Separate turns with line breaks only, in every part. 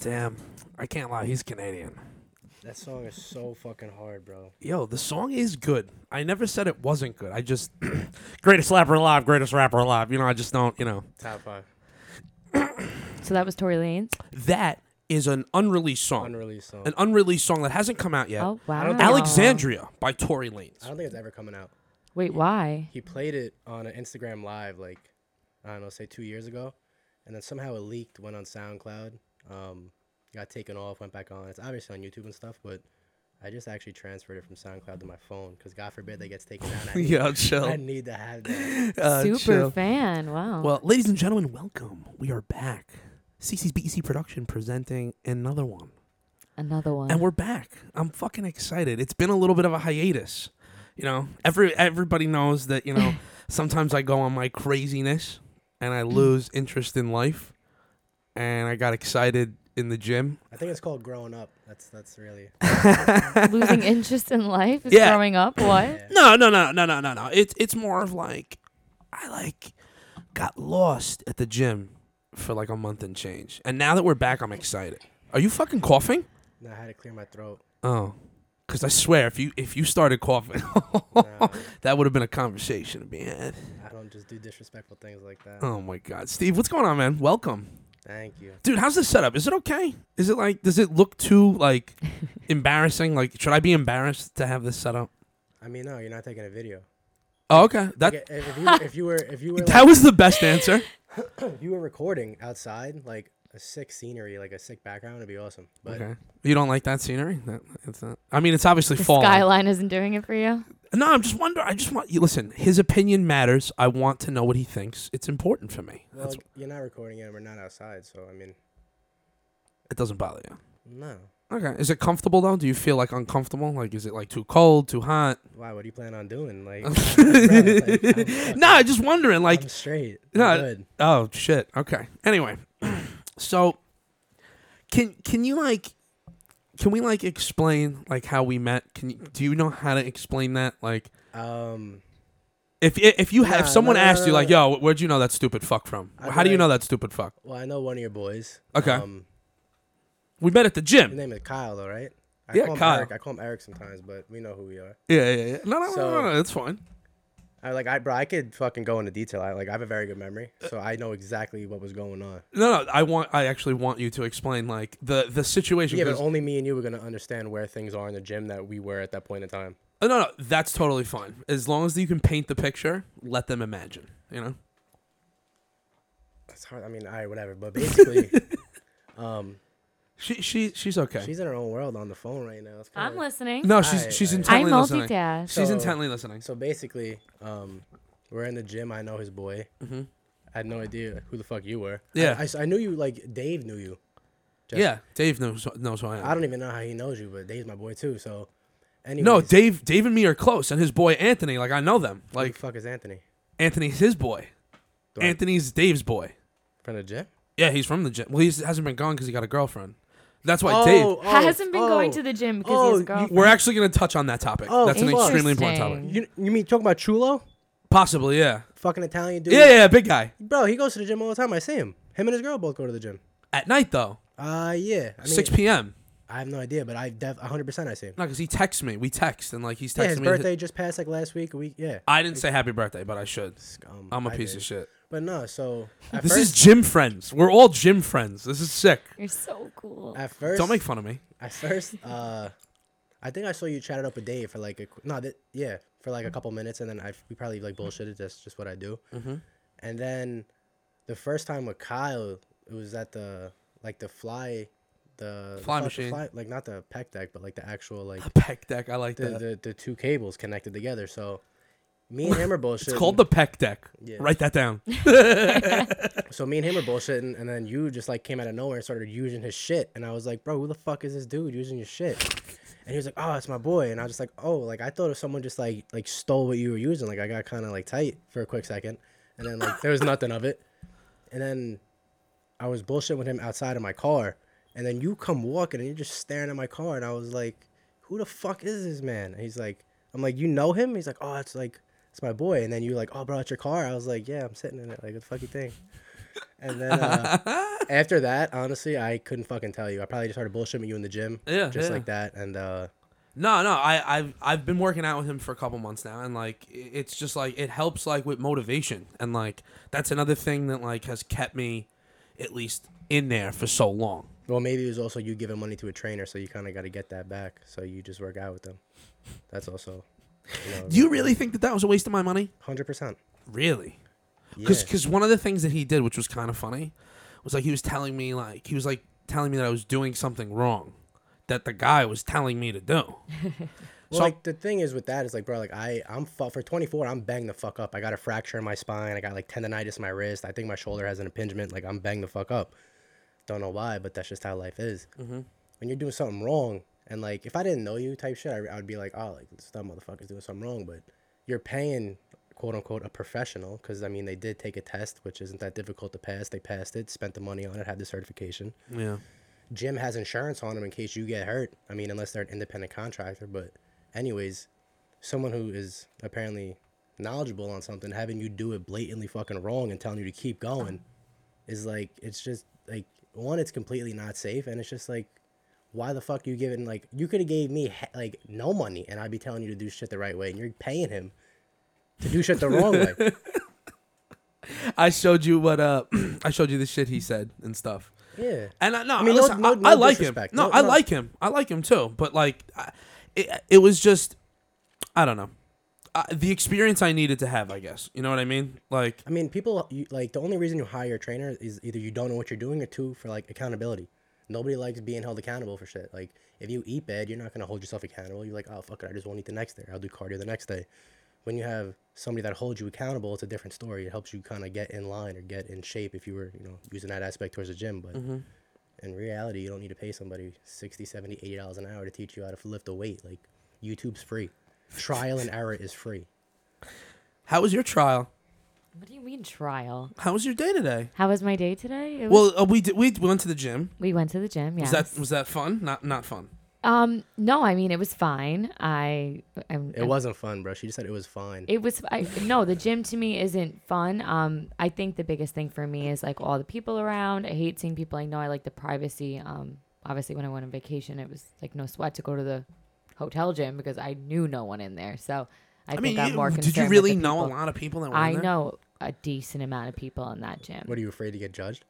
Damn, I can't lie. He's Canadian.
That song is so fucking hard, bro.
Yo, the song is good. I never said it wasn't good. I just greatest rapper alive, greatest rapper alive. You know, I just don't. You know,
Top five.
So that was Tory Lanez.
that is an unreleased song,
Unreleased song.
an unreleased song that hasn't come out yet.
Oh wow.
don't think-
Alexandria by Tory
I
Lanez.
don't think it's ever coming out.
Wait, why?
He played it on an Instagram live, like, I don't know, say two years ago. And then somehow it leaked, went on SoundCloud, um, got taken off, went back on. It's obviously on YouTube and stuff, but I just actually transferred it from SoundCloud to my phone because God forbid that gets taken down. I need,
Yo, chill.
I need to have that.
Uh,
Super
chill.
fan. Wow.
Well, ladies and gentlemen, welcome. We are back. CC's BEC E Production presenting another one.
Another one.
And we're back. I'm fucking excited. It's been a little bit of a hiatus. You know, every everybody knows that, you know, sometimes I go on my craziness and I lose interest in life and I got excited in the gym.
I think it's called growing up. That's that's really
Losing interest in life is
Yeah.
growing up. What?
No, no, no, no, no, no, no. It's it's more of like I like got lost at the gym for like a month and change. And now that we're back, I'm excited. Are you fucking coughing?
no, I had to clear my throat.
Oh, because I swear, if you if you started coughing,
No,
that would have been a conversation to be had.
I don't just do disrespectful things like that.
Oh my God, Steve, what's going on, man? Welcome,
Thank you.
dude. How's this setup? Is it okay? Is it like? Does it look too like embarrassing? Like, should I be embarrassed to have this setup?
I mean, no, you're not taking a video.
Oh, okay. That
Like, if if you were- if you were if you were
that was the best answer.
if you were recording outside, like a sick scenery, like a sick background, it'd be awesome. But
Okay. You don't like that scenery? That, it's not, I mean, it's obviously
The
falling.
skyline isn't doing it for you.
No, I'm just wondering. I just want you listen. His opinion matters. I want to know what he thinks. It's important for me.
well,
That's,
you're not recording it, and we're not outside, so I mean,
it doesn't bother you.
no.
Okay. Is it comfortable though? Do you feel like uncomfortable? Like, is it like too cold, too hot?
Why? What do you plan on doing? Like,
no, I'm just wondering. Like,
I'm straight.
No,
I'm good.
oh shit. Okay. Anyway, so can can you like can we like explain like how we met? Can you, do you know how to explain that? Like,
Um,
if if you ha-
Nah,
if someone
no, no,
asked
no,
you
no,
like, yo, where'd you know that stupid fuck from?
I'd
how
be
do you
like-
know that stupid fuck?
well, I know one of your boys.
Okay.
Um,
We met at the
his
gym.
name is Kyle, though, right? I
Yeah,
call him
Kyle.
Eric. I call him Eric sometimes, but we know who we are.
Yeah, yeah, yeah. No, no, no,
So-
no, no, that's fine.
I like, I bro, I could fucking go into detail. I like, I have a very good memory, so I know exactly what was going on.
No, no, I want. I actually want you to explain like the the situation.
Yeah, but
'cause-
only me and you were gonna understand where things are in the gym that we were at that point in time.
Oh, no, no, that's totally fine. As long as you can paint the picture, let them imagine. You know.
It's hard. I mean, all right, whatever. But basically, um,
She she she's okay.
she's in her own world on the phone right now. It's kinda
I'm listening.
no, she's
I-
she's
I-
I
intently listening.
multitask.
She's
So-
intently listening.
So basically, um, we're in the gym. I know his boy.
Mhm.
I had no idea who the fuck you were. I-
Yeah.
I, s- I knew you. Like Dave knew you. Just-
yeah, Dave knows knows who I am.
I don't even know how he knows you, but Dave's my boy too. So, anyways,
no,
Dave.
Dave Dave and me are close, and his boy Anthony. Like I know them.
Who the
Like
fuck is Anthony
Anthony's his boy.
Do I-
Anthony's Dave's boy.
from the gym?
Yeah, he's from the gym. Well, he hasn't been gone because he got a girlfriend. That's why
oh,
Dave.
Hasn't been going to
oh.
the gym because
oh,
he's
you-
a girlfriend.
We're actually gonna touch on that topic.
Oh,
That's an
fuck.
extremely important topic.
Interesting.
You, you mean talking about Chulo?
Possibly, yeah.
Fucking Italian dude.
Yeah, yeah, yeah, big guy.
Bro, he goes to the gym all the time. I see him. Him and his girl both go to the gym.
At night though,
Uh, yeah. I mean,
six p.m.
I have no idea, but I def 100% I see him.
No, because he texts me. We text and like he's texting
Yeah, his
me.
birthday just passed like last week, a week. Yeah.
I didn't say happy birthday, but I should.
Scum.
I'm a
I
piece
did.
of shit.
But no, so at
This is
first,
gym friends. We're all gym friends. This is sick.
You're so
Uh,
cool.
at 1st
Don't make fun of me.
at first, uh, I think I saw you chatted up a day for like a qu- no, that yeah, for like a
Mm-hmm.
couple minutes, and then I we probably like bullshitted. That's just what I do.
Mhm.
And then the first time with Kyle, it was at the like the fly, the the
Fly
fuck- the
machine.
like not the pec deck, but like the actual like
The pec deck. I like
the,
that.
the, the two cables connected together. So me and him are bullshitting.
It's called the pec deck.
Yeah.
Write that down.
So me and him are bullshitting, and then you just like came out of nowhere and started using his shit, and I was like, bro, who the fuck is this dude using your shit? And he was like, oh, it's my boy, and I was just like, oh, like I thought if someone just like like stole what you were using, like I got kind of like tight for a quick second, and then like there was nothing of it, and then I was bullshitting with him outside of my car, and then you come walking and you're just staring at my car, and I was like, who the fuck is this man? And he's like, I'm like, you know him? He's like, oh, it's like. It's my boy, and then you were like, oh, bro, it's your car. I was like, yeah, I'm sitting in it. Like, what the fuck you think? And then uh, after that, honestly, I couldn't fucking tell you. I probably just started bullshitting with you in the gym.
Yeah,
Just
yeah.
like that. And uh,
No, no, I, I've I've been working out with him for a couple months now, and like i- it's just like it helps like with motivation, and like that's another thing that like has kept me, at least in there for so long.
well, maybe it was also you giving money to a trainer, so you kind of got to get that back. So you just work out with them. That's also. know,
Do you really think that that was a waste of my money?
100%.
Really?
Yeah.
Because one of the things that he did, which was kind of funny, was like he was telling me like he was like telling me that I was doing something wrong, that the guy was telling me to do.
Well,
So-
like the thing is with that is like, bro, like I, I'm fu- for 24, I'm banged the fuck up. I got a fracture in my spine. I got like tendonitis in my wrist. I think my shoulder has an impingement. Like I'm banged the fuck up. Don't know why, but that's just how life is. When you're doing something wrong, and like if I didn't know you type shit, I, I would be like, oh, like this dumb motherfucker's doing something wrong. But you're paying quote unquote a professional because I mean they did take a test, which isn't that difficult to pass. They passed it, spent the money on it, had the certification.
Yeah.
Jim has insurance on him in case you get hurt. I mean, unless they're an independent contractor. But, anyways, someone who is apparently knowledgeable on something, having you do it blatantly fucking wrong and telling you to keep going is like, it's just like, one, it's completely not safe. And it's just like, why the fuck you giving, like, you could have gave me he- like no money and I'd be telling you to do shit the right way and you're paying him to do shit the wrong way.
I showed you what uh I showed you the shit he said and stuff.
Yeah.
And I, no, I
mean, no-
listen,
no-
I,
no
I like him.
disrespect.
No,
No-
I
no.
like him. I like him too. But like, I, it, it was just, I don't know, I, the experience I needed to have. I guess you know what I mean. Like,
I mean, people you, like the only reason you hire a trainer is either you don't know what you're doing or two for like accountability. Nobody likes being held accountable for shit. Like if you eat bad, you're not gonna hold yourself accountable. You're like, oh fuck it, I just won't eat the next day. I'll do cardio the next day. When you have somebody that holds you accountable, it's a different story. It helps you kind of get in line or get in shape if you were, you know, using that aspect towards the gym. But in reality, you don't need to pay somebody 60 70 80 dollars an hour to teach you how to lift a weight. Like YouTube's free. Trial and error is free.
how was your trial?
What do you mean trial?
How was your day today?
How was my day today? It was,
Well, uh, we did, we went to the gym.
we went to the gym. Yeah.
Was that was that fun? Not not fun.
Um, no, I mean it was fine. I I'm,
It wasn't fun, bro. She just said it was fine.
It was I, no, the gym to me isn't fun. Um, I think the biggest thing for me is like all the people around. I hate seeing people. I know I like the privacy. Um, obviously when I went on vacation, it was like no sweat to go to the hotel gym because I knew no one in there. So I,
I
think
mean,
I'm
you-
more
did you
concerned with
really
the
know a
people.
lot of people that were?
I
in there?
know a decent amount of people in that gym.
What are you afraid to get judged?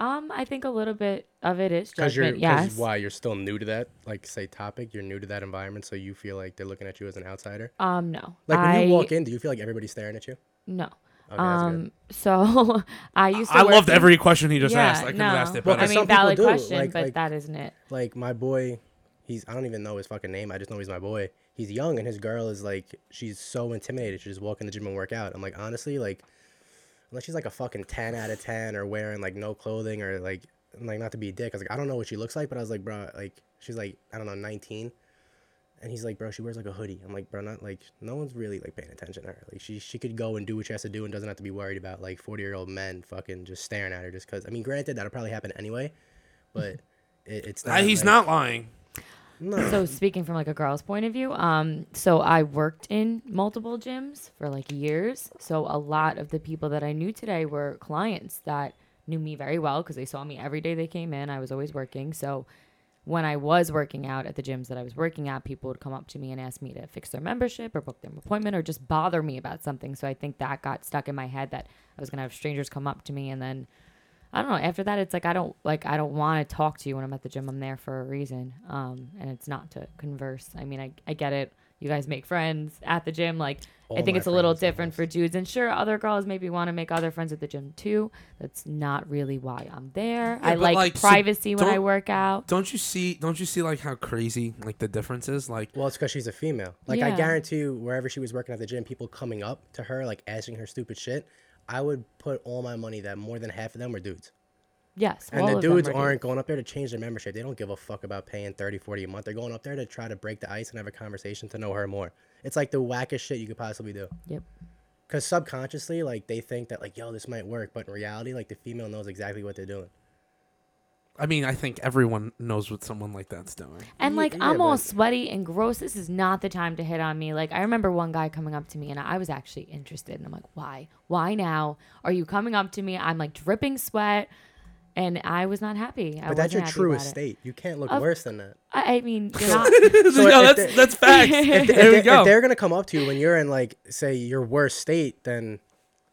Um, I think a little bit of it is
Because you're
judgment. Yes.
why you're still new to that like say topic. You're new to that environment, so you feel like they're looking at you as an outsider.
Um, no.
Like when
I,
you walk in, do you feel like everybody's staring at you?
No.
Okay, that's good.
Um, so I used to.
I
work
loved
in-
every question he just
yeah,
asked. I could
no.
have asked it
Well,
better.
Because
I mean,
some people
valid
do,
question,
like-
but
like-
that isn't it.
Like my boy, he's I don't even know his fucking name. I just know he's my boy. He's young, and his girl is like she's so intimidated. She just walk in the gym and work out. I'm like honestly, like unless she's like a fucking ten out of ten or wearing like no clothing or like like not to be a dick. I was like I don't know what she looks like, but I was like bro, like she's like I don't know 19. And he's like, bro, she wears like a hoodie. I'm like, bro, not like no one's really like paying attention to her. Like she she could go and do what she has to do and doesn't have to be worried about like 40 year old men fucking just staring at her just because. I mean, granted that'll probably happen anyway, but it, it's
Uh,
not.
He's
like-
not lying.
No.
So speaking from like a girl's point of view, um, so I worked in multiple gyms for like years. So a lot of the people that I knew today were clients that knew me very well because they saw me every day they came in. I was always working. So when I was working out at the gyms that I was working at, people would come up to me and ask me to fix their membership or book their appointment or just bother me about something. So I think that got stuck in my head that I was gonna have strangers come up to me and then I don't know. After that, it's like I don't like I don't want to talk to you when I'm at the gym. I'm there for a reason, um, and it's not to converse. I mean, I, I get it. You guys make friends at the gym. Like I
All
think
my
it's a little
friends are
different for dudes, and sure, other girls maybe want to make other friends at the gym too. That's not really why I'm there. I
but,
like,
like, so
privacy when I
don't-
work out.
Don't you see? Don't you see like how crazy like the difference is? Like
Well, it's because she's a female. Like I
Yeah.
guarantee you, wherever she was working at the gym, people coming up to her like asking her stupid shit. I would put all my money that more than half of them were dudes.
Yes,
And
all
the
of them
dudes
are
aren't going up there to change their membership. They don't give a fuck about paying 30, 40 a month. They're going up there to try to break the ice and have a conversation to know her more. It's like the wackest shit you could possibly do.
Yep.
Because subconsciously, like they think that like, yo, this might work, but in reality, like the female knows exactly what they're doing.
I mean, I think everyone knows what someone like that's doing.
And
Ye-
like
yeah,
I'm all
but-
sweaty and gross. This is not the time to hit on me. Like I remember one guy coming up to me and I was actually interested and I'm like, "Why? Why now? Are you coming up to me? I'm like dripping sweat." And I was not happy. I
But that's
wasn't
your
happy
truest
about it.
state. You can't look
Of-
worse than that.
I, I mean, you're not,
So
no, that's
if they-
that's facts. there
If
we
if, they,
go.
if they're gonna come up to you when you're in like say your worst state, then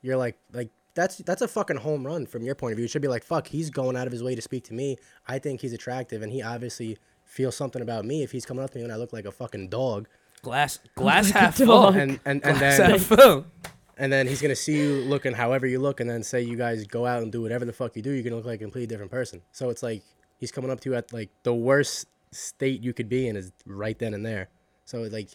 you're like like that's that's a fucking home run from your point of view. You should be like, fuck, he's going out of his way to speak to me. I think he's attractive, and he obviously feels something about me if he's coming up to me when I look like a fucking dog.
glass glass half
dog.
full.
And and and
glass
then
half full.
and then he's gonna see you looking however you look, and then say you guys go out and do whatever the fuck you do, you're gonna look like a completely different person. So it's like he's coming up to you at like the worst state you could be in is right then and there. So like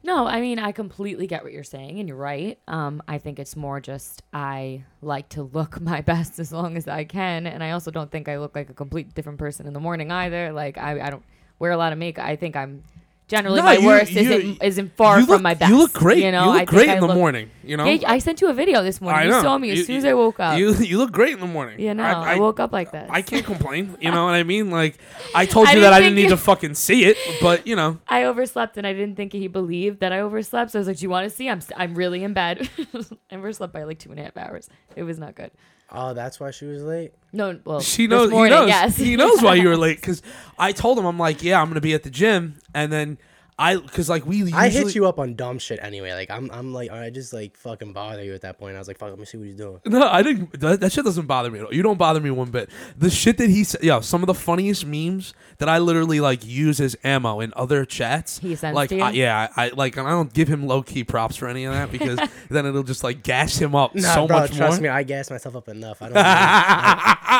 No, I mean, I completely get what you're saying, and you're right. Um, I think it's more just I like to look my best as long as I can, and I also don't think I look like a complete different person in the morning either. Like I, I don't wear a lot of makeup. I think I'm generally
No,
my
you-
worst
you-
isn't isn't far
you
from
look-
my best.
You look great.
You know,
you
I
look
think
great
I
in the
look-
morning. You know,
Yeah, I sent you a video this morning.
I
You
know.
saw me as
You-
soon as
you-
I woke up.
You you look great in the morning.
you know,
I,
I,
I-
woke up like this.
I can't complain. You know what I mean? Like I told you that
didn't
I didn't
think
need
you-
to fucking see it, but you know,
I overslept and I didn't think he believed that I overslept. So I was like, "Do you want to see? I'm st- I'm really in bed. I overslept by like two and a half hours. It was not good.
oh, that's why she was late.
No, well,
she
this
knows.
Morning,
he knows.
Yes,
He knows why you were late because I told him I'm like, yeah, I'm gonna be at the gym, and then I because like we. Usually,
I hit you up on dumb shit anyway. Like I'm, I'm like, I just like fucking bother you at that point. I was like, fuck, let me see what he's doing.
No, I didn't. That, that shit doesn't bother me at all. You don't bother me one bit. The shit that he said, yo, some of the funniest memes that I literally like use as ammo in other chats.
He sends
like,
to you?
I, yeah, I, I like, and I don't give him low key props for any of that because then it'll just like gas him up
Nah,
so
bro,
much
trust
more.
me, I gas myself up enough. I don't. really- out-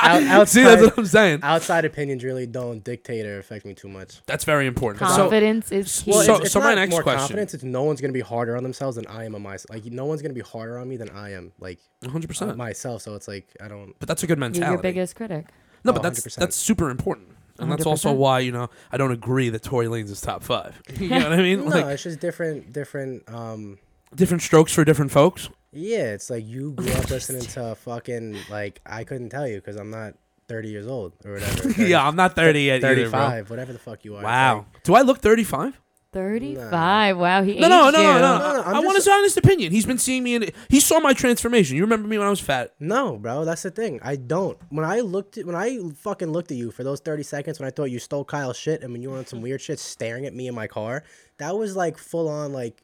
See, that's
outside-
what I'm saying.
outside opinions really don't dictate or affect me too much.
That's very important. So,
confidence is key.
Well, So- so my
not
next
more
question.
confidence. It's no one's gonna be harder on themselves than I am on myself. Like no one's gonna be harder on me than I am. Like
100.
on
percent
myself. So it's like I don't.
But that's a good mentality.
you're your biggest critic.
no, but
Oh,
that's
100%.
that's super important, and that's also
100%.
why you know I don't agree that Tory Lanez is top five. you know what I mean?
No,
Like
it's just different. Different. Um.
different strokes for different folks.
Yeah, it's like you grew up listening to fucking like I couldn't tell you because I'm not 30 years old or whatever.
yeah, I'm not 30 yet. either, bro.
35, whatever the fuck you are. It's
Wow. Do I look 35?
35. Wow, he
No, no,
aged
no, no, no.
you.
No, no, I'm
I want
just-
his honest opinion. He's been seeing me in. He saw my transformation. You remember me when I was fat?
No, bro, that's the thing. I don't. When I looked at when I fucking looked at you for those 30 seconds when I thought you stole Kyle's shit and when you were on some weird shit staring at me in my car, that was like full on like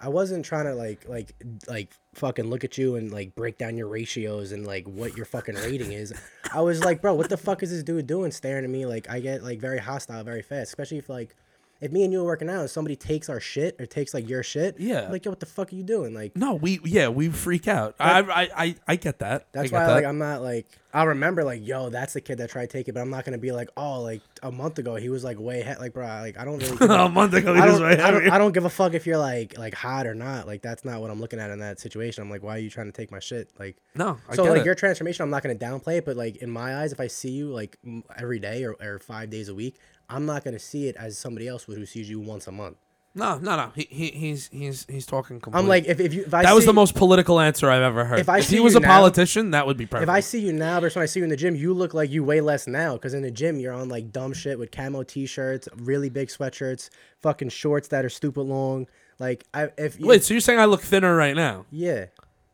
I wasn't trying to like like like fucking look at you and like break down your ratios and like what your fucking rating is. I was like, bro, what the fuck is this dude doing staring at me? Like I get like very hostile very fast, especially if like if me and you are working out and somebody takes our shit or takes like your shit,
Yeah.
I'm like yo, what the fuck are you doing? Like
No, we yeah we freak out. I I I, I get that. I
That's
get
why
that.
like I'm not like I remember like yo that's the kid that tried to take it, but I'm not gonna be like oh like a month ago he was like way ahead like bro like I don't really give
a
a-
month ago, he
I
was
don't,
Oh, right
I,
here.
don't, I don't give a fuck if you're like like hot or not like that's not what I'm looking at in that situation I'm like why are you trying to take my shit like
No, I
so
get
like
it.
your transformation I'm not gonna downplay it but like in my eyes if I see you like m- every day or, or five days a week I'm not gonna see it as somebody else would who sees you once a month
No, no, no. He, he he's he's he's talking. Complete.
I'm like if, if you if I
that was
see-
the most political answer I've ever heard.
If I
he
see
was
you
a
now-
politician, that would be perfect.
If I see you now versus when I see you in the gym, you look like you weigh less now because in the gym you're on like dumb shit with camo t-shirts, really big sweatshirts, fucking shorts that are stupid long. Like I if you,
Wait, so you're saying I look thinner right now?
yeah,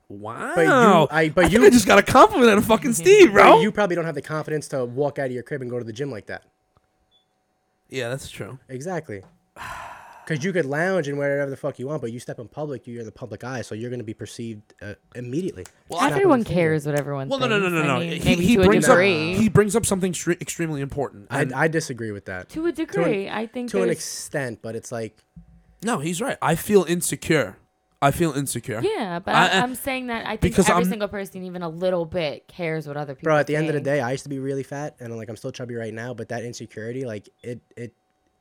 Wow.
I- but
I think
you-
I just got a compliment out of fucking Steve, bro.
But you probably don't have the confidence to walk out of your crib and go to the gym like that.
yeah, that's true.
Exactly. Because you could lounge and wear whatever the fuck you want, but you step in public, you're in the public eye, so you're going to be perceived uh, immediately.
Well, I-
Snap of the
Everyone
finger.
cares what everyone
Well, no,
thinks.
no, no, no, no.
I mean,
he,
maybe
he
to
brings
a
up
degree.
he brings up something stre- extremely important.
I,
And-
I disagree with that
to a degree, I think
to an
there's-
extent, but it's like
no, he's right. I feel insecure. I feel insecure.
Yeah, but
I-
I,
I-
I, am saying that I think
because
every
I'm-
single person, even a little bit, cares what other people.
bro at the end of the
think.
day i used to be really fat and like i'm still chubby right now but that insecurity like it it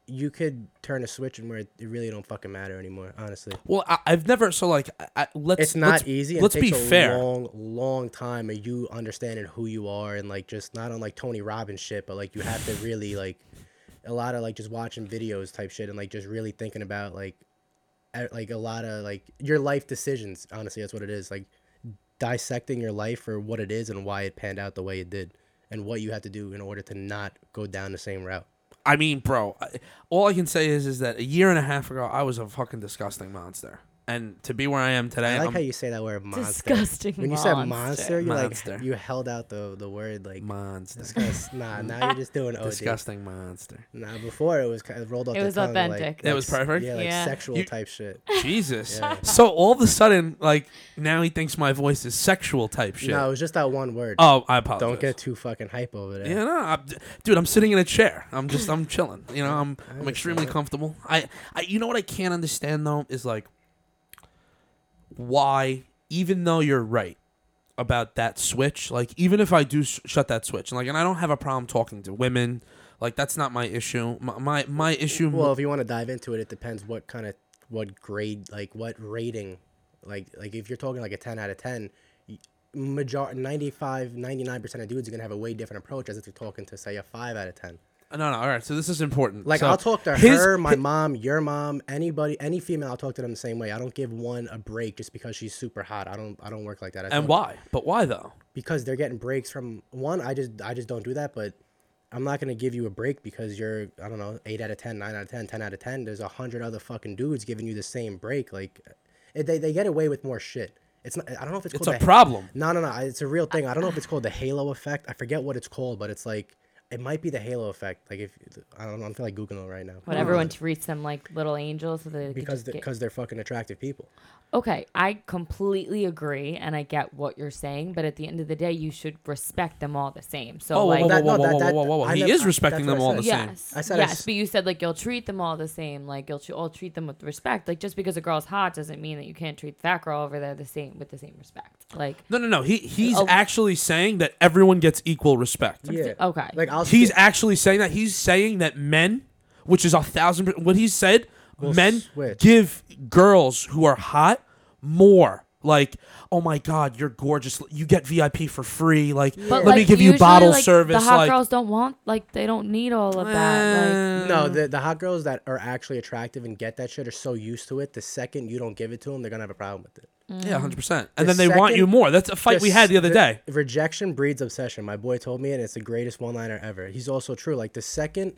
you could turn a switch and where it, it really don't fucking matter anymore honestly
Well, I, I've never. So like, I, I, let's.
it's not
let's-
easy and
Let's
it
be
takes a
fair.
long long time of you understanding who you are and like just not on like tony robbins shit but like you have to really like a lot of like just watching videos type shit and like just really thinking about like e- like a lot of like your life decisions honestly that's what it is like dissecting your life for what it is and why it panned out the way it did and what you have to do in order to not go down the same route.
I mean, bro, I- all I can say is is that a year and a half ago, I was a fucking disgusting monster, and to be where I am today,
I like
I'm
how you say that word monster.
Disgusting
When you said
monster.
monster, you
Monster.
like you held out the the word like
monster,
disgust. nah, now you're just doing OD.
disgusting monster.
Nah, before it was kind of rolled off.
It
the
was
tongue, like-
authentic. It
like
was
s-
perfect?
Yeah, like
Yeah.
sexual
You-
type shit.
Jesus.
Yeah.
So all of a sudden, like now he thinks my voice is sexual type shit.
No, it was just that one word.
Oh, I apologize.
Don't get too fucking hype over there.
Yeah, no, I'm, dude, I'm sitting in a chair. I'm just, I'm chilling. You know, I'm, I'm extremely
understand.
comfortable. I, I, you know what I can't understand though is like, why, even though you're right about that switch, like even if I do sh- shut that switch, like, and I don't have a problem talking to women, like that's not my issue. My, my, my issue.
Well, if you want to dive into it, it depends what kind of what grade, like what rating, like like if you're talking like a 10 out of 10, y- major 95, 99% of dudes are gonna have a way different approach as if you're talking to say a 5 out of 10.
no, no, all right. So this is important.
Like
So
I'll talk to
his-
her, my mom, your mom, anybody, any female. I'll talk to them the same way. I don't give one a break just because she's super hot. I don't. I don't work like that. I
and
don't-
why? But why though?
because they're getting breaks from one. I just. I just don't do that. But I'm not gonna give you a break because you're. I don't know. Eight out of ten, nine out of ten, ten out of ten. There's a hundred other fucking dudes giving you the same break. Like, it, they they get away with more shit. It's not. I don't know if it's.
It's
called
a
the-
problem.
No, no, no. I- It's a real thing. I don't know if it's called the halo effect. I forget what it's called, but it's like. It might be the halo effect. Like if I don't know, I'm feeling like googling it right now.
When everyone treats them like little angels, so they could
mm. because
just
the,
get-
because they're fucking attractive people.
Okay, I completely agree, and I get what you're saying, but at the end of the day, you should respect them all the same. So,
Oh, whoa,
like,
whoa,
that-
whoa,
no,
whoa,
that-
whoa,
that-
whoa, whoa, whoa.
I
He
never-
is
I-
respecting
that's
them
what I
all the
said.
same.
yes,
I said I
yes,
s-
but you said like you'll treat them all the same, like you'll tr- all treat them with respect. Like just because a girl's hot doesn't mean that you can't treat that girl over there the same with the same respect. Like,
No, no, no. He, he's
Oh.
actually saying that everyone gets equal respect.
Yeah.
Okay.
Like I'll
He's actually saying that. He's saying that men, which is a thousand, per- what he said, men
switch.
give girls who are hot more. Like, oh my God, you're gorgeous. You get VIP for free. Like, let me
like,
give you
usually,
bottle
like, The
service.
hot
Like,
girls don't want like they don't need all of that. Like,
no the the hot girls that are actually attractive and get that shit are so used to it. The second you don't give it to them, they're gonna have a problem with it.
yeah, hundred percent. And
The
then they want you
second-
more. That's a fight we had the other
s-
day.
Rejection breeds obsession. My boy told me, and it's the greatest one liner ever. He's also true. Like the second.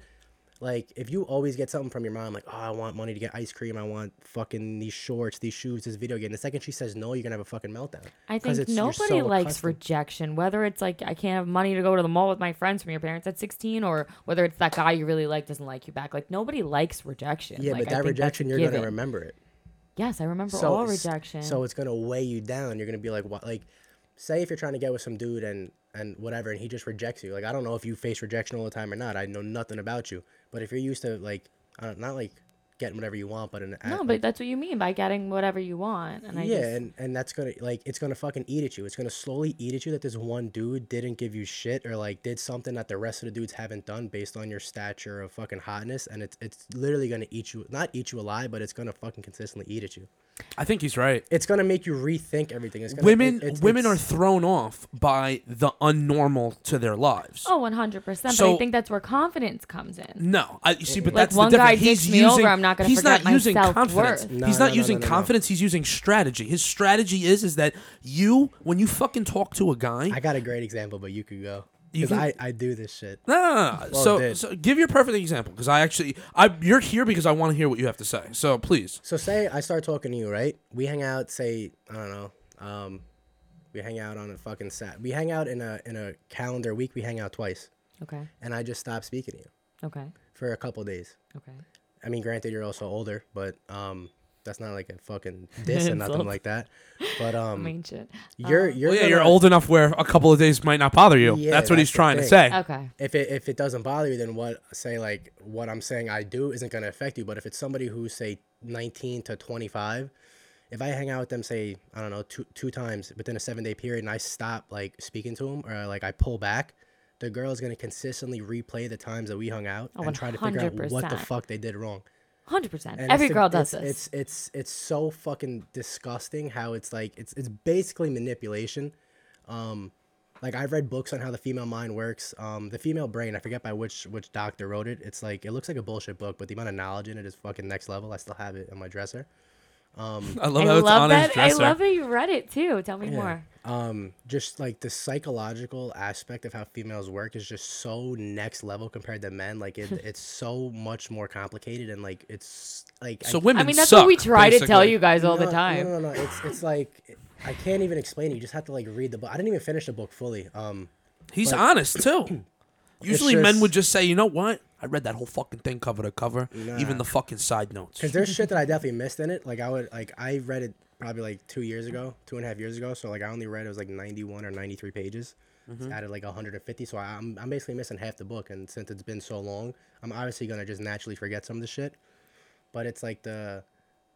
Like if you always get something from your mom, like oh I want money to get ice cream, I want fucking these shorts, these shoes, this video game. The second she says no, you're gonna have a fucking meltdown.
I
'Cause
think
it's- you're
nobody
so
likes
accustomed.
rejection, whether it's like I can't have money to go to the mall with my friends from your parents at 16, or whether it's that guy you really like doesn't like you back. Like nobody likes rejection.
Yeah,
Like,
but
I
that
think that's a
rejection, you're gonna
given.
remember it.
Yes, I remember all
it's-
rejection.
So it's gonna weigh you down. You're gonna be like, what? Like, say if you're trying to get with some dude and and whatever, and he just rejects you. Like, I don't know if you face rejection all the time or not. I know nothing about you. But if you're used to like, I don't, not like getting whatever you want, but an
no, but that's what you mean by getting whatever you want. And I
yeah,
just,
and, and that's gonna like it's gonna fucking eat at you. It's gonna slowly eat at you that this one dude didn't give you shit or like did something that the rest of the dudes haven't done based on your stature of fucking hotness, and it's it's literally gonna eat you not eat you alive, but it's gonna fucking consistently eat at you.
I think he's right.
it's gonna make you rethink everything. It's gonna,
Women,
it- it's-
women are
it's-
thrown off by the unnormal to their lives.
oh, 100%. but
So-
I think that's where confidence comes
Mm.
in.
No, I, you see, but
Like,
that's
one
the
guy
difference. He's
dicks me
using,
over, I'm not gonna
he's
forget
not
my
using confidence.
self-worth.
No,
he's
no,
not
no,
using
no, no, no.
confidence. He's using strategy. His strategy is is that you, when you fucking talk to a guy,
I got a great example, but you could go
You
because
can-
I, I do this shit.
no, no, no, no.
Well,
so,
dude.
so give your perfect example because I actually, I you're here because I want to hear what you have to say. So please,
So say I start talking to you, right? We hang out. Say I don't know. Um, we hang out on a fucking sat. We hang out in a in a calendar week. We hang out twice,
Okay.
and I just stop speaking to you
Okay.
for a couple days.
Okay.
I mean, granted, you're also older, but um, that's not like a fucking diss or nothing
Insult.
like that. But um,
I mean, shit.
you're
uh, well,
you're
Oh, yeah,
gonna-
you're old enough where a couple of days might not bother you.
Yeah,
that's what
that's
he's
the
trying to
thing.
say.
Okay.
if it if it doesn't bother you, then what say like what I'm saying I do isn't gonna affect you. But if it's somebody who's say 19 to 25, if I hang out with them say I don't know two two times within a seven day period, and I stop like speaking to them or like I pull back, the girl is gonna consistently replay the times that we hung out
Oh,
and try to figure out what the
100%.
fuck they did wrong.
100%.
And
Every
it's the-
girl does
it's,
this.
It's it's it's so fucking disgusting how it's like it's it's basically manipulation. Um, like I've read books on how the female mind works. Um, the female brain. I forget by which which doctor wrote it. It's like it looks like a bullshit book, but the amount of knowledge in it is fucking next level. I still have it in my dresser. Um,
I love
I
how it's
love
on his
that. I
Oh, dresser.
love that you read it too. Tell me
Yeah.
more.
Um, just like the psychological aspect of how females work is just so next level compared to men. Like it, it's so much more complicated and like it's like
so
I,
women
I mean, that's
suck,
what we try to tell
basically.
you guys all
No,
the time.
No, no, no. It's it's like I can't even explain it. You just have to like read the book. I didn't even finish the book fully. Um,
He's honest too. Usually, men
just-
would just say, "You know what? I read that whole fucking thing cover to cover, even the fucking side notes."
Because there's shit that I definitely missed in it. Like I would like I read it probably like two years ago, two and a half years ago. So like I only read it was like 91 or 93 pages. It's added like 150. So I, I'm I'm basically missing half the book. And since it's been so long, I'm obviously gonna just naturally forget some of the shit. But it's like the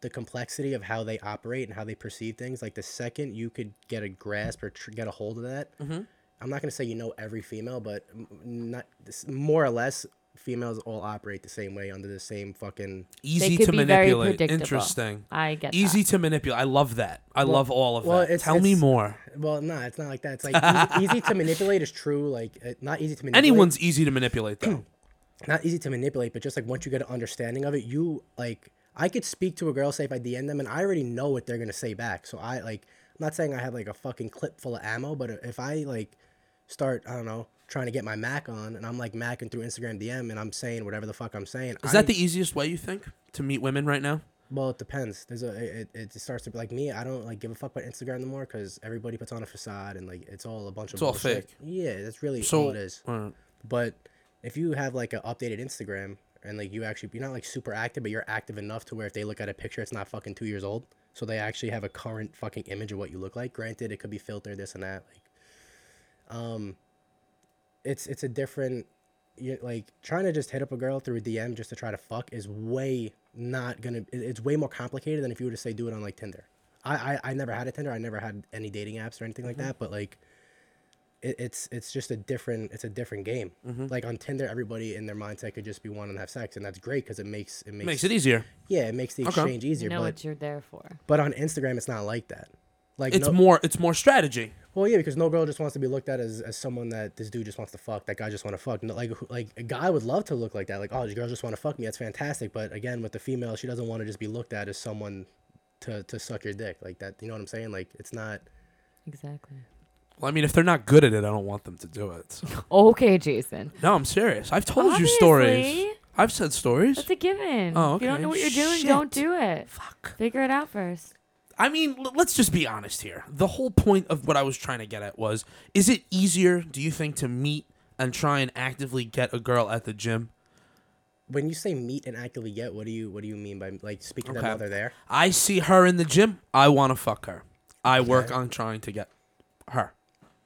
the complexity of how they operate and how they perceive things. Like the second you could get a grasp or tr- get a hold of that, I'm not gonna say you know every female, but m- not this, more or less. Females all operate the same way under the same fucking
Easy
could
to
be very
manipulate.
predictable.
Interesting.
I get that.
Easy to manipulate. I love that. I love all of
well,
that.
it's-
tell me
it's-
more.
Well, no, it's not like that. It's like easy, easy to manipulate is true. Like uh, not easy to manipulate.
Anyone's easy to manipulate though.
not easy to manipulate, but just like once you get an understanding of it, you like I could speak to a girl, say if I DM them, and I already know what they're gonna say back. So I like I'm not saying I have like a fucking clip full of ammo, but uh, if I like start, I don't know, trying to get my Mac on, and I'm like macking through Instagram DM, and I'm saying whatever the fuck I'm saying.
Is that the easiest way you think to meet women right now?
Well, it depends. There's a it, it starts to be like me. I don't like give a fuck about Instagram no more because everybody puts on a facade and like it's all a bunch of
all
bullshit.
fake.
Yeah, that's really
So
all Oh, it is.
uh,
But if you have like an updated Instagram and like you actually you're not like super active, but you're active enough to where if they look at a picture, it's not fucking two years old. So they actually have a current fucking image of what you look like. Granted, it could be filtered, this and that. Like, um, it's it's a different. You like trying to just hit up a girl through a DM just to try to fuck is way not gonna. it- It's way more complicated than if you were to say do it on like Tinder. I I, I never had a Tinder. I never had any dating apps or anything like
Mm-hmm.
that. But like it, it's it's just a different it's a different game.
Mm-hmm.
Like on Tinder, everybody in their mindset could just be wanting to have sex, and that's great because it makes it makes,
makes it easier.
yeah it makes the
Okay.
exchange
You
easier.
know
but
what you're there for.
but on Instagram, it's not like that. Like
It's
no,
more. It's more strategy.
well, yeah, because no girl just wants to be looked at as, as someone that this dude just wants to fuck. That guy just want to fuck. No, like who- like a guy would love to look like that. Like oh, these girls just want to fuck me. That's fantastic. But again, with the female, she doesn't want to just be looked at as someone to to suck your dick like that. You know what I'm saying? Like it's not.
Exactly.
Well, I mean, if they're not good at it, I don't want them to do it. so.
Okay, Jason.
No, I'm serious. I've told you stories.
Obviously.
I've said stories.
That's a given.
Oh,
If you don't
okay.
know what you're doing,
Shit.
don't do it.
Fuck.
Figure it out first.
I mean, l- let's just be honest here. The whole point of what I was trying to get at was is it easier, do you think, to meet and try and actively get a girl at the gym?
When you say meet and actively get, what do you what do you mean by like speaking to
Okay.
them while they're there?
I see her in the gym. I want to fuck her. I work on trying to get her.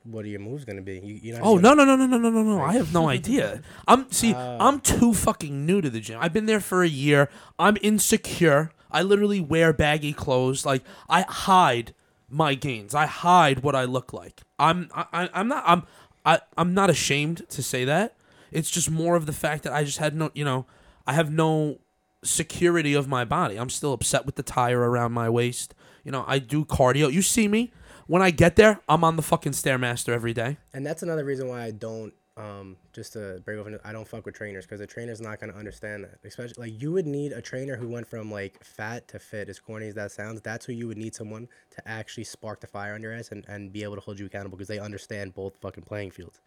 what are your moves gonna be? You, you know.
Oh no no no no no no no no! I have no idea. I'm see. I'm too fucking new to the gym. I've been there for a year. I'm insecure. I literally wear baggy clothes. Like I hide my gains. I hide what I look like. I'm I, I I'm not I'm I I'm not ashamed to say that. It's just more of the fact that I just had no you know I have no security of my body. I'm still upset with the tire around my waist. You know I do cardio. You see me. When I get there, I'm on the fucking stairmaster every day.
And that's another reason why I don't. Um, just to break open, I don't fuck with trainers because the trainer's not gonna understand that. Especially like you would need a trainer who went from like fat to fit. As corny as that sounds, that's who you would need someone to actually spark the fire on your ass and, and be able to hold you accountable because they understand both fucking playing fields.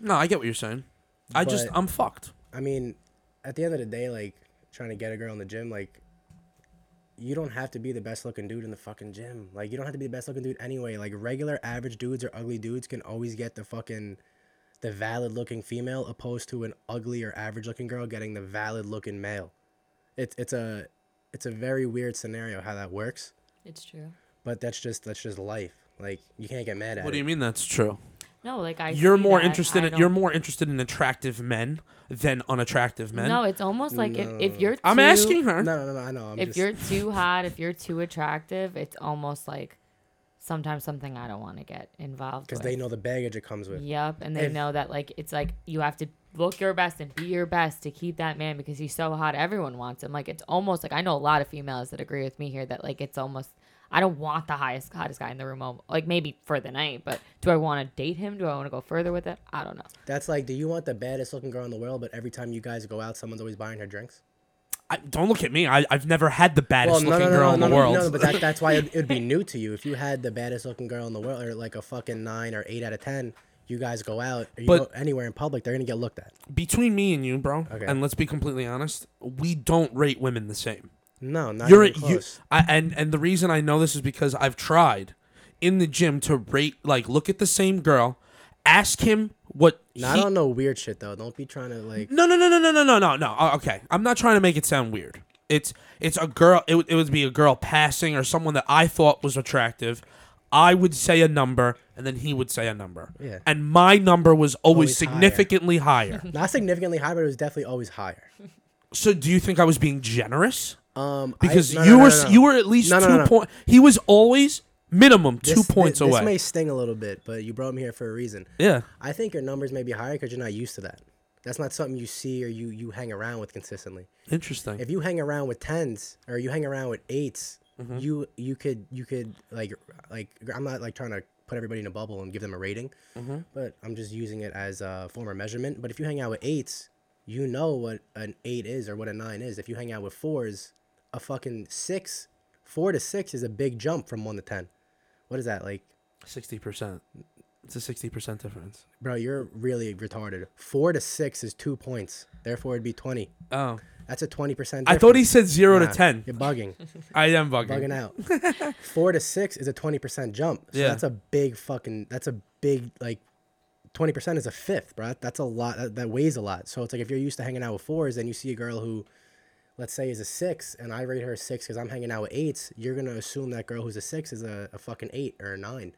No, I get what you're saying. I just
But-
I'm fucked.
I mean, at the end of the day, like trying to get a girl in the gym, like you don't have to be the best looking dude in the fucking gym. Like you don't have to be the best looking dude anyway. Like regular average dudes or ugly dudes can always get the fucking the valid looking female opposed to an ugly or average looking girl getting the valid looking male. It's it's a it's a very weird scenario how that works,
It's true.
but that's just that's just life. Like you can't get mad at
What
it.
do you mean that's true?
No, like I.
You're
see
more
that.
interested
I
in you're
don't-
more interested in attractive men than unattractive men.
No, it's almost like if, if you're. Too,
I'm asking her.
No, no, no, no, I know. I'm
If
just,
you're too hot, if you're too attractive, it's almost like sometimes something I don't want to get involved with.
because they know the baggage it comes with.
Yep, and they
If-
know that like it's like you have to look your best and be your best to keep that man because he's so hot. Everyone wants him. Like it's almost like I know a lot of females that agree with me here that like it's almost I don't want the highest hottest guy in the room. oh, Like maybe for the night, but do I want to date him? Do I want to go further with it? I don't know.
That's like, do you want the baddest looking girl in the world, but every time you guys go out, someone's always buying her drinks?
I, don't look at me. I, I've never had the baddest
no,
looking
no, no,
girl
no,
in
no,
the
no,
world.
No, but that, that's why it would be new to you. If you had the baddest looking girl in the world, or like a fucking nine or eight out of ten, you guys go out, or you
But-
go anywhere in public, they're gonna get looked at.
Between me and you, bro,
Okay.
and let's be completely honest, we don't rate women the same.
No, not
You're
even
you,
close.
I, and and the reason I know this is because I've tried in the gym to rate like look at the same girl, ask him what
Not
he-
on no weird shit though. Don't be trying to like.
No, no, no, no, no, no, no, no, no. Uh, Okay, I'm not trying to make it sound weird. It's it's a girl. It, would- it would be a girl passing or someone that I thought was attractive. I would say a number, and then he would say a number.
Yeah.
And my number was always,
Always higher.
significantly higher.
Not significantly high, but it was definitely always higher.
so do you think I was being generous?
Um, I-
Because
no, no,
you
no,
were
no, no.
you were at least
No, no,
two
no, no.
point. He was always minimum two
This- thi-
points
this
away.
may sting a little bit, but you brought me here for a reason.
yeah.
I think your numbers may be higher because you're not used to that. That's not something you see or you you hang around with consistently.
Interesting.
If you hang around with tens or you hang around with 8s
Mm-hmm.
you you could you could like like I'm not like trying to put everybody in a bubble and give them a rating,
Mm-hmm.
but I'm just using it as a form of measurement. But if you hang out with eights, you know what an eight is or what a nine is. If you hang out with fours, a fucking six, four to six is a big jump from one to ten. What is that like?
Sixty percent. It's a sixty percent difference.
Bro, you're really retarded. Four to six is two points. Therefore, it'd be 20.
Oh.
That's a 20%. Difference.
I thought he said zero
Nah,
to ten.
You're bugging.
I am bugging.
bugging out. Four to six is a 20% jump. So
Yeah.
that's a big fucking, that's a big, like, 20% is a fifth, bro. That's a lot. That, that weighs a lot. So it's like if you're used to hanging out with fours and you see a girl who, let's say, is a six and I rate her a six because I'm hanging out with eights, you're going to assume that girl who's a six is a, a fucking eight or a nine.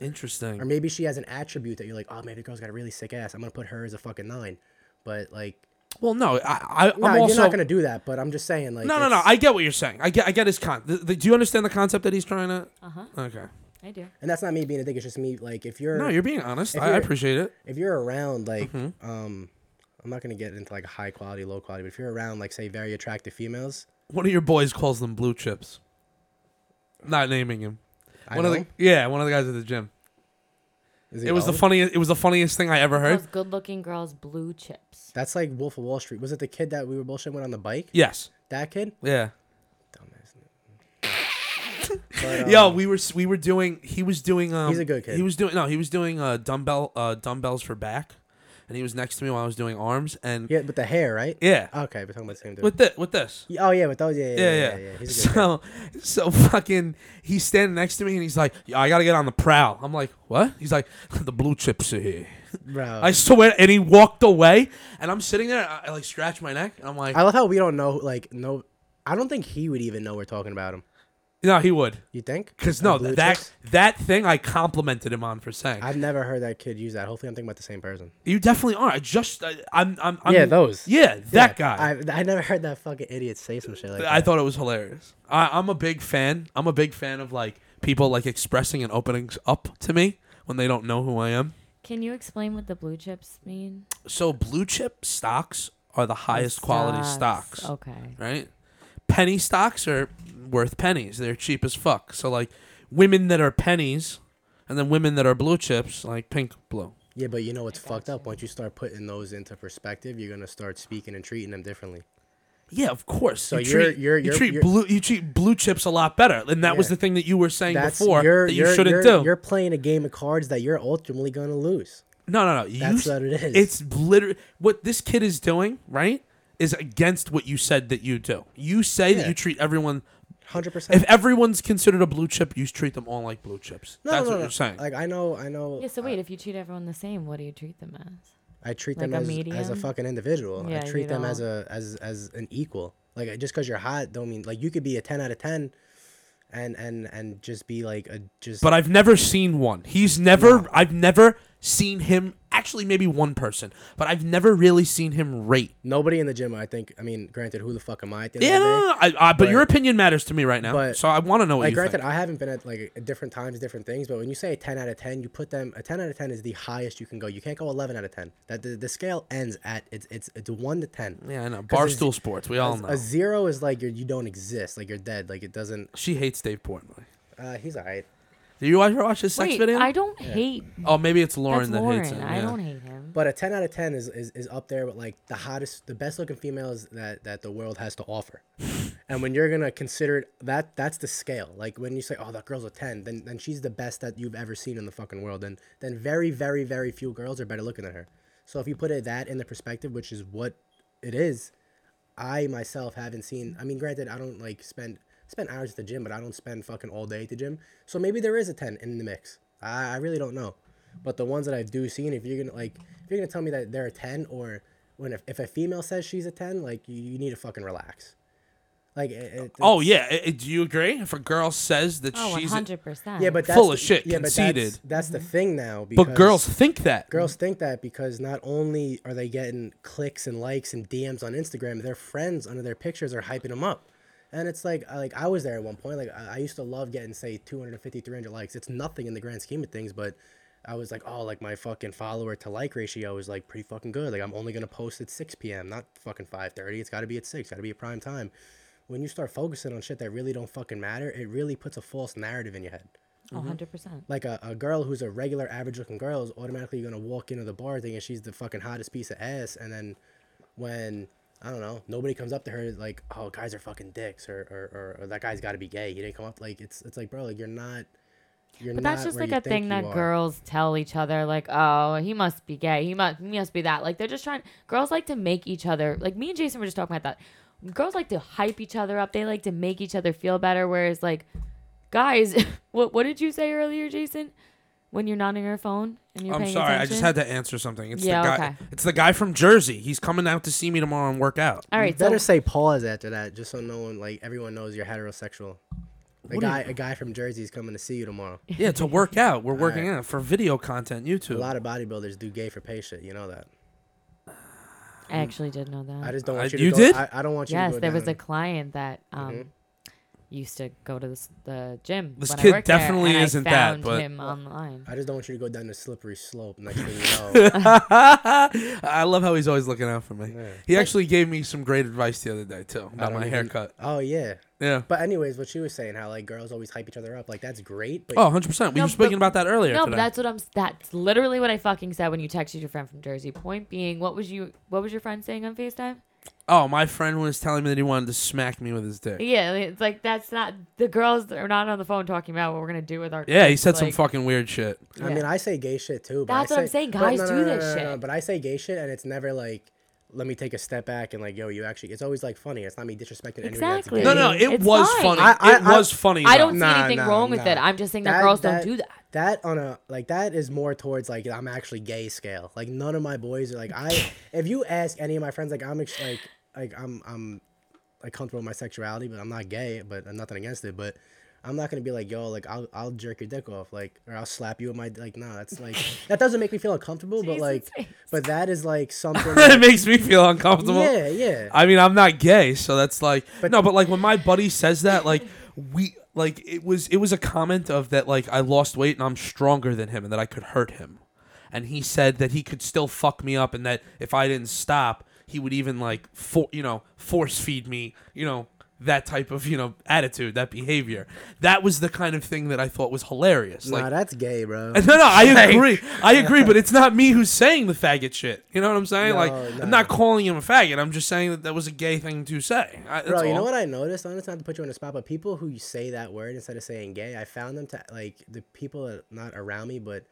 Interesting.
Or maybe she has an attribute that you're like, oh, maybe the girl's got a really sick ass. I'm going to put her as a fucking nine. But like,
Well, no, I, I
nah,
I'm also
you're not going to do that. But I'm just saying, like,
no, no, no.
it's-
I get what you're saying. I get, I get his con. The, the, do you understand the concept that he's trying to?
Uh
Uh-huh.
huh.
Okay.
I do.
and that's not me being a dick. It's just me, like, if you're.
No, you're being honest.
If
I, I
you're-
appreciate it.
if you're around like
Mm-hmm.
um I'm not gonna get into like high quality, low quality, but if you're around like say very attractive females,
One of your boys calls them blue chips. Not naming him.
I
one
know
of the yeah, one of the guys at the gym.
is
It was the
yellow?
funniest. It was the funniest thing I ever heard.
Those good-looking girls, blue chips.
That's like Wolf of Wall Street. Was it the kid that we were bullshitting with on the bike?
Yes.
That kid?
Yeah.
Dumbass.
Yo, we were s- we were doing. He was doing. Um,
He's a good kid.
He was doing. No, he was doing uh, dumbbell uh, dumbbells for back, and he was next to me while I was doing arms. And yeah,
Yeah, with the hair, right? Okay, we're talking about the same dude.
with the with this.
Yeah, oh yeah, with those. Yeah, yeah, yeah. yeah, yeah. He's a good kid.
so, so fucking, he's standing next to me and he's like, "Yeah, I gotta get on the prowl." I'm like, "What?" He's like, "The blue chips are here."
bro.
I swear, and he walked away, and I'm sitting there, I, I like scratch my neck, and I'm like,
I love how we don't know. Like, no, I don't think he would even know we're talking about him.
"No, he would."
You think?
Cause
On
no,
Blue
that
Chips?
that thing I complimented him on for saying
I've never heard that kid use that. Hopefully, I'm thinking about the same person.
you definitely are. I just I, I'm, I'm I'm
Yeah, those.
yeah that guy.
I, I never heard that fucking idiot say some shit like that.
I thought it was hilarious. I, I'm a big fan. I'm a big fan of like people like expressing and opening up to me when they don't know who I am.
Can you explain what the blue chips mean?
So blue chip stocks are the highest quality stocks,
Okay.
right? Penny stocks are worth pennies. They're cheap as fuck. So like women that are pennies and then women that are blue chips like pink blue.
Yeah, but you know what's fucked up? Once you start putting those into perspective, you're gonna start speaking and treating them differently.
Yeah, of course.
So
you
you're-
treat,
you're-
you
you're-
treat
you're-
blue you treat blue chips a lot better. And that was the
Yeah.
thing that you were saying
That's
before
you're,
that you
you're,
shouldn't
you're,
do.
You're playing a game of cards that you're ultimately gonna lose.
No, no, no. You s-
That's what it is.
It's literally what this kid is doing, right? Is against what you said that you do. You say that
Yeah.
you treat everyone.
Hundred percent.
If everyone's considered a blue chip, you treat them all like blue chips.
No,
That's
no,
what
no.
you're saying.
Like I know, I know.
Yeah. So
Uh,
wait, if you treat everyone the same, what do you treat them as?
I treat
like
them as, as
a
a
medium?
fucking individual.
Yeah,
I
you
treat them as
don't-
a as as an equal. Like I- just because you're hot, don't mean like you could be a ten out of ten, and and and just be like a just.
But I've never seen one. He's never. I've never seen him. Actually, maybe one person, but I've never really seen him rate.
nobody in the gym, I think. I mean, granted, who the fuck am I? At the end
Yeah,
of
no,
the day?
no, no. I, I, but,
But-
your opinion matters to me right now.
but-
so I want to know what
like
you
granted
think.
i haven't been at like at different times different things but when you say a 10 out of 10 you put them a 10 out of 10 is the highest you can go you can't go 11 out of 10 that the, the scale ends at it's it's it's 1 to 10
yeah, I know.
'Cause a z-
Barstool Sports. We all know.
a zero is like you're, you don't exist like you're dead like it doesn't
she hates Dave Portnoy.
uh he's all right
Do you watch, watch his sex
wait,
video?
I don't hate.
Oh, maybe it's Lauren
that's
that
Lauren.
hates him.
I
yeah.
don't hate him.
But a 10 out of 10 is, is, is up there with like the hottest, the best looking females that, that the world has to offer. and when you're going to consider it, that, that's the scale. Like when you say, oh, that girl's a 10, then, then she's the best that you've ever seen in the fucking world. And then very, very, very few girls are better looking than her. So if you put it that in the perspective, which is what it is, I myself haven't seen. I mean, granted, I don't like spend spend hours at the gym, but I don't spend fucking all day at the gym. So maybe there is a ten in the mix. I, I really don't know. But the ones that I do see, and if you're gonna like, if you're gonna tell me that they're a ten, or when if, if a female says she's a ten, like you, you need to fucking relax. Like, it, it-
Oh yeah, I- I- do you agree? If a girl says that
Oh,
she's,
100%.
yeah, but that's
full
the-
of shit,
yeah, but
conceited.
That's, that's the thing now. Because
but girls think that.
girls think that because not only are they getting clicks and likes and DMs on Instagram, their friends under their pictures are hyping them up. And it's like, I- like I was there at one point. Like I I used to love getting say 250, 300 likes. It's nothing in the grand scheme of things, but I was like, oh, like my fucking follower to like ratio is like pretty fucking good. Like I'm only gonna post at 6 p.m., not fucking 5:30. It's got to be at six. Got to be at prime time. When you start focusing on shit that really don't fucking matter, it really puts a false narrative in your head
Oh, 100%.
like a, a girl who's a regular average looking girl is automatically gonna walk into the bar thinking she's the fucking hottest piece of ass and then when I don't know, nobody comes up to her like, Oh, guys are fucking dicks or or, or, or that guy's gotta be gay. He didn't come up like it's it's like bro, like you're not you're
But
not
that's just
where
like
you
a
think
thing
you
that
are.
girls tell each other, like, oh, he must be gay. He must, he must be that. Like, they're just trying, girls like to make each other, like, me and Jason were just talking about that. Girls like to hype each other up. They like to make each other feel better. Whereas, like, guys, what, what did you say earlier, Jason? When you're not on your phone and you're
I'm
paying
sorry,
attention?
I just had to answer something. It's
Yeah,
the guy.
okay.
It's the guy from Jersey. He's coming out to see me tomorrow and work out.
All
You
right,
better
so
say pause after that just so no one like everyone knows you're heterosexual. A guy a guy from Jersey is coming to see you tomorrow.
Yeah, to work out. We're working out for video content,
A
YouTube.
lot of bodybuilders do gay for pay shit, you know that.
I actually did know that.
I just don't
Uh,
want you to
you
go,
did?
I, I don't want you to
yes,
go
there was
down.
a client that um, used to go to this, the gym.
This
when I
kid
worked there,
definitely
and I
isn't that,
found
but-
him online.
I just don't want you to go down the slippery slope. Next thing you know,
I love how he's always looking out for me. He actually gave me some great advice the other day too about my haircut.
oh yeah.
Yeah.
But anyways, what she was saying, how like girls always hype each other up, like that's great. But
Oh, 100 percent. We
No,
were speaking
but-
about that earlier.
No,
today.
but that's what I'm. s- That's literally what I fucking said when you texted your friend from Jersey. Point being, what was you? What was your friend saying on Facetime?
Oh, my friend was telling me that he wanted to smack me with his dick.
Yeah, it's like that's not the girls are not on the phone talking about what we're gonna do with our.
Yeah, he
kids,
said some
like-
fucking weird shit.
I mean, I say gay shit too. But I
That's what I'm
say-
saying,
but
guys do this shit.
But I say gay shit, and it's never like, let me take a step back and like, yo, you actually. It's always like funny. It's not me disrespecting anyone.
Exactly.
No, no,
Hey,
it
it's
was
fine.
funny.
I- I-
it was
I-
funny.
I
though.
don't see anything wrong with it. I'm just saying that, girls don't do that.
That on a like that is more towards like I'm actually gay scale. Like none of my boys are like I. if you ask any of my friends, like I'm ex- like like I'm I'm like comfortable with my sexuality, but I'm not gay. But I'm nothing against it. But I'm not gonna be like yo, like I'll I'll jerk your dick off, like or I'll slap you with my like. No, that's like that doesn't make me feel uncomfortable. but
Jason's
like,
face.
but that is like something.
it
that-
makes me feel uncomfortable.
yeah, yeah.
I mean, I'm not gay, so that's like no, but like when my buddy says that, like we like it was it was a comment of that like I lost weight and I'm stronger than him and that I could hurt him, and he said that he could still fuck me up and that if I didn't stop, he would even like for you know force feed me, you know that type of you know attitude, that behavior. That was the kind of thing that I thought was hilarious.
nah,
Like
that's gay, bro.
no, no, I agree. I agree, but it's not me who's saying the faggot shit. You know what I'm saying?
No,
like,
no.
I'm not calling him a faggot. I'm just saying that that was a gay thing to say. I, that's
Bro, you
all.
know what I noticed? I'm just not to put you on the spot, but people who say that word instead of saying gay, I found them to like the people that not around me, but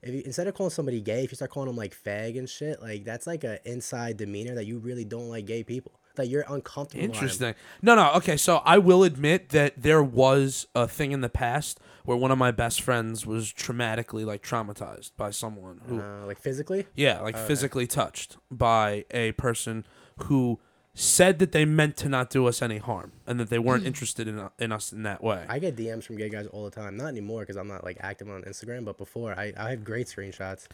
if you, instead of calling somebody gay, if you start calling them like fag and shit, like that's like a inside demeanor that you really don't like gay people. That you're uncomfortable. around.
Interesting. No, no. Okay, so I will admit that there was a thing in the past where one of my best friends was traumatically, like, traumatized by someone who,
Uh, like physically.
yeah, like, physically touched by a person who said that they meant to not do us any harm and that they
Hmm.
weren't interested in, in us in that way.
I get DMs from gay guys all the time. Not anymore because I'm not like active on Instagram, but before I, I had great screenshots.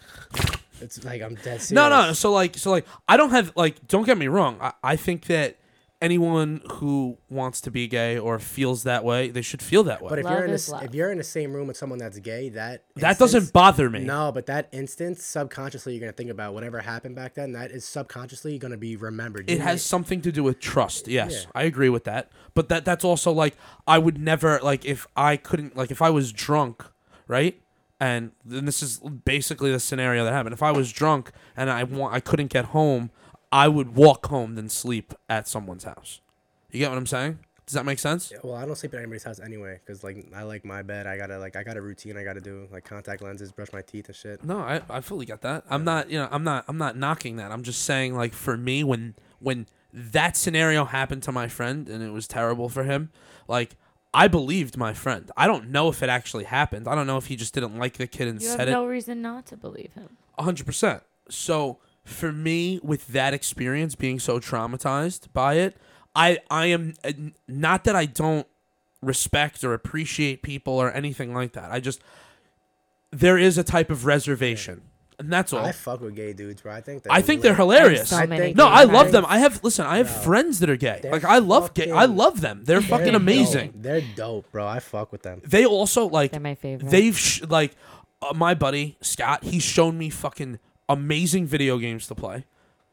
It's like I'm dead serious.
No, no. So like, so like, I don't have like. Don't get me wrong. I, I think that anyone who wants to be gay or feels that way, they should feel that way.
But if
Love
you're in
is
this,
love.
if you're in the same room with someone that's gay, that
that
instance-
doesn't bother me.
No, but that instance, subconsciously, you're gonna think about whatever happened back then. That is subconsciously gonna be remembered. You
It has something to do with trust. Yes,
Yeah.
I agree with that. But that that's also like I would never like if I couldn't like if I was drunk, right? and then this is basically the scenario that happened. If I was drunk and I want, I couldn't get home, I would walk home than sleep at someone's house. You get what I'm saying? Does that make sense?
Well, I don't sleep at anybody's house anyway, cause like I like my bed. I gotta like I got a routine. I gotta do like contact lenses, brush my teeth and shit.
No, I, I fully get that. I'm not you know I'm not I'm not knocking that. I'm just saying like for me when when that scenario happened to my friend and it was terrible for him, like I believed my friend. I don't know if it actually happened. I don't know if he just didn't like the kid and
You have
said
no
it
reason not to believe him.
100%. So for me with that experience being so traumatized by it, I I am uh, not that I don't respect or appreciate people or anything like that. I just there is a type of reservation. And that's all.
I fuck with gay dudes, bro. I think that
I think they're hilarious.
So
I
many
think-
no, I
gay
love them.
guys.
I have listen. I have friends that are gay.
They're
Like I love gay. I
fucking-
love them. They're fucking
dope.
amazing.
They're dope, bro. I fuck with them.
They also like
They're my favorite.
they've sh- like uh, my buddy Scott. He's shown me fucking amazing video games to play,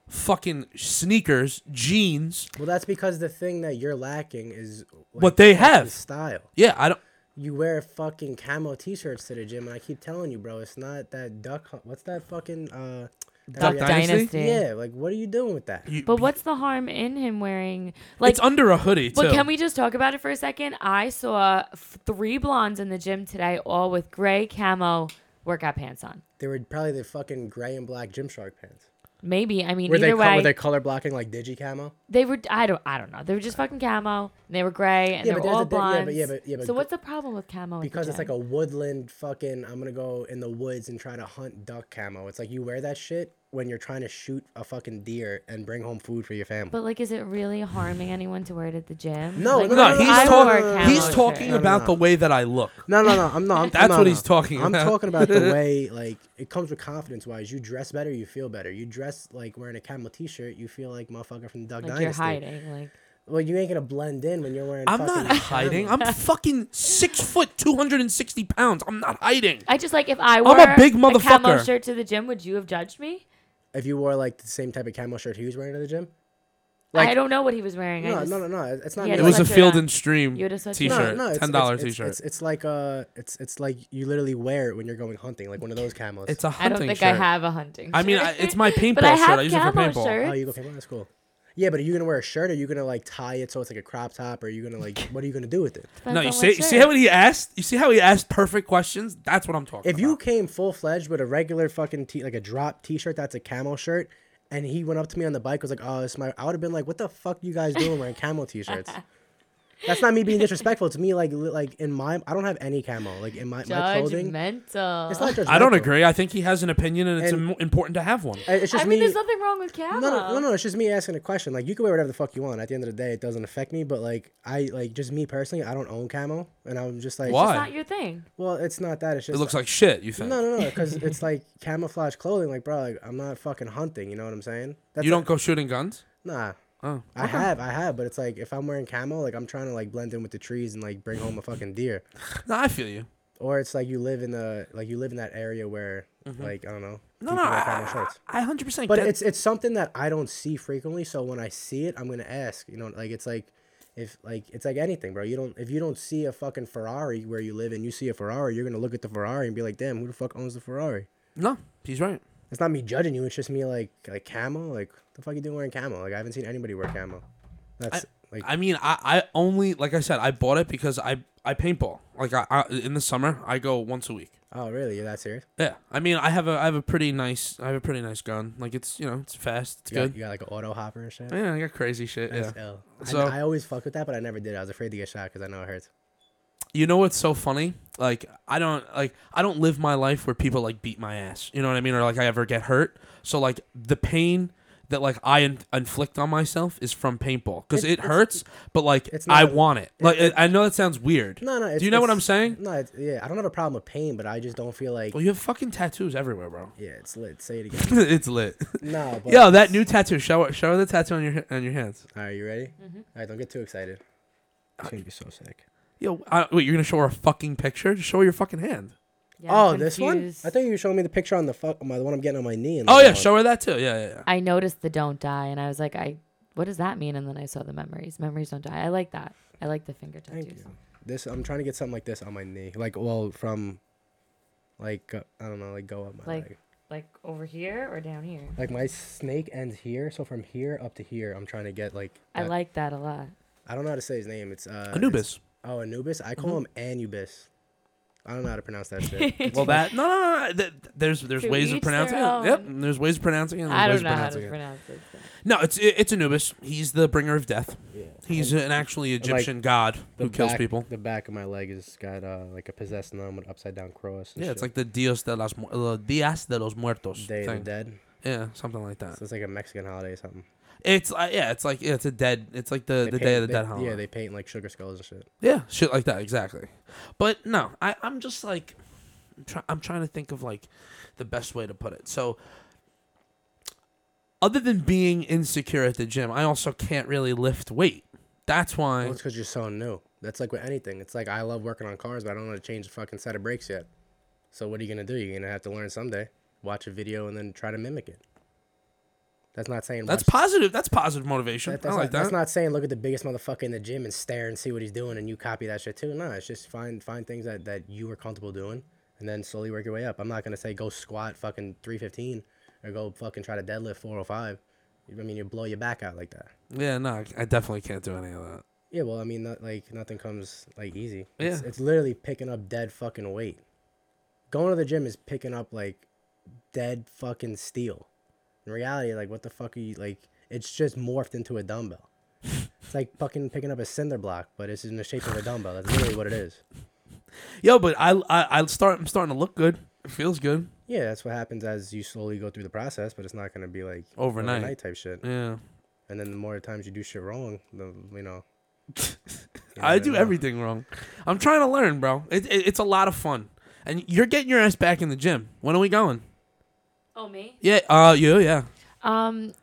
fucking sneakers, jeans.
Well, that's because the thing that you're lacking is like,
What they
fucking
have.
style.
Yeah, I don't.
You wear fucking camo t-shirts to the gym, and I keep telling you, bro, it's not that duck. Hunt. What's that fucking uh? that
Duck
Duck
reality-
Dynasty?
Dynasty.
Yeah, like what are you doing with that?
You,
But what's the harm in him wearing like
it's under a hoodie too.
But can we just talk about it for a second? I saw f- three blondes in the gym today, all with gray camo workout pants on.
They were probably the fucking gray and black Gymshark pants.
Maybe I mean
Were
either
they
way,
were they color blocking like digi camo?
they were. I don't. I don't know. They were just fucking camo. And they were gray and
Yeah,
they
but
were
there's a
all
di- yeah,
blondes.
but- yeah, but- yeah, but
so
gr-
what's the problem with camo? at the
Because it's
gym?
like a woodland fucking. I'm gonna go in the woods and try to hunt duck camo. It's like you wear that shit when you're trying to shoot a fucking deer and bring home food for your family.
But like, is it really harming anyone to wear it at the gym?
No,
Like,
no,
no,
no,
he's,
no,
I
no,
wore
no,
talk-
no,
camo
he's
shirt.
talking about the way that I look.
No, no, no. I'm not. I'm,
That's
no,
what
no.
he's talking
I'm
about.
talking about the way like it comes with confidence wise. You dress better, you feel better. You dress like wearing a camel t-shirt, you feel like motherfucker from Doug
Like
Dynasty.
you're hiding. Like
Well, you ain't gonna blend in when you're wearing.
I'm
fucking
not hiding.
camo.
I'm fucking six foot, two hundred and sixty pounds. I'm not hiding.
I just like if I wore
a big
camo
motherfucker.
shirt to the gym, would you have judged me?
If you wore like the same type of camo shirt he was wearing to the gym.
I don't know what he was wearing. I
No,
just,
no, no, no. It's not.
Yeah,
me.
It
It
was a
like a-
Field and Stream
you would've said-
T-shirt,
No,
it's-
ten dollar
it's- it's-
T-shirt.
It's, it's like uh, it's it's like you literally wear it when you're going hunting, like one of those camos.
It's a
I
hunting
don't think
shirt.
I have a hunting.
I mean,
shirt.
I- it's my paintball
but I
shirt.
have
I use it for
camo
paintball.
oh,
shirts.
you go camo. That's cool. Yeah, but are you gonna wear a shirt? Or are you gonna like tie it so it's like a crop top? Or are you gonna like what are you gonna do with it?
Depends
No, you
on
see,
what
you see
shirt.
how he asked. You see how he asked perfect questions. That's what I'm talking.
If you
about.
came full fledged with a regular fucking t- like a drop t shirt that's a camo shirt, and he went up to me on the bike was like, "Oh, it's my," I would have been like, "What the fuck you guys doing wearing camo t shirts?" That's not me being disrespectful. It's me like li- like in my I don't have any camo like in my, my clothing.
judgmental.
It's not judgmental.
I don't agree. I think he has an opinion, and it's
And-
im- important to have one.
Uh, It's just
I mean,
me.
there's nothing wrong with camo.
No, no, no, no, it's just me asking a question. Like, you can wear whatever the fuck you want. At the end of the day, it doesn't affect me. But like, I like just me personally, I don't own camo, and I'm just like,
Why?
It's not your thing.
Well, it's not that. It's just
It looks like shit. You think
no, no, no, because it's like camouflage clothing. Like, bro, like, I'm not fucking hunting. You know what I'm saying? That's
you don't go shooting guns?
Nah.
Oh,
I have, I have, but it's like if I'm wearing camo, like I'm trying to like blend in with the trees and like bring home a fucking deer.
no, I feel you.
Or it's like you live in the like you live in that area where like I don't know.
Mm-hmm. No,
people
no,
wear
I,
camo shirts.
I, I hundred percent.
But it's it's something that I don't see frequently, so when I see it, I'm gonna ask. You know, like it's like if like it's like anything, bro. You don't if you don't see a fucking Ferrari where you live and you see a Ferrari, you're gonna look at the Ferrari and be like, damn, who the fuck owns the Ferrari?
no. He's right.
It's not me judging you. It's just me like like camo. Like the fuck you doing wearing camo? Like I haven't seen anybody wear camo. That's like
I mean, I, I only like I said, I bought it because I I paintball. Like I, I in the summer, I go once a week.
oh really? You're that serious?
Yeah, I mean, I have a I have a pretty nice I have a pretty nice gun. Like it's you know it's fast, it's
You got,
good.
you got like an auto hopper and shit.
Yeah, I got crazy shit. Yeah.
That's ill. I-
So-
I, always fuck with that, but I never did. I was afraid to get shot because I know it hurts.
You know what's so funny? Like I don't like I don't live my life where people like beat my ass. You know what I mean? Or like I ever get hurt. So like the pain that like I in- inflict on myself is from paintball because
It-
it,
it's-
hurts, but like
it's
I
not-
want it. Like it, I know that sounds weird.
No, no. It's,
Do you know what
it's-
I'm saying?
No, it's, yeah. I don't have a problem with pain, but I just don't feel like.
Well, you have fucking tattoos everywhere, bro.
Yeah, it's lit. Say it again.
it's lit.
no, but.
Yo, that new tattoo. Show her- show her the tattoo on your on your hands.
All right, you ready?
Mm-hmm.
All right, don't get too excited. It's gonna be so sick.
Yo, I, wait, you're gonna show her a fucking picture? Just show her your fucking hand.
Yeah,
oh,
I'm
this one?
confused.
I thought you were showing me the picture on the fuck, my, the one I'm getting on my knee. and
Oh
the
yeah,
one-
show her that too. Yeah, yeah, yeah.
I noticed the don't die, and I was like, I. What does that mean? And then I saw the memories. Memories don't die. I like that. I like the finger
Thank
tattoos.
you. This I'm trying to get something like this on my knee, like well from Like uh, I don't know, like go up my
Like-
leg.
Like over here or down here?
Like my snake ends here, so from here up to here, I'm trying to get like.
I
that-
like that a lot.
I don't know how to say his name. It's uh, it's-
Anubis.
Oh, Anubis. I call
Mm-hmm.
him Anubis. I don't know how to pronounce that shit. It's
Well, that no, no, no. no, Th- there's there's
To
ways
each
of pronouncing it.
their
Yep,
own.
there's ways of pronouncing it. and
I
there's
don't
ways
know
of
how
pronouncing
to
it.
pronounce it. so-
No, it's it- it's Anubis. He's the bringer of death.
Yeah.
He's an actually
like,
Egyptian god
the
who kills
back-
people.
The back of my leg has got uh, like a possessed nun with upside down cross. and
Yeah, it's
shit.
like the Dios de las Mu- uh, Dias de los Muertos
Day of the
thing.
Dead.
Yeah, something like that.
So it's like a Mexican holiday or something.
It's like yeah, it's like yeah, it's a dead. It's like the,
They
the
paint-
Day of the
they-
Dead holiday.
Yeah, they paint like sugar skulls and shit.
Yeah, shit like that, exactly. But no, I, I'm just like, I'm, try- I'm trying to think of like the best way to put it. So, other than being insecure at the gym, I also can't really lift weight. That's
Well,
why.
it's because you're so new. That's like with anything. It's like I love working on cars, but I don't know how to change the fucking set of brakes yet. So what are you gonna do? You're gonna have to learn someday. Watch a video and then try to mimic it. That's not saying
That's
watch-
positive. That's positive motivation.
that- that's,
I like
not, that's
that.
not saying look at the biggest motherfucker in the gym and stare and see what he's doing and you copy that shit too. No, it's just find find things that, that you are comfortable doing and then slowly work your way up. I'm not gonna say go squat fucking three fifteen or go fucking try to deadlift four oh five. I mean you blow your back out like that.
yeah, no, I- I definitely can't do any of that.
Yeah, well, I mean, not, like nothing comes like easy. It's,
Yeah.
it's literally picking up dead fucking weight. Going to the gym is picking up like dead fucking steel. In reality, like what the fuck are you like? It's just morphed into a dumbbell. it's like fucking picking up a cinder block, but it's in the shape of a dumbbell. That's literally what it is.
Yo, but I, I, I start. I'm starting to look good. It feels good
Yeah, that's what happens as you slowly go through the process, but it's not gonna be like
overnight.
overnight type shit.
Yeah,
And then the more times you do shit wrong, the you know. you
I
never
do
know.
everything wrong. I'm trying to learn, bro. It, it, it's a lot of fun, and you're getting your ass back in the gym. When are we going?
Oh me?
Yeah, uh, you, yeah.
Um,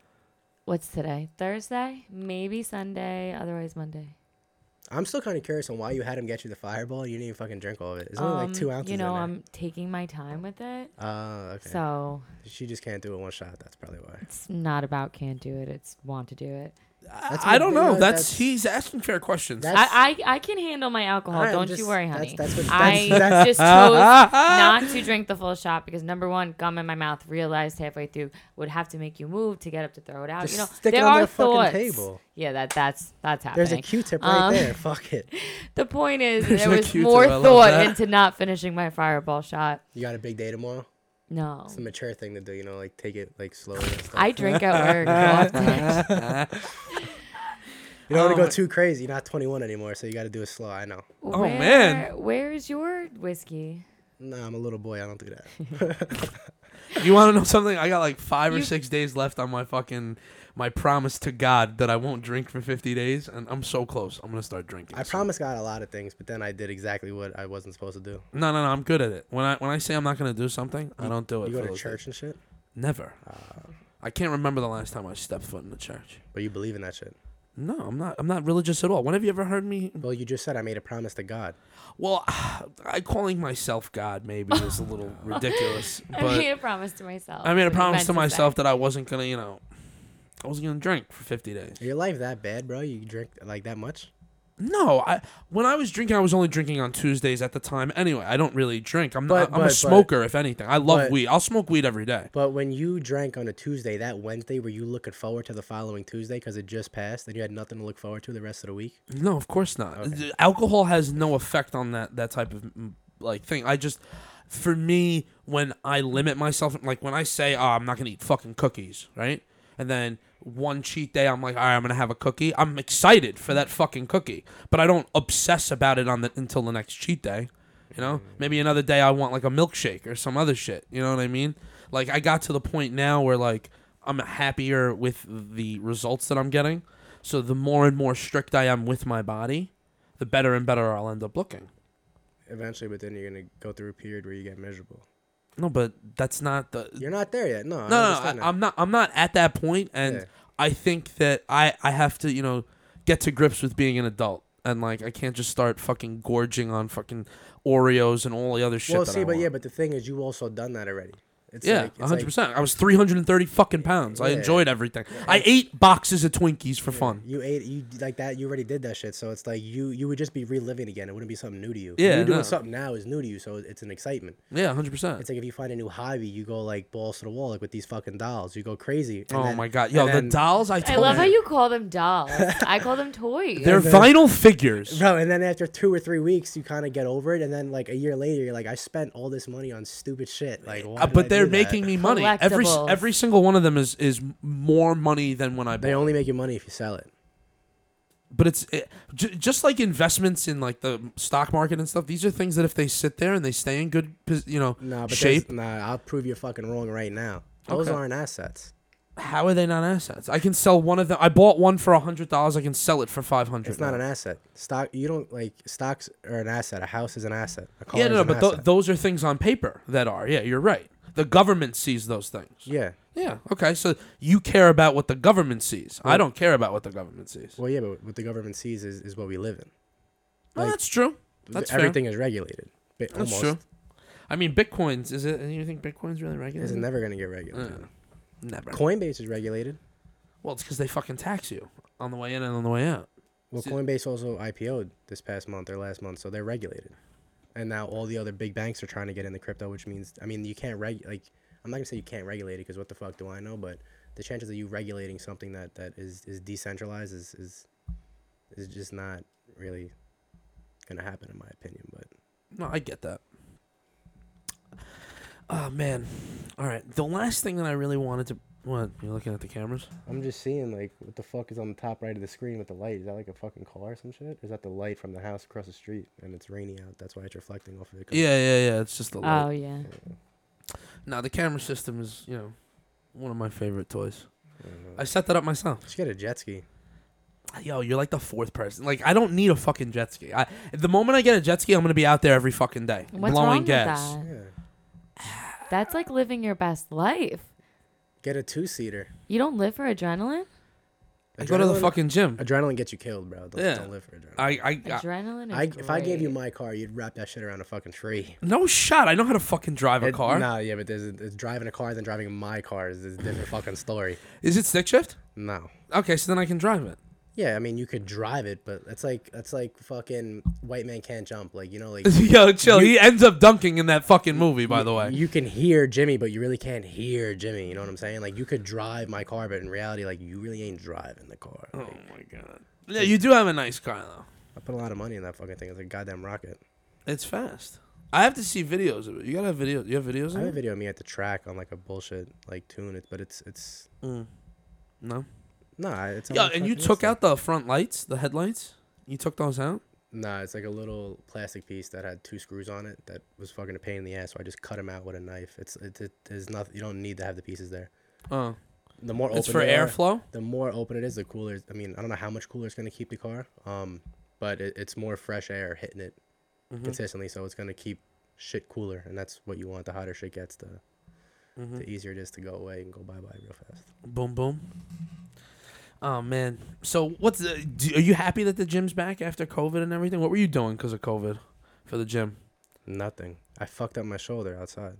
what's today? Thursday? Maybe Sunday. Otherwise Monday.
I'm still kind of curious on why you had him get you the fireball. You didn't even fucking drink all of it. It's only
Um,
like two ounces.
You know,
in there.
I'm taking my time with it.
Uh, okay.
So
she just can't do it one shot. That's probably why.
it's not about can't do it. It's want to do it.
That's
I, I
what-
don't
you
know.
know,
That's,
that's-
he's asking fair questions.
That's-
I, I, I can handle my alcohol.
Alright, I'm
Don't you
just-
worry,
that's-
honey.
that's what-
I
that's- that's-
just chose not to drink the full shot because number one, gum in my mouth. Realized halfway through would have to make you move to get up to throw it out.
Just
you know,
stick it
there
on
are
their fucking
thoughts.
table.
Yeah, that that's that's happening.
There's a Q-tip right
Um,
there. Fuck it.
The point is,
There's
there
a
was
Q-tip,
more
I love
thought
that.
into not finishing my fireball shot.
You got a big day tomorrow.
No,
It's a mature thing to do. You know, like take it like slowly. And stuff.
Oh. I drink at work often.
you don't want
Oh
to go
um,
my-
too crazy. You're not 21 anymore, so you got to do it slow. I know.
Oh
man.
where is your whiskey?
Nah, I'm a little boy. I don't do that.
you want to know something? I got like five or
You-
six days left on my fucking my promise to God that I won't drink for 50 days, and I'm so close. I'm gonna start drinking.
I
soon.
promised God a lot of things, but then I did exactly what I wasn't supposed to do.
No, no, no. I'm good at it. When I when I say I'm not gonna do something, I don't do it.
You go
for
to
those
church Uh.
days.
and shit,
Never. I can't remember the last time I stepped foot in the church.
but you believe in that shit.
No, I'm not. I'm not religious at all. When have you ever heard me?
Well, you just said I made a promise to God.
Well, I calling myself God maybe is a little ridiculous. But
I made a promise to myself.
I made a
what you
promise
meant
to
say.
myself that I wasn't gonna, you know, I wasn't gonna drink for 50 days.
Are your life that bad, bro? You drink like that much?
No, I when I was drinking, I was only drinking on Tuesdays at the time. Anyway, I don't really drink. I'm
But-
not, I'm
but-
a
but-
smoker. if anything, I love
but-
weed. I'll smoke weed every day.
But when you drank on a Tuesday, that Wednesday, were you looking forward to the following Tuesday because it just passed and you had nothing to look forward to the rest of the week?
No, of course not.
Okay.
The- Alcohol has no effect on that that type of mm, like thing. I just for me when I limit myself like when I say, "Oh, I'm not going to eat fucking cookies," right? And then one cheat day I'm like, "All right, I'm going to have a cookie." I'm excited for that fucking cookie, but I don't obsess about it on the until the next cheat day. You know,
Mm-hmm.
maybe another day I want like a milkshake or some other shit. You know what I mean? Like I got to the point now where like I'm happier with the results that I'm getting. So the more and more strict I am with my body, the better and better I'll end up looking.
Eventually, but then you're going to go through a period where you get miserable.
No, but that's not the
You're not there yet. No,
no, no,
understand
no,
that.
I, I'm not. I'm not at that point, and
Yeah.
I think that I I have to you know get to grips with being an adult, and like I can't just start fucking gorging on fucking Oreos and all the other shit.
well,
that
see,
I
but yeah,
want.
but the thing is, you also done that already. It's
Yeah,
like, it's like-
100%. I was 330 fucking pounds. I
Yeah.
enjoyed everything. I ate boxes of Twinkies for fun.
you ate you like that you already did that shit so it's like you you would just be reliving again it wouldn't be something new to you
Yeah,
you doing
no.
something now is new to you so it's an excitement
Yeah, 100%.
it's like if you find a new hobby you go like balls to the wall like with these fucking dolls you go crazy and
oh
then-
my god. Yo,
and
the
then-
dolls I
I
told
love
you.
how you call them dolls. I call them toys.
They're vinyl figures.
bro and then after two or three weeks you kind of get over it and then like a year later you're like i spent all this money on stupid shit like why
Uh,
did I
but they're
do that?
making me money. Every s-
Collectibles.
every single one of them is is more money than when I bought.
they only make you money if you sell it
but it's it, j- just like investments in like the stock market and stuff. These are things that if they sit there and they stay in good, pos- you know,
nah but
shape,
shape nah i'll prove you fucking wrong right now those
Okay.
aren't assets
how are they not assets? I can sell one of them. I bought one for a hundred dollars. I can sell it for five hundred.
it's not an asset stock you don't like stocks are an asset a house is an asset a car
Yeah,
is
no, no,
an
but th-
asset.
those are things on paper that are. Yeah, you're right. The government sees those things.
yeah
Yeah. Okay. So you care about what the government sees. I don't care about what the government sees.
Well, yeah, but what the government sees is, is what we live in.
Well, that's true. That's fair.
Everything is regulated. But
That's
almost.
true. I mean, bitcoins is it? You think bitcoins really regulated?
It's never going to get regulated.
Uh, never.
Coinbase is regulated.
Well, it's because they fucking tax you on the way in and on the way out.
Well,
See-
Coinbase also IPO'd this past month or last month, so they're regulated. And now all the other big banks are trying to get into crypto, which means, I mean, you can't reg like I'm not going to say you can't regulate it because what the fuck do I know? But the chances of you regulating something that, that is, is decentralized is, is is just not really going to happen, in my opinion. But
No, I get that. Oh man. All right. The last thing that I really wanted to. What you're looking at the cameras?
I'm just seeing like what the fuck is on the top right of the screen with the light. Is that like a fucking car or some shit? Or is that the light from the house across the street and it's raining out? That's why it's reflecting off of it. 'cause-
Yeah, yeah, yeah. It's just the light.
Oh yeah.
Now the camera system is, you know, one of my favorite toys.
I don't know.
I set that up myself.
Just get a jet ski.
Yo, you're like the fourth person. Like I don't need a fucking jet ski. I, the moment I get a jet ski, I'm gonna be out there every fucking day,
What's
blowing
wrong with
gas.
that?
Yeah.
That's like living your best life.
Get a two seater.
You don't live for adrenaline.
I go to the
Adrenaline-
fucking gym.
Adrenaline gets you killed, bro. Don't,
Yeah.
don't live for adrenaline.
I, I, I
Adrenaline. Is
I, if I gave you
great.
my car, you'd wrap that shit around a fucking tree.
no shot. I know how to fucking drive a
It-
car.
Nah, yeah, but there's, there's driving a car than driving my car is is a different fucking story.
Is it stick shift?
No.
Okay, so then I can drive it.
Yeah, I mean you could drive it, but that's like that's like fucking white man can't jump. Like you know, like
Yo, chill. he ends up dunking in that fucking movie, by the way.
you can hear Jimmy, but you really can't hear Jimmy. You know what I'm saying? Like you could drive my car, but in reality, like you really ain't driving the car.
Oh my god. Yeah, you do have a nice car though.
I put a lot of money in that fucking thing. It's a goddamn rocket.
It's fast. I have to see videos of it. You gotta have videos. You have videos
I have a
of it?
video of me at the track on like a bullshit like tune, it, but it's it's
No.
nah. It's on
Yeah,
my
and you
fucking
took
Insta.
out the front lights, the headlights. You took those out.
Nah, it's like a little plastic piece that had two screws on it that was fucking a pain in the ass. So I just cut them out with a knife. It's it, it there's nothing. You don't need to have the pieces there.
Oh,
The more
it's
open
for
they are-
airflow.
the more open it is, the cooler. I mean, I don't know how much cooler it's gonna keep the car, um, but it, it's more fresh air hitting it
Mm-hmm.
consistently, so it's gonna keep shit cooler, and that's what you want. The hotter shit gets, the
Mm-hmm.
the easier it is to go away and go bye bye real fast.
Boom, boom. Oh man. So what's the? Do, are you happy that the gym's back after COVID and everything? What were you doing because of COVID for the gym?
Nothing. I fucked up my shoulder outside.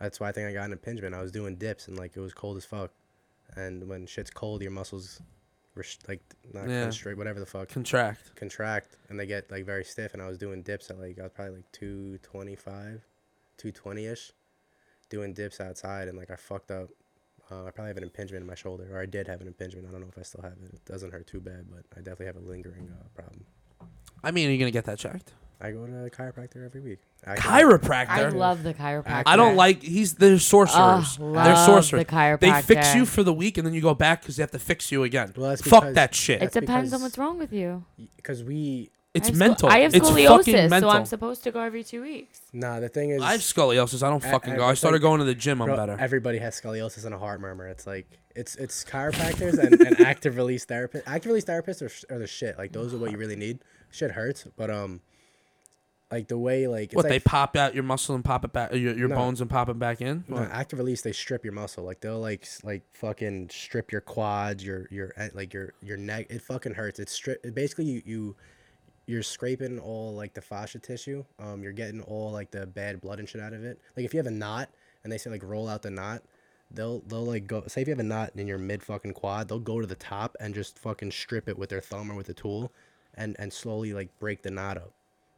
That's why I think I got an impingement. I was doing dips and like it was cold as fuck, and when shit's cold, your muscles, rest- like not
Yeah.
constrict, whatever the fuck.
Contract.
contract and they get like very stiff and I was doing dips at like I was probably like 225 220ish doing dips outside and like I fucked up uh, I probably have an impingement in my shoulder or I did have an impingement I don't know if I still have it it doesn't hurt too bad but I definitely have a lingering uh, problem
I mean, are you gonna get that checked?
I go to a chiropractor every week I can-
Chiropractor.
I
I,
love the chiropractor.
don't like. He's they're sorcerers.
Ugh,
they're
love
sorcerers.
the chiropractor.
They fix you for the week and then you go back because they have to fix you again.
Well, that's
Fuck
because-
that shit.
It
It's,
It's-
depends on
because-
what's wrong with you.
because we
I have sco-
mental.
I have
it's
scoliosis,
fucking mental.
so I'm supposed to go every two weeks.
nah the thing is
I have scoliosis. I don't
I-
fucking
I-
go.
I
I started
think-
going to the gym. I'm
Bro,
better.
Everybody has scoliosis and a heart murmur. It's like it's it's chiropractors and, and active release therapists. Active release therapists are, sh- are the shit. Like those are what you really need. Shit hurts, but um, like the way like it's
what they
like,
pop out your muscle and pop it back, your, your
No.
bones and pop it back in.
no, active release they strip your muscle. Like they'll like s- like fucking strip your quads, your your eh, like your your neck. It fucking hurts. It's strip. Basically, you you you're scraping all like the fascia tissue. Um, you're getting all like the bad blood and shit out of it. Like if you have a knot. and they say like roll out the knot, they'll they'll like go say if you have a knot in your mid fucking quad, they'll go to the top and just fucking strip it with their thumb or with a tool, and and slowly like break the knot up.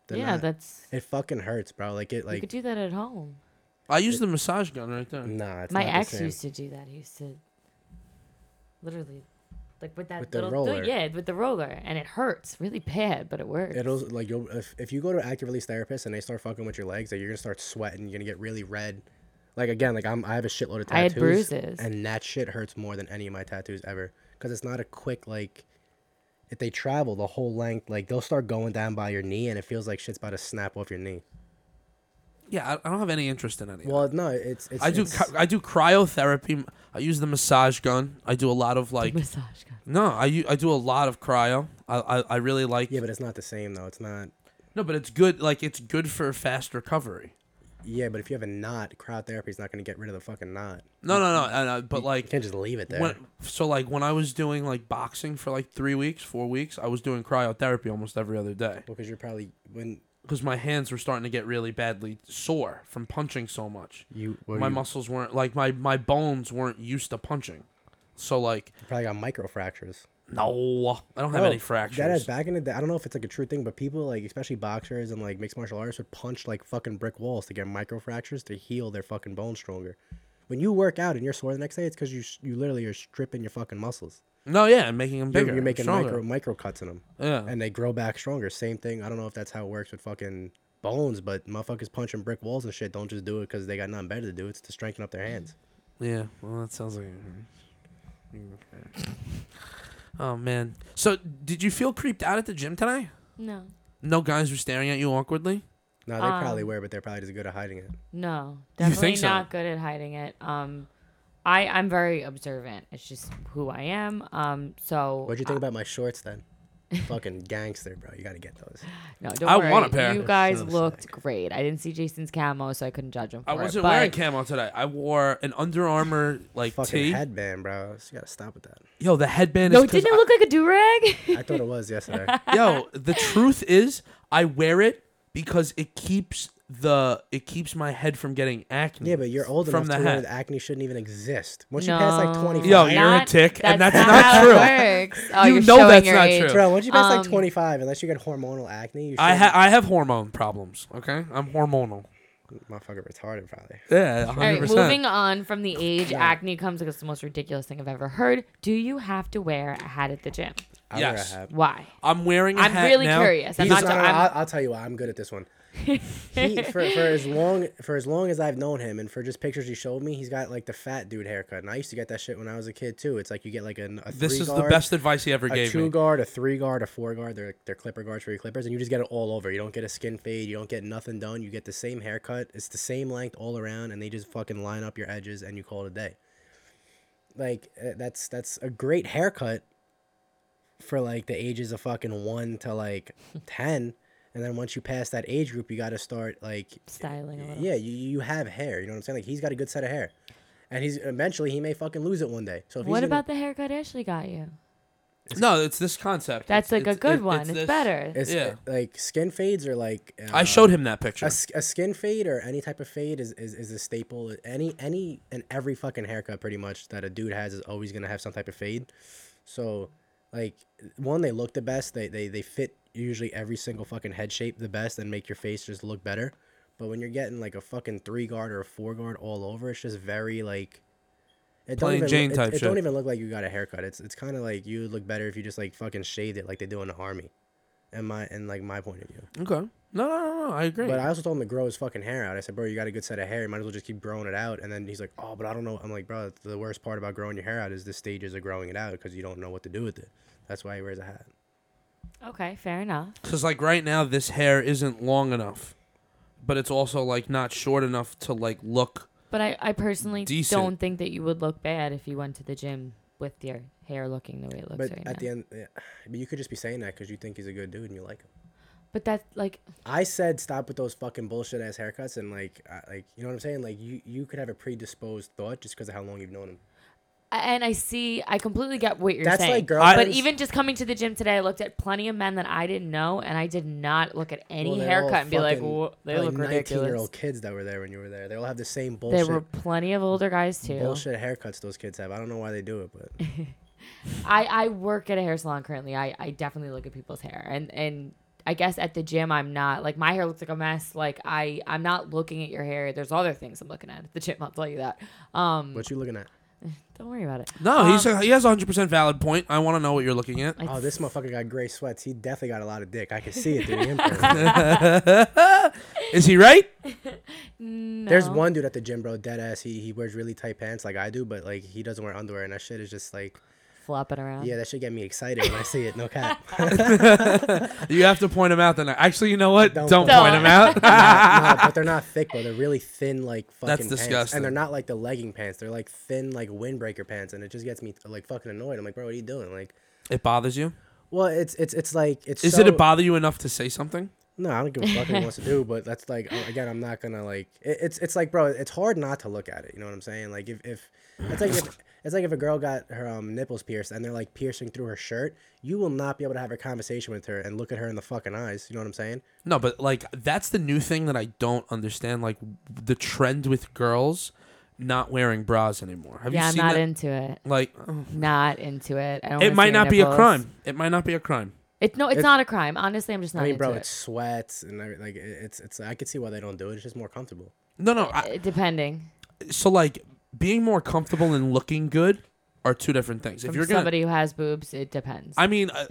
The
yeah,
knot.
that's
it fucking hurts, bro. Like it
you
like
could do that at home.
I used the massage gun right there.
nah. It's
My
not the
ex
same.
used to do that. He used to literally like with that
With the
little
roller.
yeah, with the roller, and it hurts really bad, but it works.
It'll like you'll if, if you go to an active release therapist and they start fucking with your legs, like you're gonna start sweating. You're gonna get really red. Like again, like I'm I have a shitload of tattoos.
I had bruises.
and that shit hurts more than any of my tattoos ever because it's not a quick like. If they travel the whole length, like they'll start going down by your knee, and it feels like shit's about to snap off your knee.
Yeah, I, I don't have any interest in any. of
Well, no, it's it's.
I do
it's-
chi- I do cryotherapy. I use the massage gun. I do a lot of like
massage gun.
no, I u- I do a lot of cryo. I I, I really like
yeah, but it's not the same though. It's not.
no, but it's good. Like it's good for fast recovery.
Yeah, but if you have a knot, crowd therapy is not gonna get rid of the fucking knot.
No, no, no. And, uh, but
You
like
can't just leave it there.
when, so like when I was doing like boxing for like three weeks, four weeks, I was doing cryotherapy almost every other day
because you're probably when
because my hands were starting to get really badly sore from punching so much.
Oh, you
my muscles weren't like my my bones weren't used to punching, so like
probably got microfractures.
no, I don't have
Oh,
any fractures.
That is back in the day. I don't know if it's like a true thing, but people like, especially boxers and like mixed martial artists, would punch like fucking brick walls to get microfractures to heal their fucking bones stronger. When you work out and you're sore the next day, it's because you s- you literally are stripping your fucking muscles.
No, yeah, I'm making them
You're,
bigger.
you're making
stronger. Uh.
micro micro cuts in them,
Yeah.
and they grow back stronger. Same thing. I don't know if that's how it works with fucking bones, but motherfuckers punching brick walls and shit don't just do it because they got nothing better to do. It's to strengthen up their hands.
yeah. Well, that sounds like. oh man. So, did you feel creeped out at the gym tonight?
No,
No guys were staring at you awkwardly.
No, they probably were, but they're probably just good at hiding it.
no,
You think
definitely
so?
not good at hiding it. Um, I I'm very observant. It's just who I am. Um, so
What'd you think about my shorts then? fucking gangster, bro. You gotta get those.
no, don't
I
worry.
want a pair.
You
They're
guys
so
looked great. I didn't see Jason's camo, so I couldn't judge him. For
I wasn't
it,
wearing
but-
camo today. I wore an Under Armour like
Fucking
tee.
headband, bro. So you gotta stop with that.
Yo, the headband
No,
is. 'cause
didn't it look like a do rag?
I thought it was yesterday.
I- yo, the truth is, I wear it because it keeps the it keeps my head from getting acne.
Yeah, but you're old
from
enough
the
to where
head.
the acne shouldn't even exist. Once you pass like 25,
Yo, you're a
Not-
tick, and that's not
how
true.
it works. Oh,
You
are
know
showing
that's
your
not
age.
true.
bro, once you pass
Um,
like 25, unless you get hormonal acne, you should.
I ha- I have hormone problems. Okay, I'm hormonal.
motherfucker retarded probably.
Yeah, 100%.
All right, moving on from the age acne comes because it's the most ridiculous thing I've ever heard. Do you have to wear a hat at the gym?
I wear a
Yes.
hat.
Why?
I'm wearing. i
I'm really curious. I'm
He's-
not.
no,
ta-
no, no,
I'm-
I'll, I'll tell you why I'm good at this one. he, for, for as long for as long as I've known him, and for just pictures he showed me, he's got like the fat dude haircut, and I used to get that shit when I was a kid too. It's like you get like an, a
This
three
is the
guard,
best advice he ever
a
gave
two
me.
guard, a three guard, a four guard. They're they're clipper guards for your clippers, and you just get it all over. You don't get a skin fade. You don't get nothing done. You get the same haircut. It's the same length all around, and they just fucking line up your edges, and you call it a day. Like uh, that's that's a great haircut for like the ages of fucking one to like ten, and then once you pass that age group, you got to start like
styling a little.
yeah, you you have hair. You know what I'm saying? Like he's got a good set of hair. And he's eventually he may fucking lose it one day. So if he's
What
in-
about the haircut Ashley got you?
No, it's this concept.
That's
It's-
like a
it's-
good
it-
one. It's,
this-
better.
It's,
Yeah.
uh, like skin fades or like uh,
I showed him that
a,
picture.
s- a skin fade or any type of fade is, is, is a staple. Any any and every fucking haircut pretty much that a dude has is always gonna have some type of fade. So like one, they look the best. They they, they fit usually every single fucking head shape the best and make your face just look better. But when you're getting like a fucking three guard or a four guard all over, it's just very like it
Plain
even
Jane
look,
type
it, it don't
shit.
even look like you got a haircut. It's it's kind of like you would look better if you just like fucking shaved it like they do in the army. And my and like my point of view.
okay. No, no, no, no. I agree.
But I also told him to grow his fucking hair out. I said, bro, you got a good set of hair. You might as well just keep growing it out. And then he's like, oh, but I don't know. I'm like, bro, that's the worst part about growing your hair out is the stages of growing it out because you don't know what to do with it. That's why he wears a hat.
okay, fair enough.
Because like right now, this hair isn't long enough, but it's also like not short enough to like look.
But I, I personally
Decent.
don't think that you would look bad if you went to the gym with your hair looking the way it looks
But
right
at
now.
the end, yeah. but you could just be saying that because you think he's a good dude and you like him.
but that's like
I said stop with those fucking bullshit ass haircuts and like, I, like you know what I'm saying? Like you, you could have a predisposed thought just because of how long you've known him.
and I see, I completely get what you're
That's
saying.
like girl.
I-
but even just coming to the gym today, I looked at plenty of men that I didn't know, and I did not look at any haircut and be like, "Whoa, they look
year
ridiculous."
old kids that were there when you were there. They all have the same
There
bullshit,
were plenty of older guys too.
bullshit haircuts those kids have. I don't know why they do it, but
I, I work at a hair salon currently. I, I definitely look at people's hair and and I guess at the gym I'm not like my hair looks like a mess. Like I I'm not looking at your hair. There's other things I'm looking at at the gym. I'll tell you that. Um,
what you looking at?
don't worry about it.
No, he's a, he has a hundred percent valid point. I want to know what you're looking at.
Oh, this motherfucker got gray sweats. He definitely got a lot of dick. I can see it through the imprint.
Is he right?
There's one dude at the gym, bro, dead ass. He he wears really tight pants like I do, but like he doesn't wear underwear, and that shit is just like,
flopping around.
yeah, that should get me excited when I see it. No cap. Nah,
You have to point him out. Then actually, you know what? Don't,
Don't
point
point
him out.
nah, but they're not thick, bro. They're really thin, like fucking. Pants.
disgusting.
And they're not like the legging pants. They're like thin, like windbreaker pants, and it just gets me like fucking annoyed. I'm like, bro, what are you doing? Like,
it bothers you.
well, it's it's it's like it's.
Is
so-
it it bother you enough to say something?
No, I don't give a fuck what he wants to do, but that's like uh, again, I'm not gonna like it, it's it's like bro, it's hard not to look at it. You know what I'm saying? Like if if it's like if it's like if a girl got her um, nipples pierced and they're like piercing through her shirt, you will not be able to have a conversation with her and look at her in the fucking eyes. You know what I'm saying?
No, but like that's the new thing that I don't understand. Like the trend with girls not wearing bras anymore. Have
Yeah,
you
I'm
seen
not
that?
into it.
like
Not into it. I don't
it
wanna see
might not be a
nipples.
crime. It might not be a crime.
It's no, it's,
It's-
not a crime. Honestly, I'm just not
I mean,
into
bro,
it.
it's sweats and everything. Like it- it's it's I could see why they don't do it. It's just more comfortable.
No, no. I,
Uh, Depending
so like being more comfortable and looking good are two different things. If
from
you're gonna,
somebody who has boobs, it depends.
I mean, uh,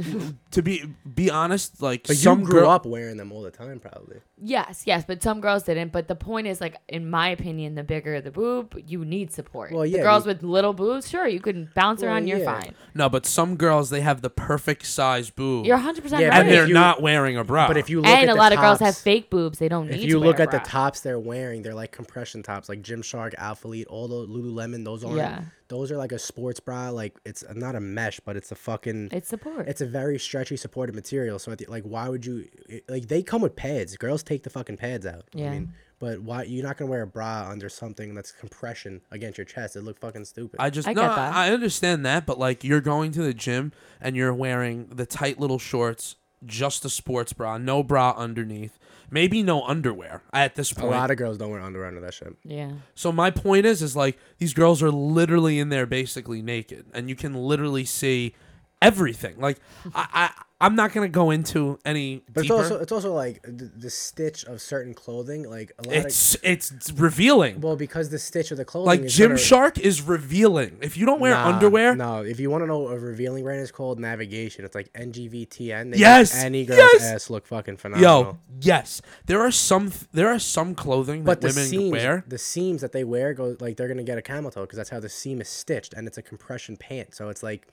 to be be honest, like
But
some
you grew
girl-
up wearing them all the time, probably.
yes, yes, but some girls didn't. But the point is, like in my opinion, the bigger the boob, you need support.
Well,
the
yeah,
girls
you-
with little boobs, sure, you can bounce
Well,
around. You're
yeah.
fine.
No, but some girls they have the perfect size boob,
You're 100 percent
Yeah,
right.
but
and
if
they're
you-
not wearing a bra.
But if you look
and
at
a
the
lot of girls have
tops-
fake boobs. They don't need.
If
to
you
wear
look
a
at the
bra.
tops they're wearing, they're like compression tops, like Gymshark, Alphalete, all those Lululemon. Those aren't.
Yeah.
Those are like a sports bra. Like it's not a mesh, but it's a fucking.
it's support.
It's a very stretchy, supportive material. So, at the, like, why would you? it- Like, they come with pads. Girls take the fucking pads out. you know what
Yeah.
I mean, but why you're not gonna wear a bra under something that's compression against your chest? It look fucking stupid.
I just
I
no,
get that.
I understand that, but like you're going to the gym and you're wearing the tight little shorts, just a sports bra, no bra underneath, maybe no underwear at this
a
point.
lot of girls don't wear underwear under that shit.
yeah.
so my point is, is like these girls are literally in there basically naked, and you can literally see everything. Like I, I I'm not gonna go into any. deeper.
But it's also it's also like the, the stitch of certain clothing. Like a lot
it's it's revealing.
of well because the stitch of the clothing
like
is gonna-
Gymshark is revealing. If you don't wear
Nah,
underwear,
Um, No, if you want to know what a revealing brand is called, Navigation. It's like NGVTN. They
Yes,
yes, any girl's
yes.
ass look fucking phenomenal.
yo, yes, there are some there are some clothing
but
that
the
women
seams,
wear.
the seams that they wear go like they're gonna get a camel toe because that's how the seam is stitched, and it's a compression pant. So it's like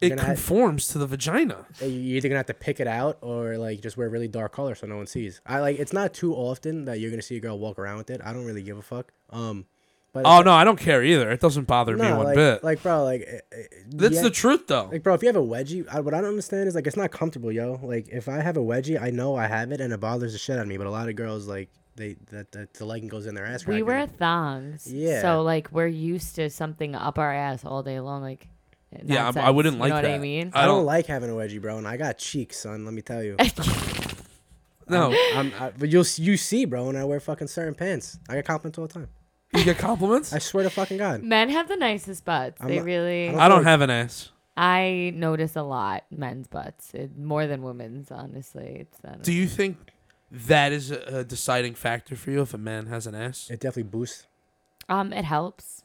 It
gonna have-
conforms to the vagina.
you're either gonna have to pick it out or like just wear really dark color so no one sees. I like it's not too often that you're gonna see a girl walk around with it. I don't really give a fuck. Um, but
Oh no, I don't care either. It doesn't bother me
no,
one
like,
bit.
like bro, like eh, eh,
That's
yeah.
the truth, though.
Like, bro, if you have a wedgie, I, what I don't understand is like it's not comfortable, yo. Like, if I have a wedgie, I know I have it, and it bothers the shit out of me. But a lot of girls, like, they that, that the legging goes in their ass.
We
crack,
wear
and-
thongs.
Yeah.
So like we're used to something up our ass all day long. Like.
Yeah, I- I
nonsense,
wouldn't
you
like
know What I
that.
mean.
I
I don't
don't-
like having a wedgie, bro, and I got cheeks, son. Let me tell you.
no,
I'm, I, but you'll s- you see, bro, when I wear fucking certain pants, I get compliments all the time.
you get compliments.
I swear to fucking god.
Men have the nicest butts.
I'm
they
not-
really.
I
I don't have an ass.
I notice a lot men's butts it, more than women's. Honestly, it's um, that.
Do you think that is a a deciding factor for you if a man has an ass?
It definitely boosts.
um, it helps.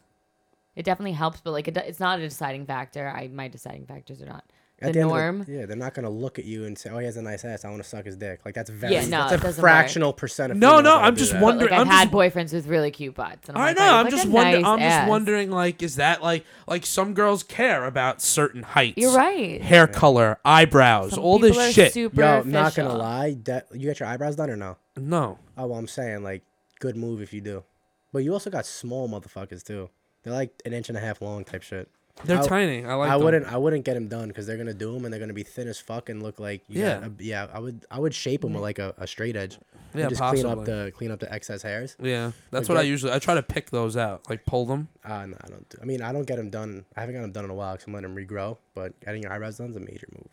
It definitely helps, but like it, do- it's not a deciding factor. I my deciding factors are not the,
At end of
norm.
yeah, they're not gonna look at you and say, "Oh, he has a nice ass. I want to suck his dick." Like that's very.
Yeah, no,
that's
it
a
doesn't work.
fractional percent of.
No,
females
no,
that'll
I'm
do
just
that.
But,
wondering-
like I've
I'm
had
just-
boyfriends with really cute butts. And I'm
I
like,
know.
"Wow, you
I'm
have, like,
just
a
wondering.
nice
I'm just
ass."
wondering. Like, is that like like some girls care about certain heights?
You're right.
Hair color, eyebrows,
Some
all
people
this
are
shit.
Super
Yo, not gonna
official.
lie, that, you got your eyebrows done or no?
no,
Oh, well, I'm saying like good move if you do, but you also got small motherfuckers too. They're like an inch and a half long type shit.
They're
I-
tiny. I like.
I
them.
wouldn't. I wouldn't get them done because they're gonna do them and they're gonna be thin as fuck and look like you
Yeah.
got a- yeah. I would. I would shape them with like a, a straight edge. and
Yeah,
just clean
possibly.
up the clean up the excess hairs.
Yeah, that's
But
what I
get-
usually. I try to pick those out, like pull them.
Uh, no, I don't. Do, I mean, I don't get them done. I haven't got them done in a while because I'm letting them regrow. But getting your eyebrows done is a major move.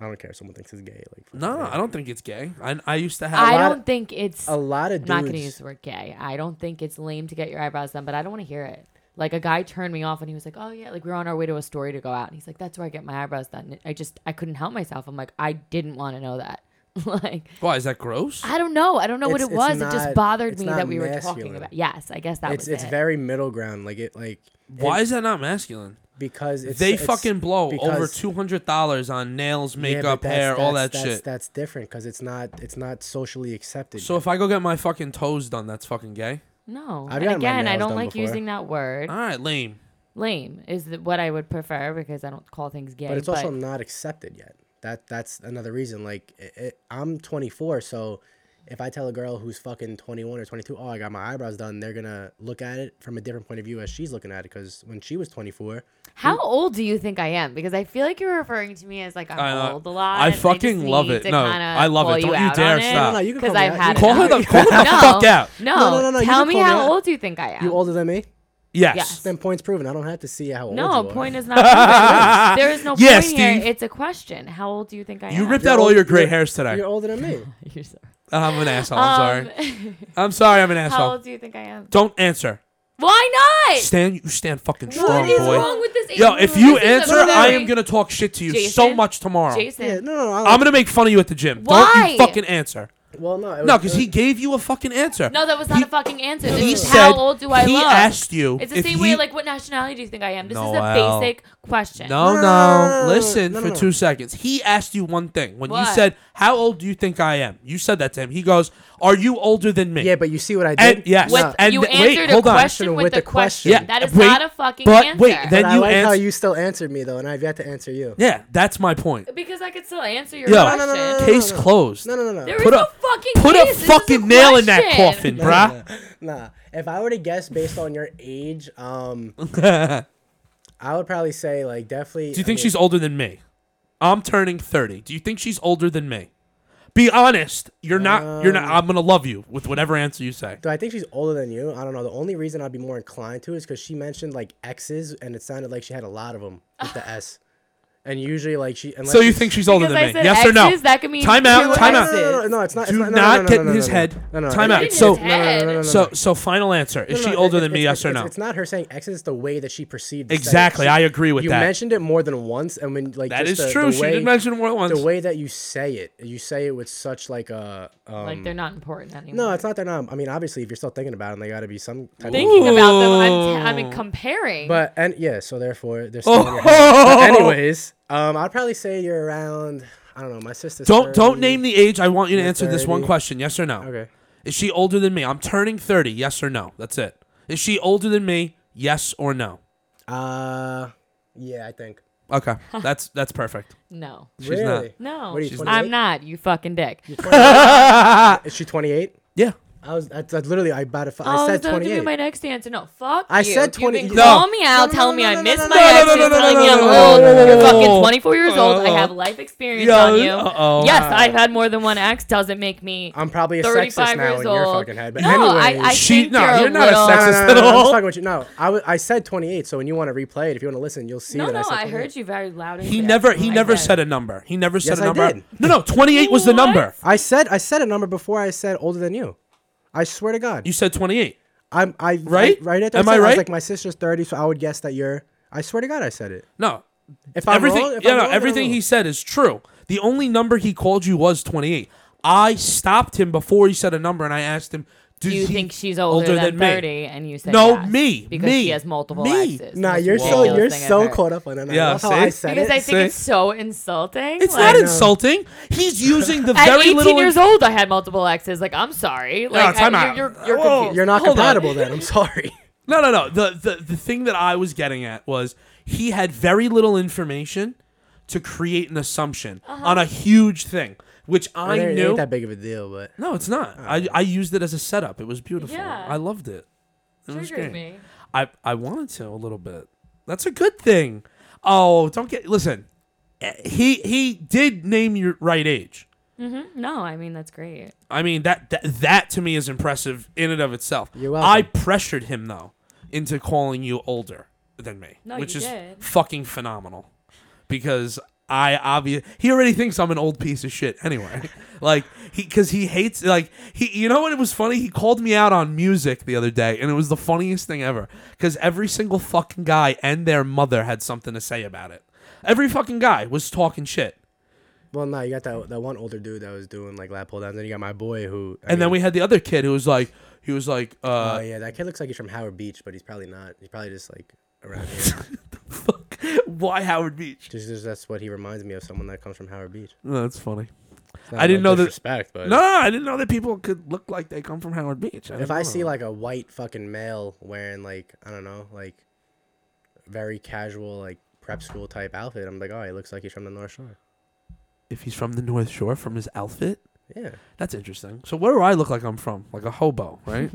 I don't care if someone thinks it's gay. Like fucking
No, no,
whatever.
I don't think it's gay. I I used to have.
I
lot-
don't think it's.
A lot of
I'm
dudes.
not gonna use the word gay. I don't think it's lame to get your eyebrows done, but I don't want to hear it. Like a guy turned me off and he was like, "Oh yeah," like we were on our way to a story to go out, and he's like, "That's where I get my eyebrows done." And I just I couldn't help myself. I'm like, I didn't want to know that. like
Why is that gross?
I don't know. I don't know what
It's-
it
it's
was. it
not-
just bothered
it's
me
not
that we were talking
masculine.
about. Yes, I guess that
It's
was
it's
it.
very middle ground. Like it like. it-
Why is that not masculine?
because it's,
they
it's-
fucking blow over
because-
two hundred dollars on nails,
Yeah, but
makeup,
that's-
hair, all
that's-
that
that's-
shit.
That's different because it's not it's not socially accepted.
so if I go get my fucking toes done, that's fucking gay.
no.
I've
and
gotten my
again, I
nails
don't
done
like
before.
using that word.
All right, lame.
lame is the, what I would prefer because I don't call things gay.
but it's also not accepted yet. That that's another reason. Like i i I'm 24, so if I tell a girl who's fucking 21 or 22, oh, I got my eyebrows done, they're gonna look at it from a different point of view as she's looking at it. Because when she was 24,
How old do you think I am? Because I feel like you're referring to me as like I'm
I know.
old a lot.
I
and just
fucking love
need
it.
to
No,
kinda
I love it.
call
Don't you
out
dare
on it,
stop. No, no,
you can
'cause
call me
I've
out.
had
You
it
Call her
now.
the, call her the
No,
fuck out.
No,
No, no, no, no, you
Tell
can
me
call me
how
out.
old you think I am.
you older than me,
Yes.
Yes.
then points proven. I don't have to see how old.
no,
you are.
point is not. proven. there is no
Yes,
point here.
Steve.
It's a question. How old do you think I
You
am?
ripped
You're
out all
old-
your gray
you're-
hairs today.
You're older than me.
You're sorry.
I'm an asshole. I'm
Um,
sorry. I'm sorry. I'm an
how
asshole.
old do you think I am?
Don't answer.
Why not?
Stand. You stand fucking strong,
What is
boy.
wrong with this?
Yo, if you
This is a
answer, I am
very-
gonna talk shit to you so
Jason?
much tomorrow.
Jason,
Yeah, no, no, no. I
I'm gonna make fun of you at the gym. Don't
Why?
you fucking answer.
well, no, it was-
No, because
it
he gave you a fucking answer.
No, that was not
He-
a fucking answer.
he
This is
said-
how old do I
he
look?
asked you
It's the
if
same
he-
way, like, what nationality do you think I am? This is
Noel.
a basic question.
No,
No, no, no,
no.
no, no,
Listen
no, no,
for
no.
two seconds. He asked you one thing when you
What?
said, "How old do you think I am?" You said that to him. He goes, "Are you older than me?"
Yeah, but you see what I did.
and yes,
With,
and
you
th-
answered
wait,
a
hold on.
question
With
with,
a
a question.
Yeah,
That is
wait,
not a fucking
but
answer.
wait, then-
But I
you
like how
ans-
you still answered me though, and I've yet to answer you.
yeah, that's my point.
because I could still answer your
Yo,
question.
No, no,
no, no,
Case
no, no.
closed.
No, no, no, no.
There
Put
is
a-
no fucking
Put
case. This
a
is
fucking nail in that coffin,
question.
bruh.
Nah, if I were to guess based on your age, um, I would probably say like definitely.
Do you think she's older than me? I'm turning 30. Do you think she's older than me? Be honest. You're not. You're not. I'm gonna love you with whatever answer you say.
Do I think she's older than you? I don't know. The only reason I'd be more inclined to is because she mentioned like X's, and it sounded like she had a lot of them with the S. And usually, like she. Unless
So you think she's older
Because
than
I
me?
said
Yes or no?
X's, that could mean
time
two
out. Time
no,
out.
no, no, no, no,
X's.
no, it's not.
Do
it's not, no,
not
no, no,
get
no,
in
no,
his
no, no.
head.
No, no,
Time
it-
out.
it's-
So-
no, no, no, no, no, no,
So,
no.
so final answer. Is
No,
she
no,
older
it-
than
it-
me?
it's-
Yes or
it's-
no?
It's not her saying X's. It's the way that she perceived. it. It's that
Exactly,
she-
I agree with
you
that.
mentioned it more than once, and when like
That
just
is
the- the
true. She
way-
did mention it more than once.
The way that you say it, you say it with such like a. Um,
Like, they're not important anymore.
no, it's not. They're not. I mean, obviously, if you're still thinking about it, they got to be some. Type
Thinking
Of,
about them, I'm, t- I
Ooh.
mean, comparing.
but and yeah, so therefore, there's.
Oh,
But anyways, um, I'd probably say you're around. I don't know. My sister's.
Don't don't
30.
name the age. I want you to answer this one
30.
question. Yes or no?
Okay.
Is she older than me? I'm turning 30. Yes or no? That's it. Is she older than me? Yes or no?
Uh, yeah, I think.
Okay. That's that's perfect.
no.
She's
really?
not.
No.
What are you,
She's-
28?
I'm not, you fucking dick.
Is she 28?
Yeah.
I was. That's that's literally. I about to. fu-
Oh,
I said
that was gonna
28.
be my next answer. No, fuck
I
you.
said 20
You can
No.
call me out,
No, no,
tell
no,
me
no, no,
I missed
no,
my
no,
no, no,
exes,
no,
telling
no,
me I'm
no, no,
old.
no,
You're
no, no.
fucking 24 years old. I
Uh-oh.
have life experience
Yo,
on you.
uh-oh.
Yes, I've had more than one ex. Doesn't make me.
I'm probably a
35
sexist now
years
in your
old.
fucking head. But
no,
anyways,
I, I
She-
think
no,
you're,
you're
a
not a
little-
No, no,
sexist.
no,
at
no, no, I'm
all.
just talking with you. No, I, w- I said 28. So when you want to replay it, if you want to listen, you'll see
No,
that I
no,
said
I
28.
heard you very loud. and
He
clear.
never he
I
never
did.
said a number. He never said
Yes,
a
I
number.
did.
No, no, 28 was the
What?
number.
I said I said a number before. I said older than you. I swear to God.
You said 28.
I'm I
Right?
I, right at the
Am I
I was
right?
like my sister's 30, so I would guess that you're. I swear to God, I said it.
No.
If I'm
Everything
wrong, if
yeah,
I'm
no,
wrong, then
everything
I'm
he said is true. The only number he called you was 28. I stopped him before he said a number and I asked him, "Do
Do you think she's older, than,
me?"
30? And you said
No,
yes,
me,
because
me,
she has multiple
me.
exes.
Nah,
That's
you're
the
so
ridiculous
you're
thing I've
so
heard.
caught up on it.
Yeah,
Yeah, how I
see?
said
Because
it.
I think
See?
it's so insulting.
It's
like-
not insulting. He's using the
At
very
18
little
years old, I had multiple exes. Like, I'm sorry. Like,
time
I,
out.
You're, you're, you're
Whoa.
confused.
you're not
Hold on.
compatible then. I'm sorry.
No, no, no. The, the the thing that I was getting at was he had very little information to create an assumption
Uh-huh.
on a huge thing, which I
It ain't- it
knew.
ain't that Oh. big of a deal, but
no, it's not. I, I used it as a setup. It was beautiful.
Yeah.
I loved it. It was
Triggered
great.
me.
I I wanted to a little bit. That's a good thing. Oh, don't get listen. eh, He he did name your right age.
Mhm. No, I mean that's great.
I mean that, that that to me is impressive in and of itself.
You're welcome.
I pressured him though into calling you older than me,
No,
which
you
is
did.
fucking phenomenal because I obvious he already thinks I'm an old piece of shit anyway. like he because he hates like he you know what it was funny he called me out on music the other day and it was the funniest thing ever because every single fucking guy and their mother had something to say about it. Every fucking guy was talking shit.
Well, no, you got that that one older dude that was doing like lap pull downs, and you got my boy who. I
And then
mean,
we had the other kid who was like, he was like, uh,
Oh yeah, that kid looks like he's from Howard Beach, but he's probably not. He's probably just like around here.
fuck. Why Howard Beach?
just, just that's what he reminds me of. Someone that comes from Howard Beach.
No, that's funny.
It's not
I didn't
about
know that-
disrespect, but
No, I didn't know that people could look like they come from Howard Beach.
if I see like a white fucking male wearing like I don't know like very casual like prep school type outfit, I'm like, oh, he looks like he's from the North Shore.
if he's from the North Shore, from his outfit,
Yeah,
that's interesting. So where do I look like I'm from? Like a hobo, right,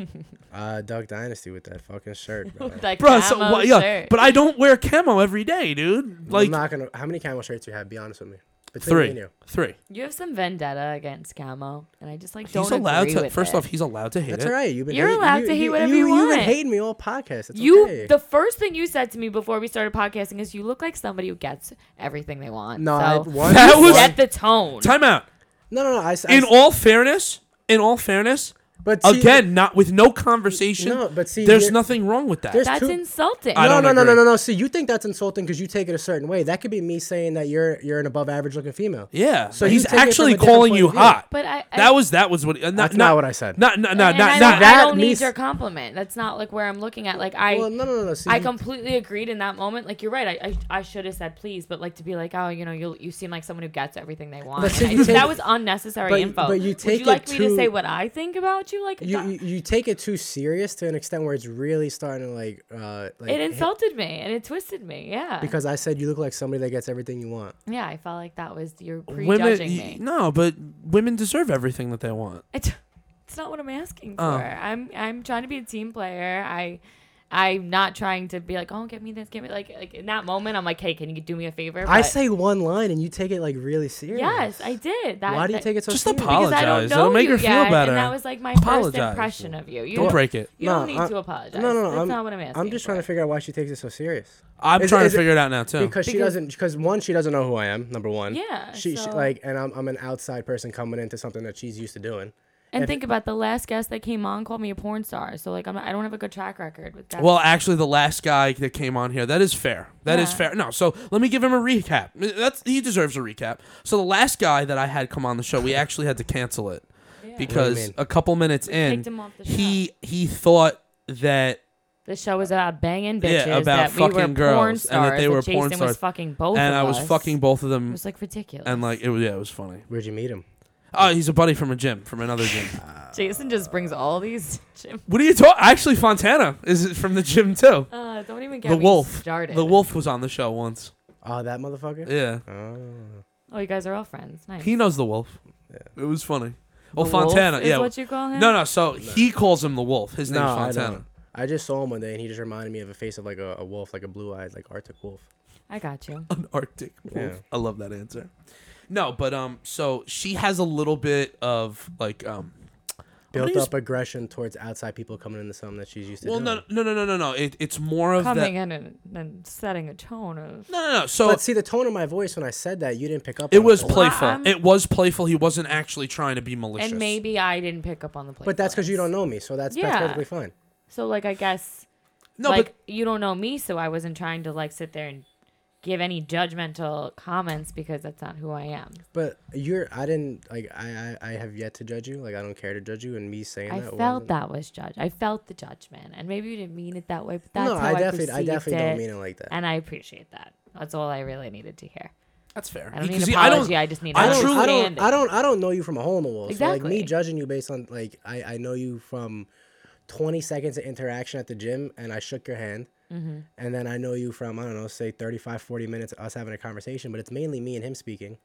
uh, Duck Dynasty with that fucking shirt, bro.
With that
Bruh, So
camo
why- yeah,
shirt.
but I don't wear camo every day, dude. Like
I'm not gonna. How many camel shirts you have? Be honest with me. Between me
three,
and you.
three.
you have some vendetta against camo, and I just like don't
He's allowed
agree
to.
with
First
it.
off, he's allowed to hate
That's
it.
all right. You've been
You're
hating-
allowed to hate whatever you
You've been
want.
hating me all podcast. It's
You
okay.
the first thing you said to me before we started podcasting is you look like somebody who gets everything they want.
No, I-
so
one-
That
that
was-
was set the tone.
Time out.
no, no, no. I, s- I
In
s-
all fairness, in all fairness,
but see,
again, not with no conversation.
No, but see,
there's
you're-
nothing wrong with that.
There's
That's
two-
insulting.
I
No,
don't
no, no, no,
agree.
no, no. See, you think that's insulting because you take it a certain way. That could be me saying that you're you're an above average looking female.
Yeah.
So
So
you
he's
take it from a
actually
different
calling
point
you
of view.
hot.
But I, I
that was that was what uh, not,
That's not what I said.
Not not
and
not
I
not,
don't,
not
I
that
don't need
means-
your compliment. That's not like where I'm looking at. Like I
Well, no, no, no, no. See,
I
you-
completely agreed in that moment. Like you're right. I, I, I should have said please, but like to be like, oh, you know, you you seem like someone who gets everything they want.
But see,
And I
you
just-
take-
that was unnecessary
but-
info.
but you
Would
take
you
it
like me to say
too-
what I think about you? Like
you,
that-
you you take it too serious to an extent where it's really starting to like uh like
it
hit-
insulted me and it twisted me. Yeah.
because I said you look like somebody that gets everything you want.
yeah, I felt like that was you're
women.
prejudging
y-
me.
No, but women deserve everything that they want.
It's, it's not what I'm asking for.
Oh.
I'm I'm trying to be a team player. I I'm not trying to be like, oh, get me this, get me like like in that moment. I'm like, hey, can you do me a favor?
I
But-
say one line and you take it like really serious.
yes, I did. That,
Why do you
that-
take it so
Just
serious?
apologize.
Because I don't know
That'll make
you
her feel
yet,
better.
And that was like my
Apologize.
first impression of you. You
Don't
don't,
break it.
You don't
No,
need
I-
to apologize.
No, no, no.
That's
I'm,
not what I'm asking.
I'm just trying to figure out why she takes it so serious.
I'm
Is it-
trying
is
to
it-
figure it out now too.
because she
Oh. Because-
doesn't because one she doesn't know who I am number one
Yeah,
she, she
so-
like and I'm, I'm an outside person coming into something that she's used to doing
And think about the last guest that came on called me a porn star. So like I'm not, I don't have a good track record with that.
well, actually, the last guy that came on here, that is fair. That is
Yeah.
fair. No, so let me give him a recap. That's he deserves a recap. So the last guy that I had come on the show, we actually had to cancel it because
mean?
a couple minutes in,
kicked him off the
he he thought that
the show was about banging
Yeah,
bitches
about
that we were
fucking
porn
girls,
stars
and that they were
Jason
porn
was
stars.
fucking both
and
of
I was
us.
fucking both of
It
them,
was like ridiculous.
and like it was yeah, it was funny.
where'd you meet him
Oh, he's a buddy from a gym, from another gym.
Jason just brings all these. Jim,
What are you talking? Actually, Fontana is from the gym too.
uh, don't even get
The
me
wolf.
started.
The wolf was on the show once.
oh that motherfucker
Yeah,
oh
Oh, you guys are all friends. Nice.
he knows the wolf.
Yeah.
It was funny. Well,
The wolf
Fontana.
is
yeah.
what you call him?
No, no. So he calls him the wolf. His
no
name's
I
Fontana.
don't I just saw him one day and he just reminded me of a face of like a, a wolf like a blue eyed like Arctic wolf
I got you.
An Arctic wolf.
Yeah.
I love that answer. No, but um, so she has a little bit of like um.
built
is-
up aggression towards outside people coming into something that she's used to
Well,
doing
no, no, no, no, no, no. It, it's more of
Coming
that.
in and, and setting a tone of.
No, no, no. So
but see the tone of my voice when I said that you didn't pick up
it
on
was
But-
playful.
I'm-
it was playful. He wasn't actually trying to be malicious.
and maybe I didn't pick up on the play.
but that's because you don't know me so that's, that's
Yeah.
perfectly fine
So like I guess
no,
like
but
you don't know me, so I wasn't trying to like sit there and give any judgmental comments because that's not who I am.
but you're I didn't like I, I I have yet to judge you like I don't care to judge you and me saying
I
that
felt
wasn't-
that was judge. I felt the judgment, and maybe you didn't mean it that way, but that's
no,
how I,
I definitely, I
perceived
definitely
it,
don't mean it like that.
and I appreciate that. That's all I really needed to hear.
that's fair.
I don't need
Because
an
he-
apology. I, just need.
I
I don't, I
truly-
don't,
understanding.
I don't, I don't know you from a hole in the wall. So like me
Exactly.
judging you based on like I, I know you from 20 seconds of interaction at the gym, and I shook your hand,
Mm-hmm.
and then I know you from I don't know, say 35, 40 minutes of us having a conversation, but it's mainly me and him speaking.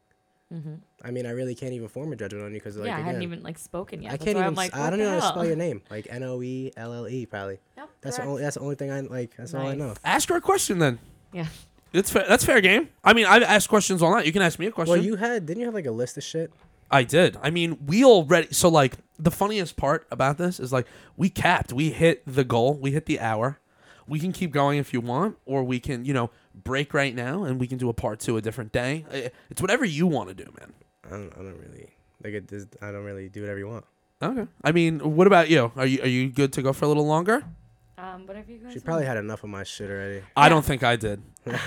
I mean, I really can't even form a judgment on you because like
Mm-hmm. yeah, I
again,
hadn't even like spoken yet.
I
That's
can't
why
even.
I'm like,
s- I
what
don't
the
even know how to
hell?
spell your name. Like N O E L L E probably.
Nope,
That's the
correct.
only. That's the only thing I like. That's all I
Nice.
know.
Ask her a question then.
Yeah.
It's fair. That's fair game. I mean, I've asked questions all night. You can ask me a question.
Well, you had didn't you have like a list of shit?
I did. I mean, we already. So like, the funniest part about this is like, we capped. We hit the goal. We hit the hour. We can keep going if you want, or we can, you know, break right now and we can do a part two a different day. I- It's whatever you want to do, man.
I don't, I don't really like it. Just, I don't really do whatever you want.
Okay. I mean, what about you? Are you are you good to go for a little longer?
Um, whatever you guys.
She probably had enough of my shit already.
I don't think I did. I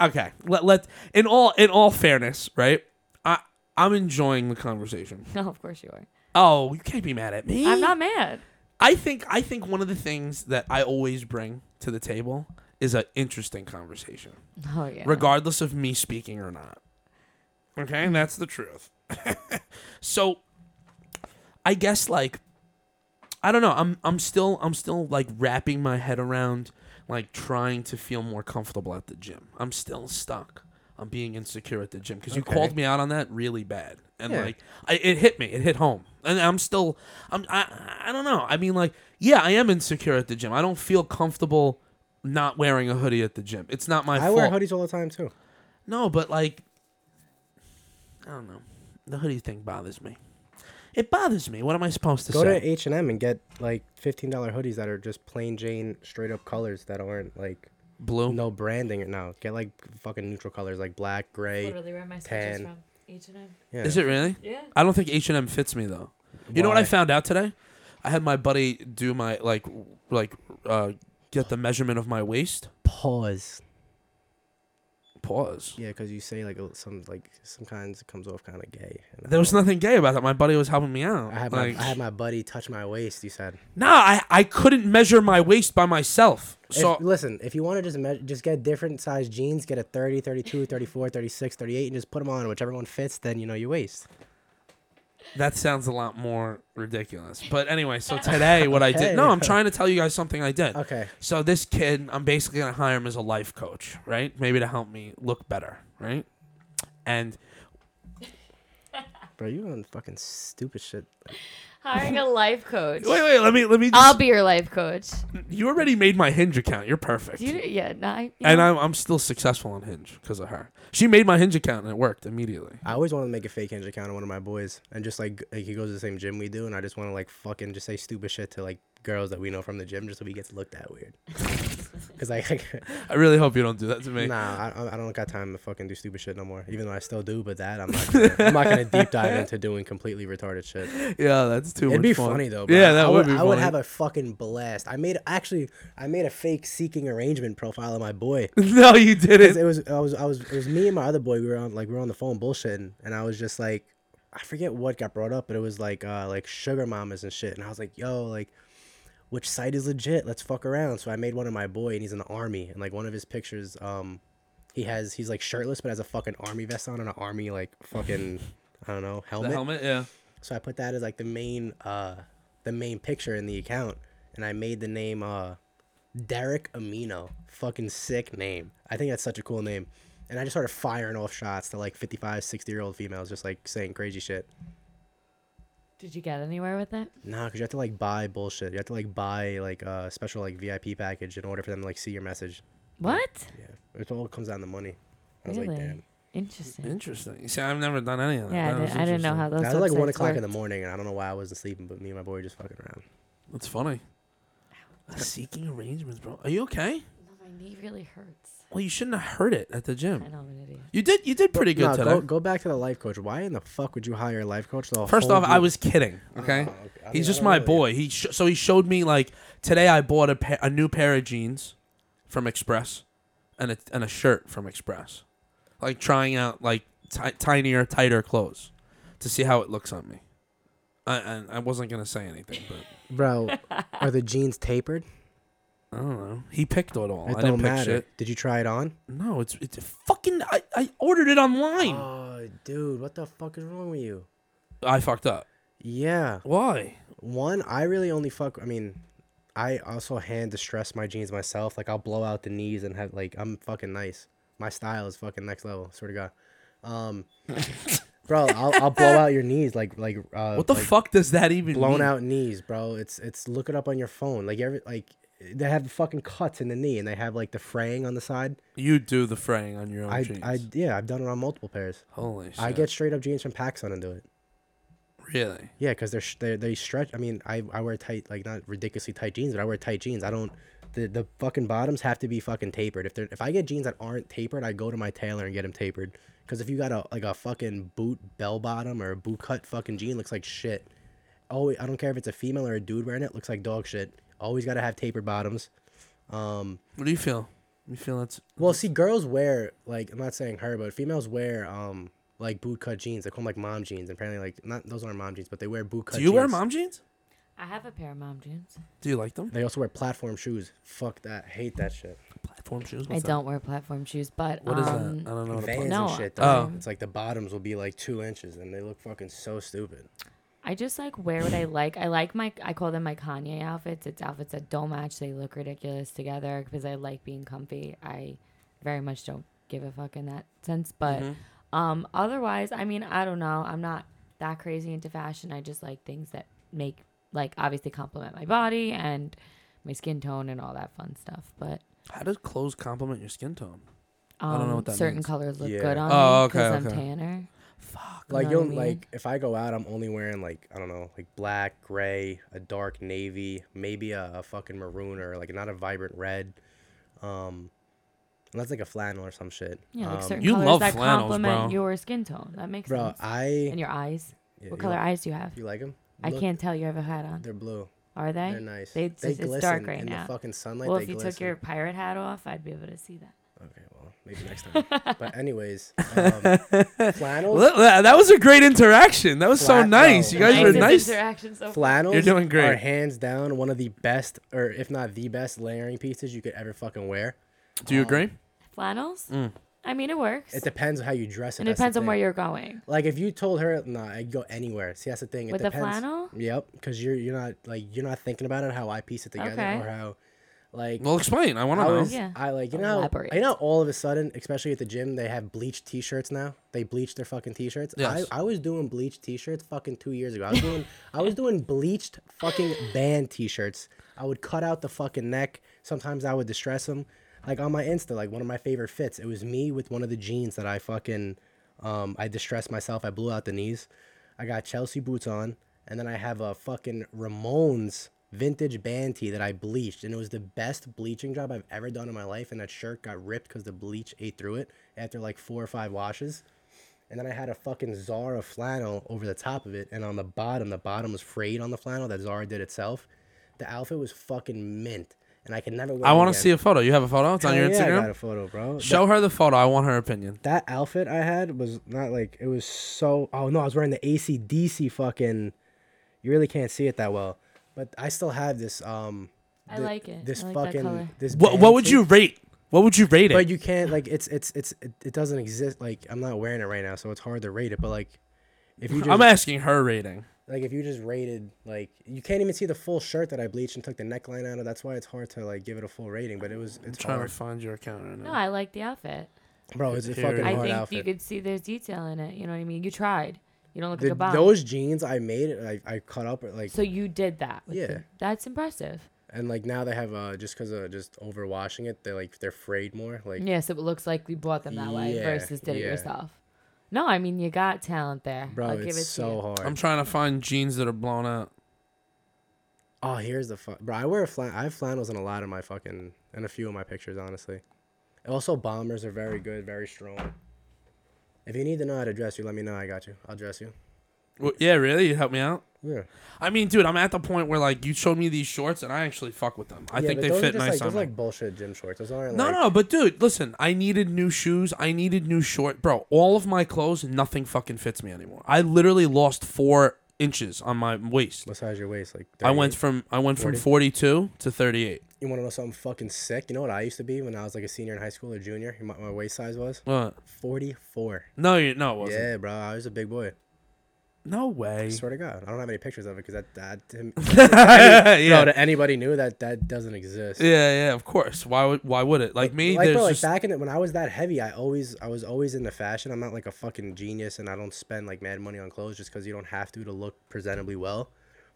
I okay. Let let in all in all fairness, right? I I'm enjoying the conversation.
No, of course you are.
Oh, you can't be mad at me.
I'm not mad.
I think I think one of the things that I always bring to the table is an interesting conversation,
Oh yeah.
regardless of me speaking or not. Okay, and that's the truth. so, I guess like, I don't know. I'm I'm still I'm still like wrapping my head around like trying to feel more comfortable at the gym. I'm still stuck. I'm being insecure at the gym because you
Okay.
called me out on that really bad, and
Yeah.
like I, it hit me. It hit home, and I'm still I'm I I don't know. I mean like yeah, I am insecure at the gym. I don't feel comfortable not wearing a hoodie at the gym. It's not my
I
fault.
wear hoodies all the time too.
No, but like, I don't know. The hoodie thing bothers me. It bothers me. What am I supposed to
Go
say?
to H and M and get like fifteen dollar hoodies that are just plain Jane, straight up colors that aren't like
Blue.
no branding. No, get like fucking neutral colors like black, gray.
Literally where my
switches tan.
from H and M.
Yeah.
Is it really?
Yeah.
I don't think H and M fits me though. You know what I
Why?
found out today? I had my buddy do my like like uh, get the measurement of my waist.
Pause.
Pause.
Yeah, because you say like a- some like sometimes it comes off kind of gay. and I
There was
don't-
nothing gay about that. My buddy was helping me out.
I had my
like,
I had my buddy touch my waist. You said.
nah, I, I couldn't measure my waist by myself.
If-
So
listen, if you want to just me- just get different size jeans, get a 30, 32, 34, 36, 38 and just put them on whichever one fits, then you know your waist.
That sounds a lot more ridiculous. But anyway, so today what I did
Okay.
No, I'm trying to tell you guys something I did.
Okay.
So this kid, I'm basically going to hire him as a life coach, right? Maybe to help me look better, right? And
Bro, you on fucking stupid shit.
Hiring a life coach.
Wait, wait, let me let me
I'll
just,
be your life coach.
You already made my Hinge account. You're perfect.
Um, Do you, yeah, no, I, yeah.
and I'm, I'm still successful on Hinge because of her. She made my Hinge account and it worked immediately.
I always want to make a fake Hinge account of one of my boys and just like, like he goes to the same gym we do and I just want to like fucking just say stupid shit to like girls that we know from the gym just so he gets looked at weird. Cause like,
I really hope you don't do that to me.
nah, I, I- I don't got time to fucking do stupid shit no more. Even though I still do, but that I'm not. Gonna, I'm not gonna deep dive into doing completely retarded shit.
Yeah, that's too much
It'd be
fun.
funny though. Bro.
Yeah, that
I
would, be funny.
I would have a fucking blast. I made actually, I made a fake seeking arrangement profile of my boy.
no, you
'Cause
didn't.
It was, I was, I was, it was me and my other boy. We were on, like, we were on the phone bullshitting, and I was just like, I forget what got brought up, but it was like, uh, like sugar mamas and shit. And I was like, yo, like, which site is legit? Let's fuck around. So I made one of my boy, and he's in the army, and like one of his pictures, um, he has, he's like shirtless, but has a fucking army vest on and an army like fucking, I don't know,
The
helmet.
helmet, yeah.
So I put that as like the main uh the main picture in the account and I made the name uh Derek Amino. Fucking sick name. I think that's such a cool name. And I just started firing off shots to like 55, 60 year old females just like saying crazy shit.
Did you get anywhere with it?
Nah, cause you have to like buy bullshit. You have to like buy like a special like VIP package in order for them to like see your message.
What?
Yeah. It all comes down to money. I was
really?
like, damn.
Interesting.
Interesting. See, I've never done any of that.
Yeah,
That
I,
was
did, I didn't know
interesting.
how those.
That was like one
websites
o'clock in
work.
the morning, and I don't know why I wasn't sleeping, but me and my boy were just fucking around.
That's funny. Seeking arrangements, bro. Are you okay?
No, my knee really hurts.
Well, you shouldn't have heard it at the
I
gym.
know I'm an idiot.
You did. You did pretty good
No,
today.
Go, go back to the life coach. Why in the fuck would you hire a life coach? to
First
hold
off, I
you-
was kidding. Okay,
Oh, okay. I mean,
he's
I
just
don't
my
know you.
boy. He sh- so he showed me like today. I bought a pa- a new pair of jeans from Express, and a and a shirt from Express, like trying out like ti tinier, tighter clothes to see how it looks on me. I I, I wasn't gonna say anything, but
bro. Are the jeans tapered?
I don't know. He picked it all.
It
Oh, I
don't
didn't pick
matter.
shit.
Did you try it on?
No, it's it's fucking. I, I ordered it online.
Oh, dude, what the fuck is wrong with you?
I fucked up.
Yeah,
Why?
one. I really only fuck. I mean, I also hand distress my jeans myself. Like I'll blow out the knees and have like I'm fucking nice. My style is fucking next level. Swear to God. Um, bro, I'll, I'll blow out your knees like like uh,
What the
like,
fuck does that even
blown
mean?
out knees, bro. It's it's look it up on your phone. Like every like they have the fucking cuts in the knee and they have like the fraying on the side.
You do the fraying on your own
I,
jeans.
I yeah, I've done it on multiple pairs.
Holy shit.
I get straight up jeans from PacSun and do it.
really.
Yeah, because they're, sh- they they stretch. I mean, I, I wear tight like not ridiculously tight jeans, but I wear tight jeans. I don't the the fucking bottoms have to be fucking tapered. If they're if I get jeans that aren't tapered, I go to my tailor and get them tapered. Because if you got a like a fucking boot bell bottom or a boot cut fucking jean, looks like shit. Always, I don't care if it's a female or a dude wearing it, looks like dog shit. Always got to have tapered bottoms. Um,
What do you feel? You feel that's
well, see, girls wear like I'm not saying her, but females wear um like boot cut jeans. They call them like mom jeans. Apparently, like not those aren't mom jeans, but they wear boot cut.
Do you wear
jeans.
mom jeans?
I have a pair of mom jeans.
Do you like them?
They also wear platform shoes. Fuck that. Hate that shit.
Platform shoes.
I don't wear platform shoes,
That?
but
What is
um,
that? I don't know. What a
Vans
pla-
No,
and shit.
Oh.
Though. It's like the bottoms will be like two inches, and they look fucking so stupid.
I just like wear what I like. I like my I call them my Kanye outfits. It's outfits that don't match. They look ridiculous together because I like being comfy. I very much don't give a fuck in that sense. But
Mm-hmm.
um, otherwise, I mean, I don't know. I'm not that crazy into fashion. I just like things that make like obviously complement my body and my skin tone and all that fun stuff. But
How does clothes complement your skin tone?
um,
don't know what that
certain
means.
colors look
Yeah.
good on
Oh,
me because
okay,
I'm
okay.
tanner.
Fuck.
Like
know
you'll
what I mean?
like if I go out, I'm only wearing like I don't know, like black, gray, a dark navy, maybe a, a fucking maroon or like not a vibrant red. Um, unless like a flannel or some shit.
Yeah, like
Um,
certain
You
colors
love
that
flannels,
complement
bro.
your skin tone. That makes
bro,
sense.
I
and your eyes.
yeah,
What
you
color
like-
eyes do you have?
You like them?
I can't tell you have a hat on.
They're blue.
Are they?
They're nice.
They, it's, it's dark right
in
now.
the fucking sunlight.
well,
they
if you took
glisten.
your pirate hat off, I'd be able to see that.
Okay, well, maybe next time. but anyways, um, flannels.
Well, that, that was a great interaction. That was so
Flat,
nice.
though.
You guys
Nice
are
is
nice.
Interaction so far.
Flannels
You're doing
are
great.
hands down one of the best, or if not the best, layering pieces you could ever fucking wear.
Do you agree?
Flannels?
Mm.
I mean, it works.
It depends on how you dress it.
and it depends on where you're going.
Like if you told her, nah, I'd go anywhere. See, that's the thing. It
With the
depends.
flannel?
Yep, because you're you're not like you're not thinking about it how I piece it together
Okay.
or how, like
Well, explain. I want
I
to know.
was
Yeah.
I like you know
Elaborate.
you know all of a sudden, especially at the gym, they have bleached T-shirts now. They bleach their fucking T-shirts.
Yes.
I, I was doing bleached T-shirts fucking two years ago. I was doing I was doing bleached fucking band T-shirts. I would cut out the fucking neck. Sometimes I would distress them. Like on my Insta, like one of my favorite fits, it was me with one of the jeans that I fucking um I distressed myself. I blew out the knees. I got Chelsea boots on, and then I have a fucking Ramones vintage band tee that I bleached, and it was the best bleaching job I've ever done in my life. And that shirt got ripped because the bleach ate through it after like four or five washes. And then I had a fucking Zara flannel over the top of it, and on the bottom, the bottom was frayed on the flannel that Zara did itself. The outfit was fucking mint, and I can never wear.
I want
it
to see a photo. You have a photo? It's on your
Oh, Yeah, I got
Instagram?
a photo, bro.
Show her the photo. I want her opinion.
that outfit I had was not like it was so. Oh no, I was wearing the ACDC fucking. You really can't see it that well, but I still have this. Um,
I
thi-
like it.
This
I like that
fucking
color.
this.
What,
band
what would
tee.
you rate? What would you rate it?
But you can't like it's it's it's it, it doesn't exist. Like I'm not wearing it right now, so it's hard to rate it. But like, if you just
I'm asking her rating.
like if you just rated like you can't even see the full shirt that I bleached and took the neckline out of. That's why it's hard to like give it a full rating. But it was it's
trying
hard,
to find your account right now.
No, I like the outfit.
bro. It's a
Here it
fucking
is.
I
hard
think
outfit.
you could see there's detail in it. You know what I mean? You tried. You don't look like
The-
a bomb.
those jeans I made, I I cut up like
so you did that. with
Yeah.
the- that's impressive.
And like now they have uh just because of just overwashing it, they like they're frayed more. Like
Yeah, so it looks like you bought them that way
Yeah,
versus did it
yeah.
yourself. No, I mean, you got talent there.
bro,
I'll
it's
give it to
so
you.
hard.
I'm trying to find jeans that are blown out.
oh, here's the fun, bro. I wear a flan. I have flannels in a lot of my fucking and a few of my pictures, honestly. Also, bombers are very good, very strong. If you need to know how to dress you, let me know. I got you. I'll dress you.
Well, yeah, really? You help me out?
Yeah.
I mean, dude, I'm at the point where like you showed me these shorts and I actually fuck with them. I
yeah,
think
but
they
those are
fit
just,
nice
Like,
on
those are
me.
like bullshit gym shorts. Those aren't
No,
like,
no, but dude, listen. I needed new shoes. I needed new short, bro. All of my clothes, nothing fucking fits me anymore. I literally lost four inches on my waist.
What size your waist? Like
I went
38?
from I went from forty two to thirty eight.
You want to know something fucking sick? You know what I used to be when I was like a senior in high school or junior? My, my waist size was
What?
forty four.
Uh, No, you, no, it wasn't.
Yeah, bro. I was a big boy.
No way.
swear to God, I don't have any pictures of it because that that to him,
yeah.
bro, to anybody new that that doesn't exist.
yeah, yeah. Of course. Why would Why would it? Like me,
Like
there's
bro, like
just
back in it when I was that heavy, I always I was always in the fashion. I'm not like a fucking genius, and I don't spend like mad money on clothes just because you don't have to to look presentably well.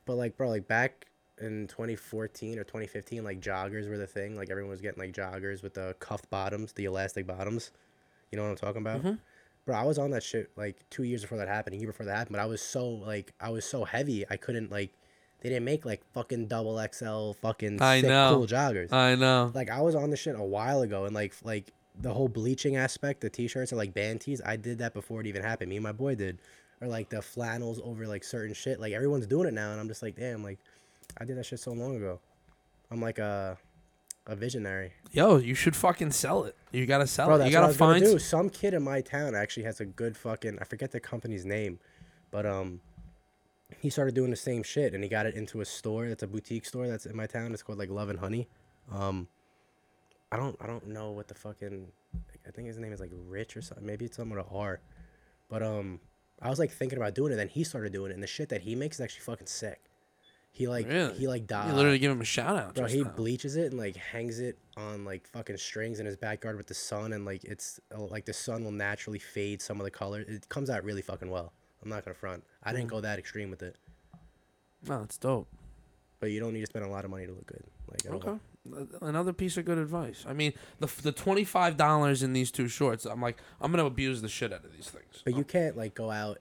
But like bro, like back in 2014 or 2015, like joggers were the thing. Like everyone was getting like joggers with the cuffed bottoms, the elastic bottoms. You know what I'm talking about?
Mm-hmm.
Bro, I was on that shit like two years before that happened, a year before that happened. But I was so like, I was so heavy, I couldn't like. They didn't make like fucking double XL fucking
I
sick
know.
cool joggers.
I know.
like I was on this shit a while ago, and like like the whole bleaching aspect, the t-shirts are like band tees. I did that before it even happened. Me and my boy did, or like the flannels over like certain shit. Like everyone's doing it now, and I'm just like, damn, like I did that shit so long ago. I'm like a a visionary.
Yo, you should fucking sell it. You gotta sell
Bro,
it.
that's
You
what I
gotta
was gonna
find.
do. Some kid in my town actually has a good fucking. I forget the company's name, but um, he started doing the same shit, and he got it into a store. That's a boutique store that's in my town. It's called like Love and Honey. Um, I don't I don't know what the fucking. I think his name is like Rich or something. Maybe it's something with a R. But um, I was like thinking about doing it. Then he started doing it, and the shit that he makes is actually fucking sick. He like
Really?
he like died.
You literally give him a shout out.
Uh, Bro,
just
he
now.
bleaches it and like hangs it on like fucking strings in his backyard with the sun, and like it's uh, like the sun will naturally fade some of the color. It comes out really fucking well. I'm not gonna front. I didn't
Hmm.
go that extreme with it,
no, it's dope.
but you don't need to spend a lot of money to look good. Like I don't
Okay. Another piece of good advice. I mean, the the twenty five dollars in these two shorts. I'm like, I'm gonna abuse the shit out of these things.
But you can't like go out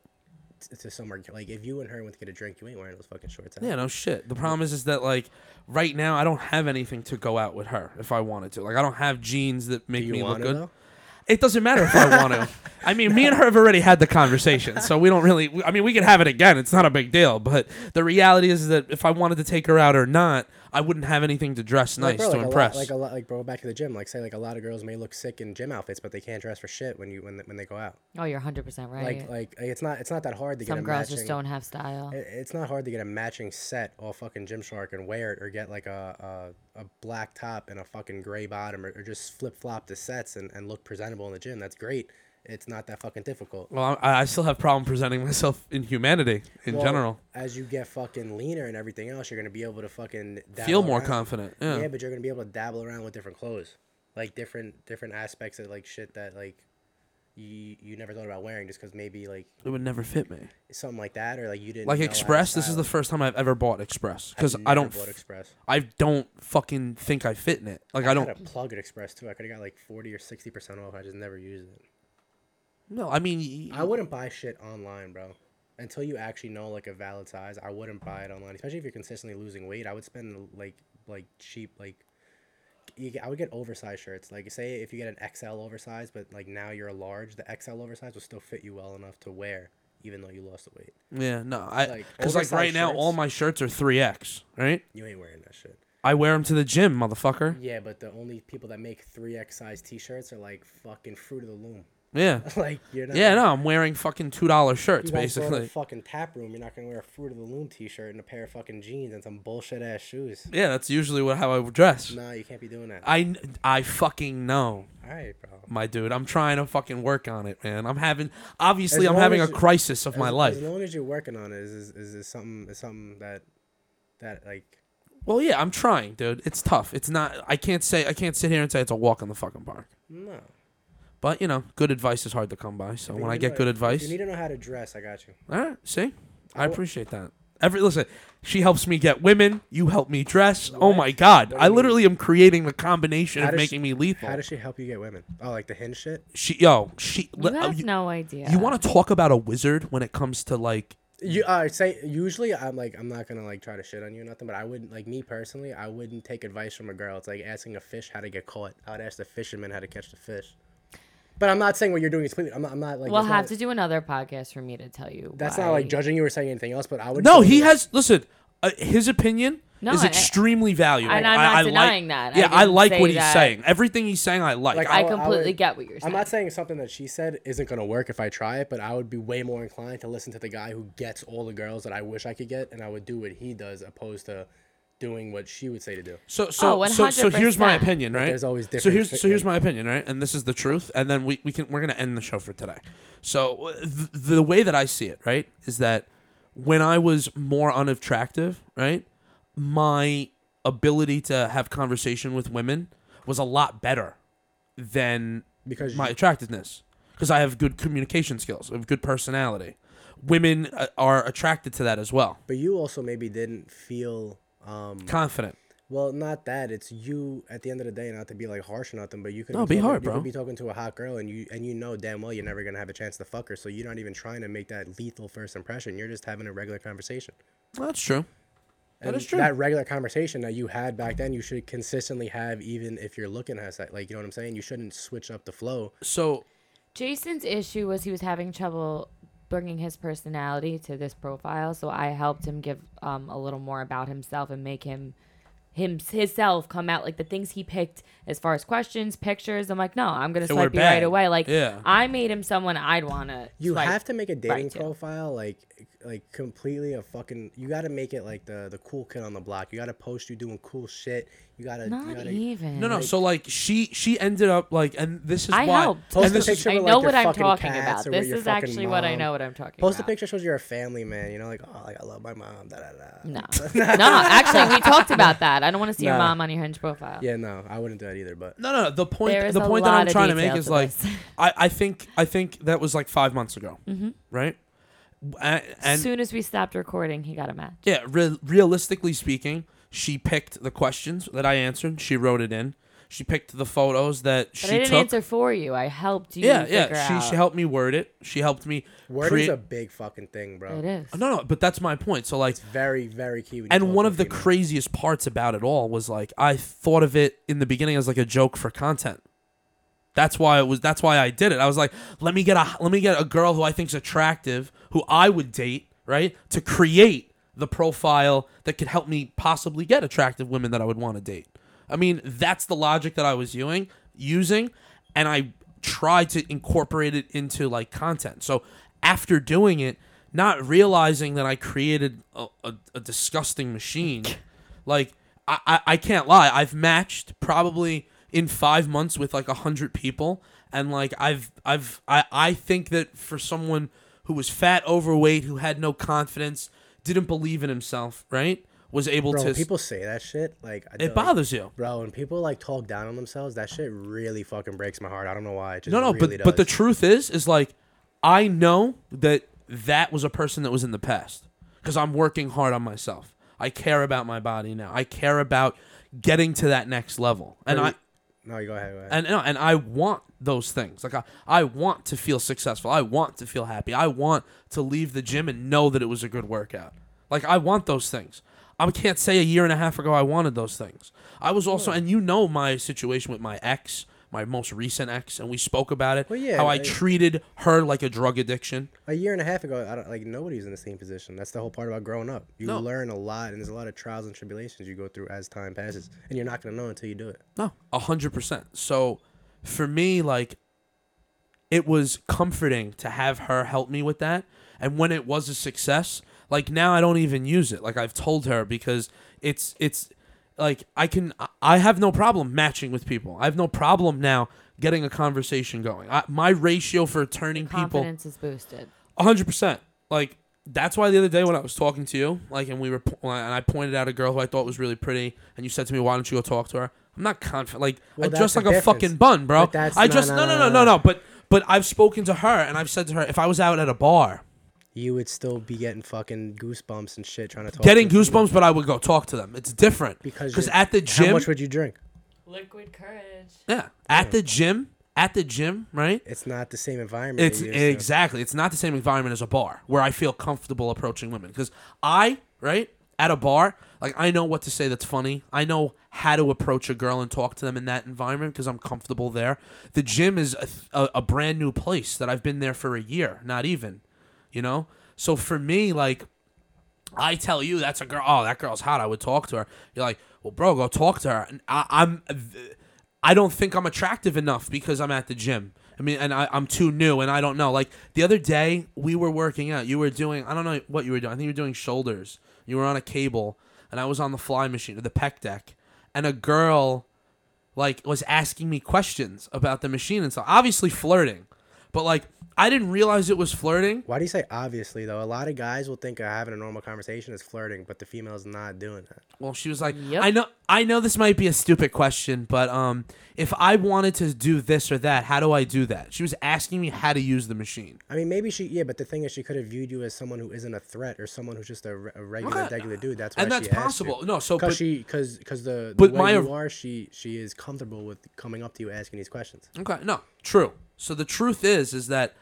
t- to somewhere like if you and her went to get a drink, you ain't wearing those fucking shorts. Out.
Yeah, no shit. The problem is, is that like right now I don't have anything to go out with her if I wanted to. Like I don't have jeans that make
Do you
me look
want to
good.
though?
It doesn't matter if I want to. I mean, me and her have already had the conversation, so we don't really. we- I mean, we can have it again. It's not a big deal. But the reality is that if I wanted to take her out or not, I wouldn't have anything to dress nice
Like, bro,
to
like
impress.
A lot, like a lot, like bro, back to the gym. Like say, like a lot of girls may look sick in gym outfits, but they can't dress for shit when you when when they go out.
Oh, you're 100% right.
Like like it's not it's not that hard to get
Some
a
girls
matching.
just don't have style.
It- It's not hard to get a matching set off fucking Gymshark and wear it, or get like a a, a black top and a fucking gray bottom, or, or just flip flop the sets and, and look presentable in the gym. That's great. It's not that fucking difficult.
well, I, I still have problem presenting myself in humanity in
Well,
general.
as you get fucking leaner and everything else, you're gonna be able to fucking dabble
Feel more
around.
confident.
Yeah.
Yeah.
but you're gonna be able to dabble around with different clothes, like different different aspects of like shit that like you you never thought about wearing just because maybe like
it would never fit me.
something like that or like you didn't
Like
know how to
Express, this is
style
the
it.
first time I've ever bought Express
I've
because I
never
don't,
bought
f-
Express.
I don't fucking think I fit in it. Like I
I
don't.
had a plug at Express too. I could have got like forty or sixty percent off. I just never used it.
No, I mean,
I wouldn't buy shit online, bro. Until you actually know like a valid size, I wouldn't buy it online. Especially if you're consistently losing weight, I would spend like like cheap like. You get, I would get oversized shirts. Like say if you get an XL oversized, but like now you're a large, the XL oversized will still fit you well enough to wear, even though you lost the weight.
yeah, no, I
like,
because like,
oversized
right now all
shirts.
my shirts are three X, right?
You ain't wearing that shit.
I wear them to the gym, motherfucker.
Yeah, but the only people that make three X size T-shirts are like fucking fruit of the loom.
Yeah.
like you're not.
Yeah, no, I'm wearing fucking two dollar shirts
You guys go to the
basically.
fucking tap room. You're not gonna wear a Fruit of the Loom T-shirt and a pair of fucking jeans and some bullshit ass shoes.
Yeah, that's usually what how I would dress.
Nah, you can't be doing that.
I kn- I fucking know,
All right, bro.
my dude. I'm trying to fucking work on it, man. I'm having obviously
As
I'm
long
having a
as you-
crisis of my
as,
life.
As long as you're working on it, is is, is, is something is something that that like
Well, yeah, I'm trying, dude. It's tough. It's not. I can't say. I can't sit here and say it's a walk in the fucking park.
no.
But you know, good advice is hard to come by. So
If you
when I
need
get
to-
good
if
advice,
you Oh. need to know how to dress. I got you.
all right. See, I appreciate that. Every listen, she helps me get women. You help me dress. Oh my god,
What do
I
you mean?
literally am creating the combination
How
of
does
making me lethal.
How does she help you get women? Oh, like the hinge shit.
she yo she
You
li- uh,
have
you,
no idea.
want to talk about a wizard when it comes to like
You, I say usually I'm like I'm not gonna like try to shit on you or nothing, but I wouldn't like me personally. I wouldn't take advice from a girl. It's like asking a fish how to get caught. I would ask the fisherman how to catch the fish. But I'm not saying what you're doing is completely. I'm not, I'm not like
We'll
that's
have
not,
to do another podcast for me to tell you.
That's
why-
not like judging you or saying anything else, but I would.
no
totally-
he has listen uh, his opinion
No,
is
I-
extremely valuable
and I'm not
I, I
denying
like,
that. I
yeah I,
didn't
like
say
what he's
that.
saying everything he's saying I like,
Like,
I,
I
would- I
completely
would-
get what you're saying.
I'm not saying something that she said isn't gonna work if I try it, but I would be way more inclined to listen to the guy who gets all the girls that I wish I could get, and I would do what he does opposed to doing what she would say to do.
so so
Oh,
so so here's my
100%.
opinion right
there's always
so
different
here's
fit-
so here's
like-
my opinion right and this is the truth and then we, we can we're gonna end the show for today so uh, th- the way that I see it right is that when I was more unattractive right my ability to have conversation with women was a lot better than
Because
my
you-
attractiveness because I have good communication skills, I have good personality. Women uh, are attracted to that as well.
But you also maybe didn't feel Um,
Confident.
well, not that. It's you at the end of the day, not to be like harsh or nothing, but you could
No, be
talking,
hard,
you
bro.
could be talking to a hot girl and you and you know damn well you're never gonna have a chance to fuck her, so you're not even trying to make that lethal first impression. You're just having a regular conversation.
That's true. That
And
is true.
That regular conversation that you had back then, you should consistently have, even if you're looking at that. Like, you know what I'm saying? You shouldn't switch up the flow.
So
Jason's issue was he was having trouble bringing his personality to this profile, so I helped him give um, a little more about himself and make him him himself come out like the things he picked as far as questions, pictures. I'm like, no, I'm gonna
They were
swipe you right
bad.
away. Like,
Yeah.
I made him someone I'd wanna.
You
swipe.
have to make a dating
right, yeah.
profile like like completely a fucking. You got to make it like the the cool kid on the block. You got to post you doing cool shit. You got to. you
not
gotta,
even.
no, no. So like she she ended up like, and this is
I
why.
helped.
And
Post a
this is
picture
I
with,
know
like, your
what I'm
fucking
talking
cats
about.
or with
This
your
is
fucking
actually what I
mom.
know what I'm talking
Post a
about.
picture shows you're a family man. You know, like oh, like I love my mom. Da da da.
No, no. Actually, we talked about that. I don't want to see your
Nah.
mom on your hinge profile.
Yeah, no, I wouldn't do that either. But
No, no, no. The point,
There is
the
a
point that
lot
I'm
of
trying to
detail
make is
to
like,
this. Mm-hmm.
I, I think, I think that was like five months ago, right? And,
As
and
soon as we stopped recording, he got a match.
yeah, re- realistically speaking, she picked the questions that I answered. She wrote it in. She picked the photos that
But
she
I didn't
took.
answer for you. I helped you.
yeah,
figure
yeah.
Out.
She, she helped me word it. She helped me
word
create.
is a big fucking thing, bro.
It is.
no, no. But that's my point. So like,
It's very very key. when you talk
and
to
one
a
of the
female.
craziest parts about it all was like I thought of it in the beginning as like a joke for content. That's why it was. That's why I did it. I was like, let me get a let me get a girl who I think's attractive, who I would date, right? To create the profile that could help me possibly get attractive women that I would want to date. I mean, that's the logic that I was using, using, and I tried to incorporate it into like content. So after doing it, not realizing that I created a, a, a disgusting machine, like I, I, I can't lie, I've matched probably in five months with like a hundred people and like i've i've I, I think that for someone who was fat overweight who had no confidence didn't believe in himself right was able
bro.
to
When people say that shit, like I
it
don't-
bothers you
Bro, when people like talk down on themselves, that shit really fucking breaks my heart. I don't know why. It just
no no
really
but but the
does.
truth is is like i know that that was a person that was in the past because i'm working hard on myself i care about my body now i care about getting to that next level and i
no, you go ahead. Go ahead.
and no, and I want those things. Like I, I want to feel successful. I want to feel happy. I want to leave the gym and know that it was a good workout. Like I want those things. I can't say a year and a half ago I wanted those things. I was also, and you know my situation with my ex, my most recent ex, and we spoke about it.
Well, yeah,
how I
I-
treated her like a drug addiction.
a year and a half ago, I don't, like nobody was in the same position. That's the whole part about growing up. You
No.
learn a lot, and there's a lot of trials and tribulations you go through as time passes,
Mm-hmm.
and you're not gonna know until you do it.
No, a hundred percent. So for me, like it was comforting to have her help me with that. And when it was a success, like now I don't even use it. Like I've told her because it's it's like I can I- I have no problem matching with people. I have no problem now getting a conversation going. I, my ratio for turning people
Confidence is boosted.
a hundred percent. Like that's why the other day when I was talking to you, like, and we were, po- and I pointed out a girl who I thought was really pretty, and you said to me, "Why don't you go talk to her?" I'm not confident. Like
Well,
I
that's
dress
the
like a fucking
difference.
bun, bro.
But that's
I
not-
just no no no no no. But but I've spoken to her and I've said to her, if I was out at a bar,
You would still be getting fucking goosebumps and shit trying to talk.
getting
to a female.
goosebumps, but I would go talk to them. It's different
Oh, because
because
you're-
at the
How
gym,
much would you drink?
Liquid courage.
yeah, at the gym, at the gym, right?
It's not the same environment.
It's
you're used to.
exactly. It's not the same environment as a bar where I feel comfortable approaching women because I right at a bar like I know what to say that's funny. I know how to approach a girl and talk to them in that environment because I'm comfortable there. The gym is a, a, a brand new place that I've been there for a year, not even, you know. So for me, like I tell you that's a girl. Oh, that girl's hot. I would talk to her. You're like, well, bro, go talk to her. And I, I'm, I don't think I'm attractive enough because I'm at the gym. I mean, and I, I'm too new, and I don't know. Like the other day, we were working out. You were doing, I don't know what you were doing. I think you were doing shoulders. You were on a cable, and I was on the fly machine, the pec deck, and a girl, like, was asking me questions about the machine and stuff. Obviously flirting, But like, I didn't realize it was flirting.
Why do you say obviously though? A lot of guys will think of having a normal conversation is flirting, but the female's not doing that.
Well, she was like,
Yep.
I know, I know this might be a stupid question, but um, if I wanted to do this or that, how do I do that? She was asking me how to use the machine.
I mean, maybe she, yeah, but the thing is, she could have viewed you as someone who isn't a threat or someone who's just a, re- a regular,
Right.
regular dude. That's why
And that's
she asked you.
possible. No, so
Because
but,
she, because because the, the
but
way
my-
you are, she she is comfortable with coming up to you asking these questions.
okay, no, true. So the truth is, is that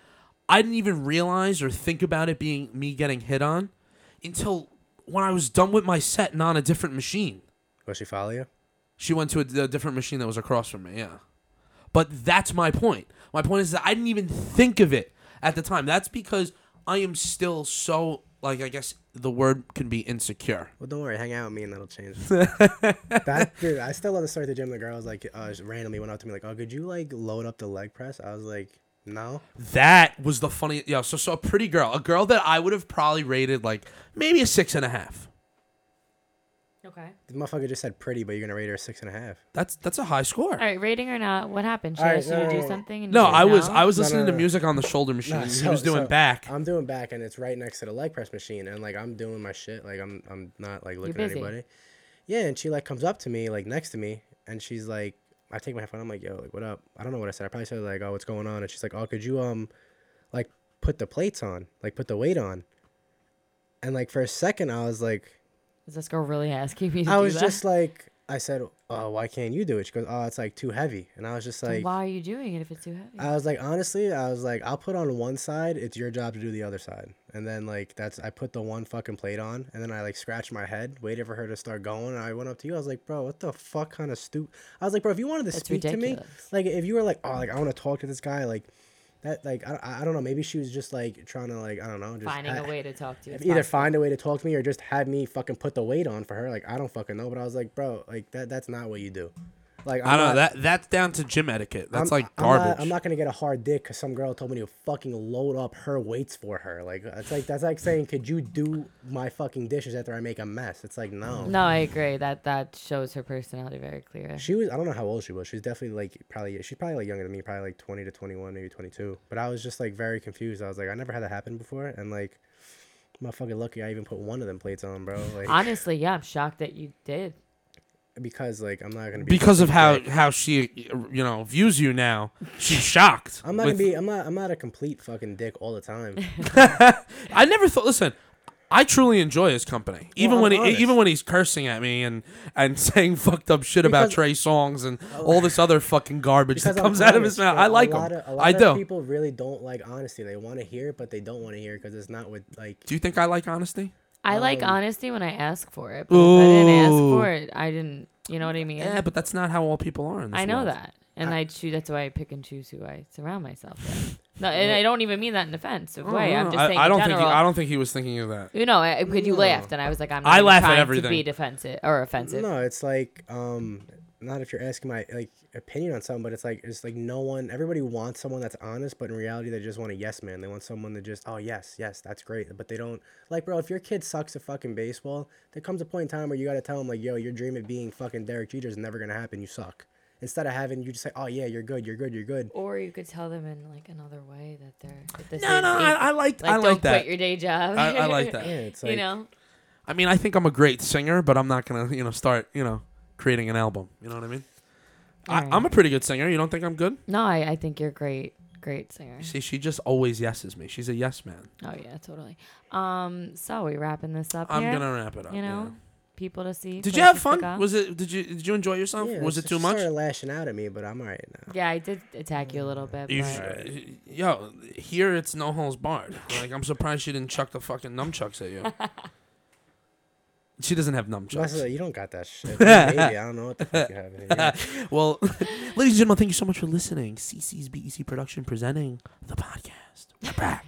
I didn't even realize or think about it being me getting hit on until when I was done with my set and on a different machine.
Will she follow you?
She went to a, a different machine that was across from me. Yeah, but that's my point. My point is that I didn't even think of it at the time. That's because I am still so like I guess the word can be insecure.
Well, don't worry, hang out with me and that'll change. that dude, I still love the story at the gym. The girl was like, uh, just randomly went up to me like, "Oh, could you like load up the leg press?" I was like, "No."
That was the funny. Yeah, so so a pretty girl, a girl that I would have probably rated like maybe a six and a half.
Okay.
The motherfucker just said pretty, but you're gonna rate her a six and a half.
That's that's a high score.
All right, rating or not, what happened? She
All right,
asked
no,
you to
no,
do
no.
something. And
No,
you said
I was
no?
I was
No, no,
listening
no.
to music on the shoulder machine.
No,
and he
so-
was doing
so
back.
I'm doing back, and it's right next to the leg press machine, and like I'm doing my shit, like I'm I'm not like looking at
busy.
anybody. Yeah, and she like comes up to me, like next to me, and she's like, I take my headphone, I'm like, yo, like what up? I don't know what I said. I probably said like, oh, what's going on? And she's like, oh, could you um, like put the plates on, like put the weight on, and like for a second I was like,
Is this girl really asking me to
I
do
was
that?
just like, I said, oh, why can't you do it? She goes, oh, it's like too heavy, and I was just like.
Why are you doing it if it's too heavy?
I was like, honestly, I was like, I'll put on one side. It's your job to do the other side. And then like that's I put the one fucking plate on, and then I like scratched my head, waited for her to start going. And I went up to you. I was like, bro, what the fuck kind of stupid? I was like, bro, if you wanted to
That's
speak to me,
ridiculous.
like if you were like, oh, like I want to talk to this guy, like that, like I, I- I don't know, maybe she was just like trying to like I don't know, just
Finding a
ha-
way to talk to you. It's
either
possible.
find a way to talk to me or just have me fucking put the weight on for her. Like I don't fucking know, but I was like, bro, like that that's not what you do. Like
I
I'm
don't
not-
know that that's down to gym etiquette. That's
I'm-
like
I'm not-
garbage.
I'm not, gonna get a hard dick because some girl told me to fucking load up her weights for her. Like uh, it's like that's like saying, could you do my fucking dishes after I make a mess? It's like no.
No, I agree. That that shows her personality very clear.
She was I don't know how old she was. She's definitely like probably she's probably like younger than me, probably like twenty to twenty one, maybe twenty two. But I was just like very confused. I was like, I never had that happen before, and like. I'm not fucking lucky I even put one of them plates on, bro. Like
Honestly, yeah, I'm shocked that you did.
because like I'm not gonna be
because of
fucking
how
dick.
how she you know views you now she's shocked
I'm not
with-
gonna be I'm not I'm not a complete fucking dick all the time.
i never thought listen i truly enjoy his company even
I'm
when he
honest.
even when he's cursing at me and and saying fucked up shit about
Because-
trey songs and all this other fucking garbage that
Because I'm
comes out of his mouth
honest, bro.
i like
a lot
him
Of, a lot
i
Of
do
people really don't like honesty. They want to hear it, but they don't want to hear because it's not with like.
do you think i like honesty
I like
Um,
honesty when I ask for it. But if I didn't ask
Ooh.
for it. I didn't. You know what I mean?
yeah but that's not how all people are in this
I know
world.
that, and I, choose. That's why I pick and choose who I surround myself with. No, and I don't even mean that in an offensive
I
way.
don't
I'm
know.
just
Mm-hmm. I-
saying.
I,
in
don't think
general,
he, i don't think he was thinking of that
You know, I, but you
No.
laughed, and I was like, I'm. Not
I
even
laugh at
trying To be
everything.
defensive or offensive.
No, it's like um, not if you're asking my like opinion on something, but it's like it's like no one. Everybody wants someone that's honest, but in reality, they just want a yes man. They want someone to just oh yes, yes, that's great. But they don't like, bro. If your kid sucks at fucking baseball, there comes a point in time where you gotta tell them like, yo, your dream of being fucking Derek Jeter is never gonna happen. You suck. Instead of having you just say, oh yeah, you're good, you're good, you're good.
Or you could tell them in like another way that they're. That this
no
is
no
safe.
i, I liked
like,
i
don't
like
quit
that
your day job.
I, I like that
Yeah, it's like
you know,
I mean, I think I'm a great singer, but I'm not gonna, you know, start, you know, creating an album. You know what I mean? I,
Alright.
I'm a pretty good singer. You don't think I'm good?
no, I, I think you're a great, great singer.
See, she just always yeses me. She's a yes man.
Oh yeah, totally. Um, so we wrapping this up
I'm
here.
gonna wrap it up.
you know,
yeah.
people to see.
Did you have
places to
fun?
go.
Was it? Did you? Did you enjoy yourself?
Yeah,
was
she-
it too
she
much?
Started lashing out at me, but I'm alright now.
Yeah, I did attack you a little bit.
You
but-
sh- yo, here it's no holes barred. Like I'm surprised she didn't chuck the fucking nunchucks at you. she doesn't have
Unless, uh,
nunchucks.
you don't got that shit. Maybe, I don't know what the fuck you have in here.
well, ladies and gentlemen, thank you so much for listening. CC's BEC E Production presenting the podcast. We're back.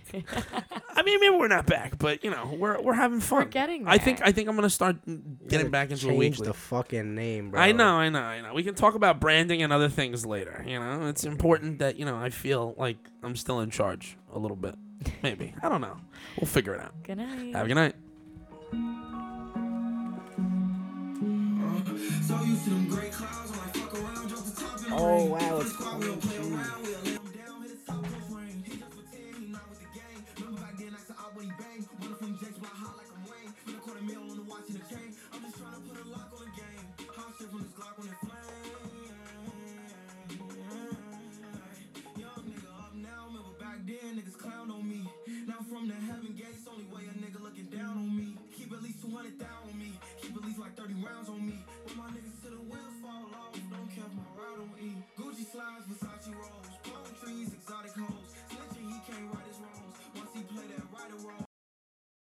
I mean, maybe we're not back, but you know, we're we're having fun.
getting
I think
there.
I think I'm gonna start getting
Gotta
back into a
change
weekly.
the fucking name, bro.
I know, I know, I know. We can talk about branding and other things later. You know, it's important that you know I feel like I'm still in charge a little bit. Maybe I don't know. We'll figure it out.
Good night.
Have a good night.
Oh wow, it's
Squad, we don't play around, we'll lay 'em down, hit the top of the frame. Hit the rounds on me. E.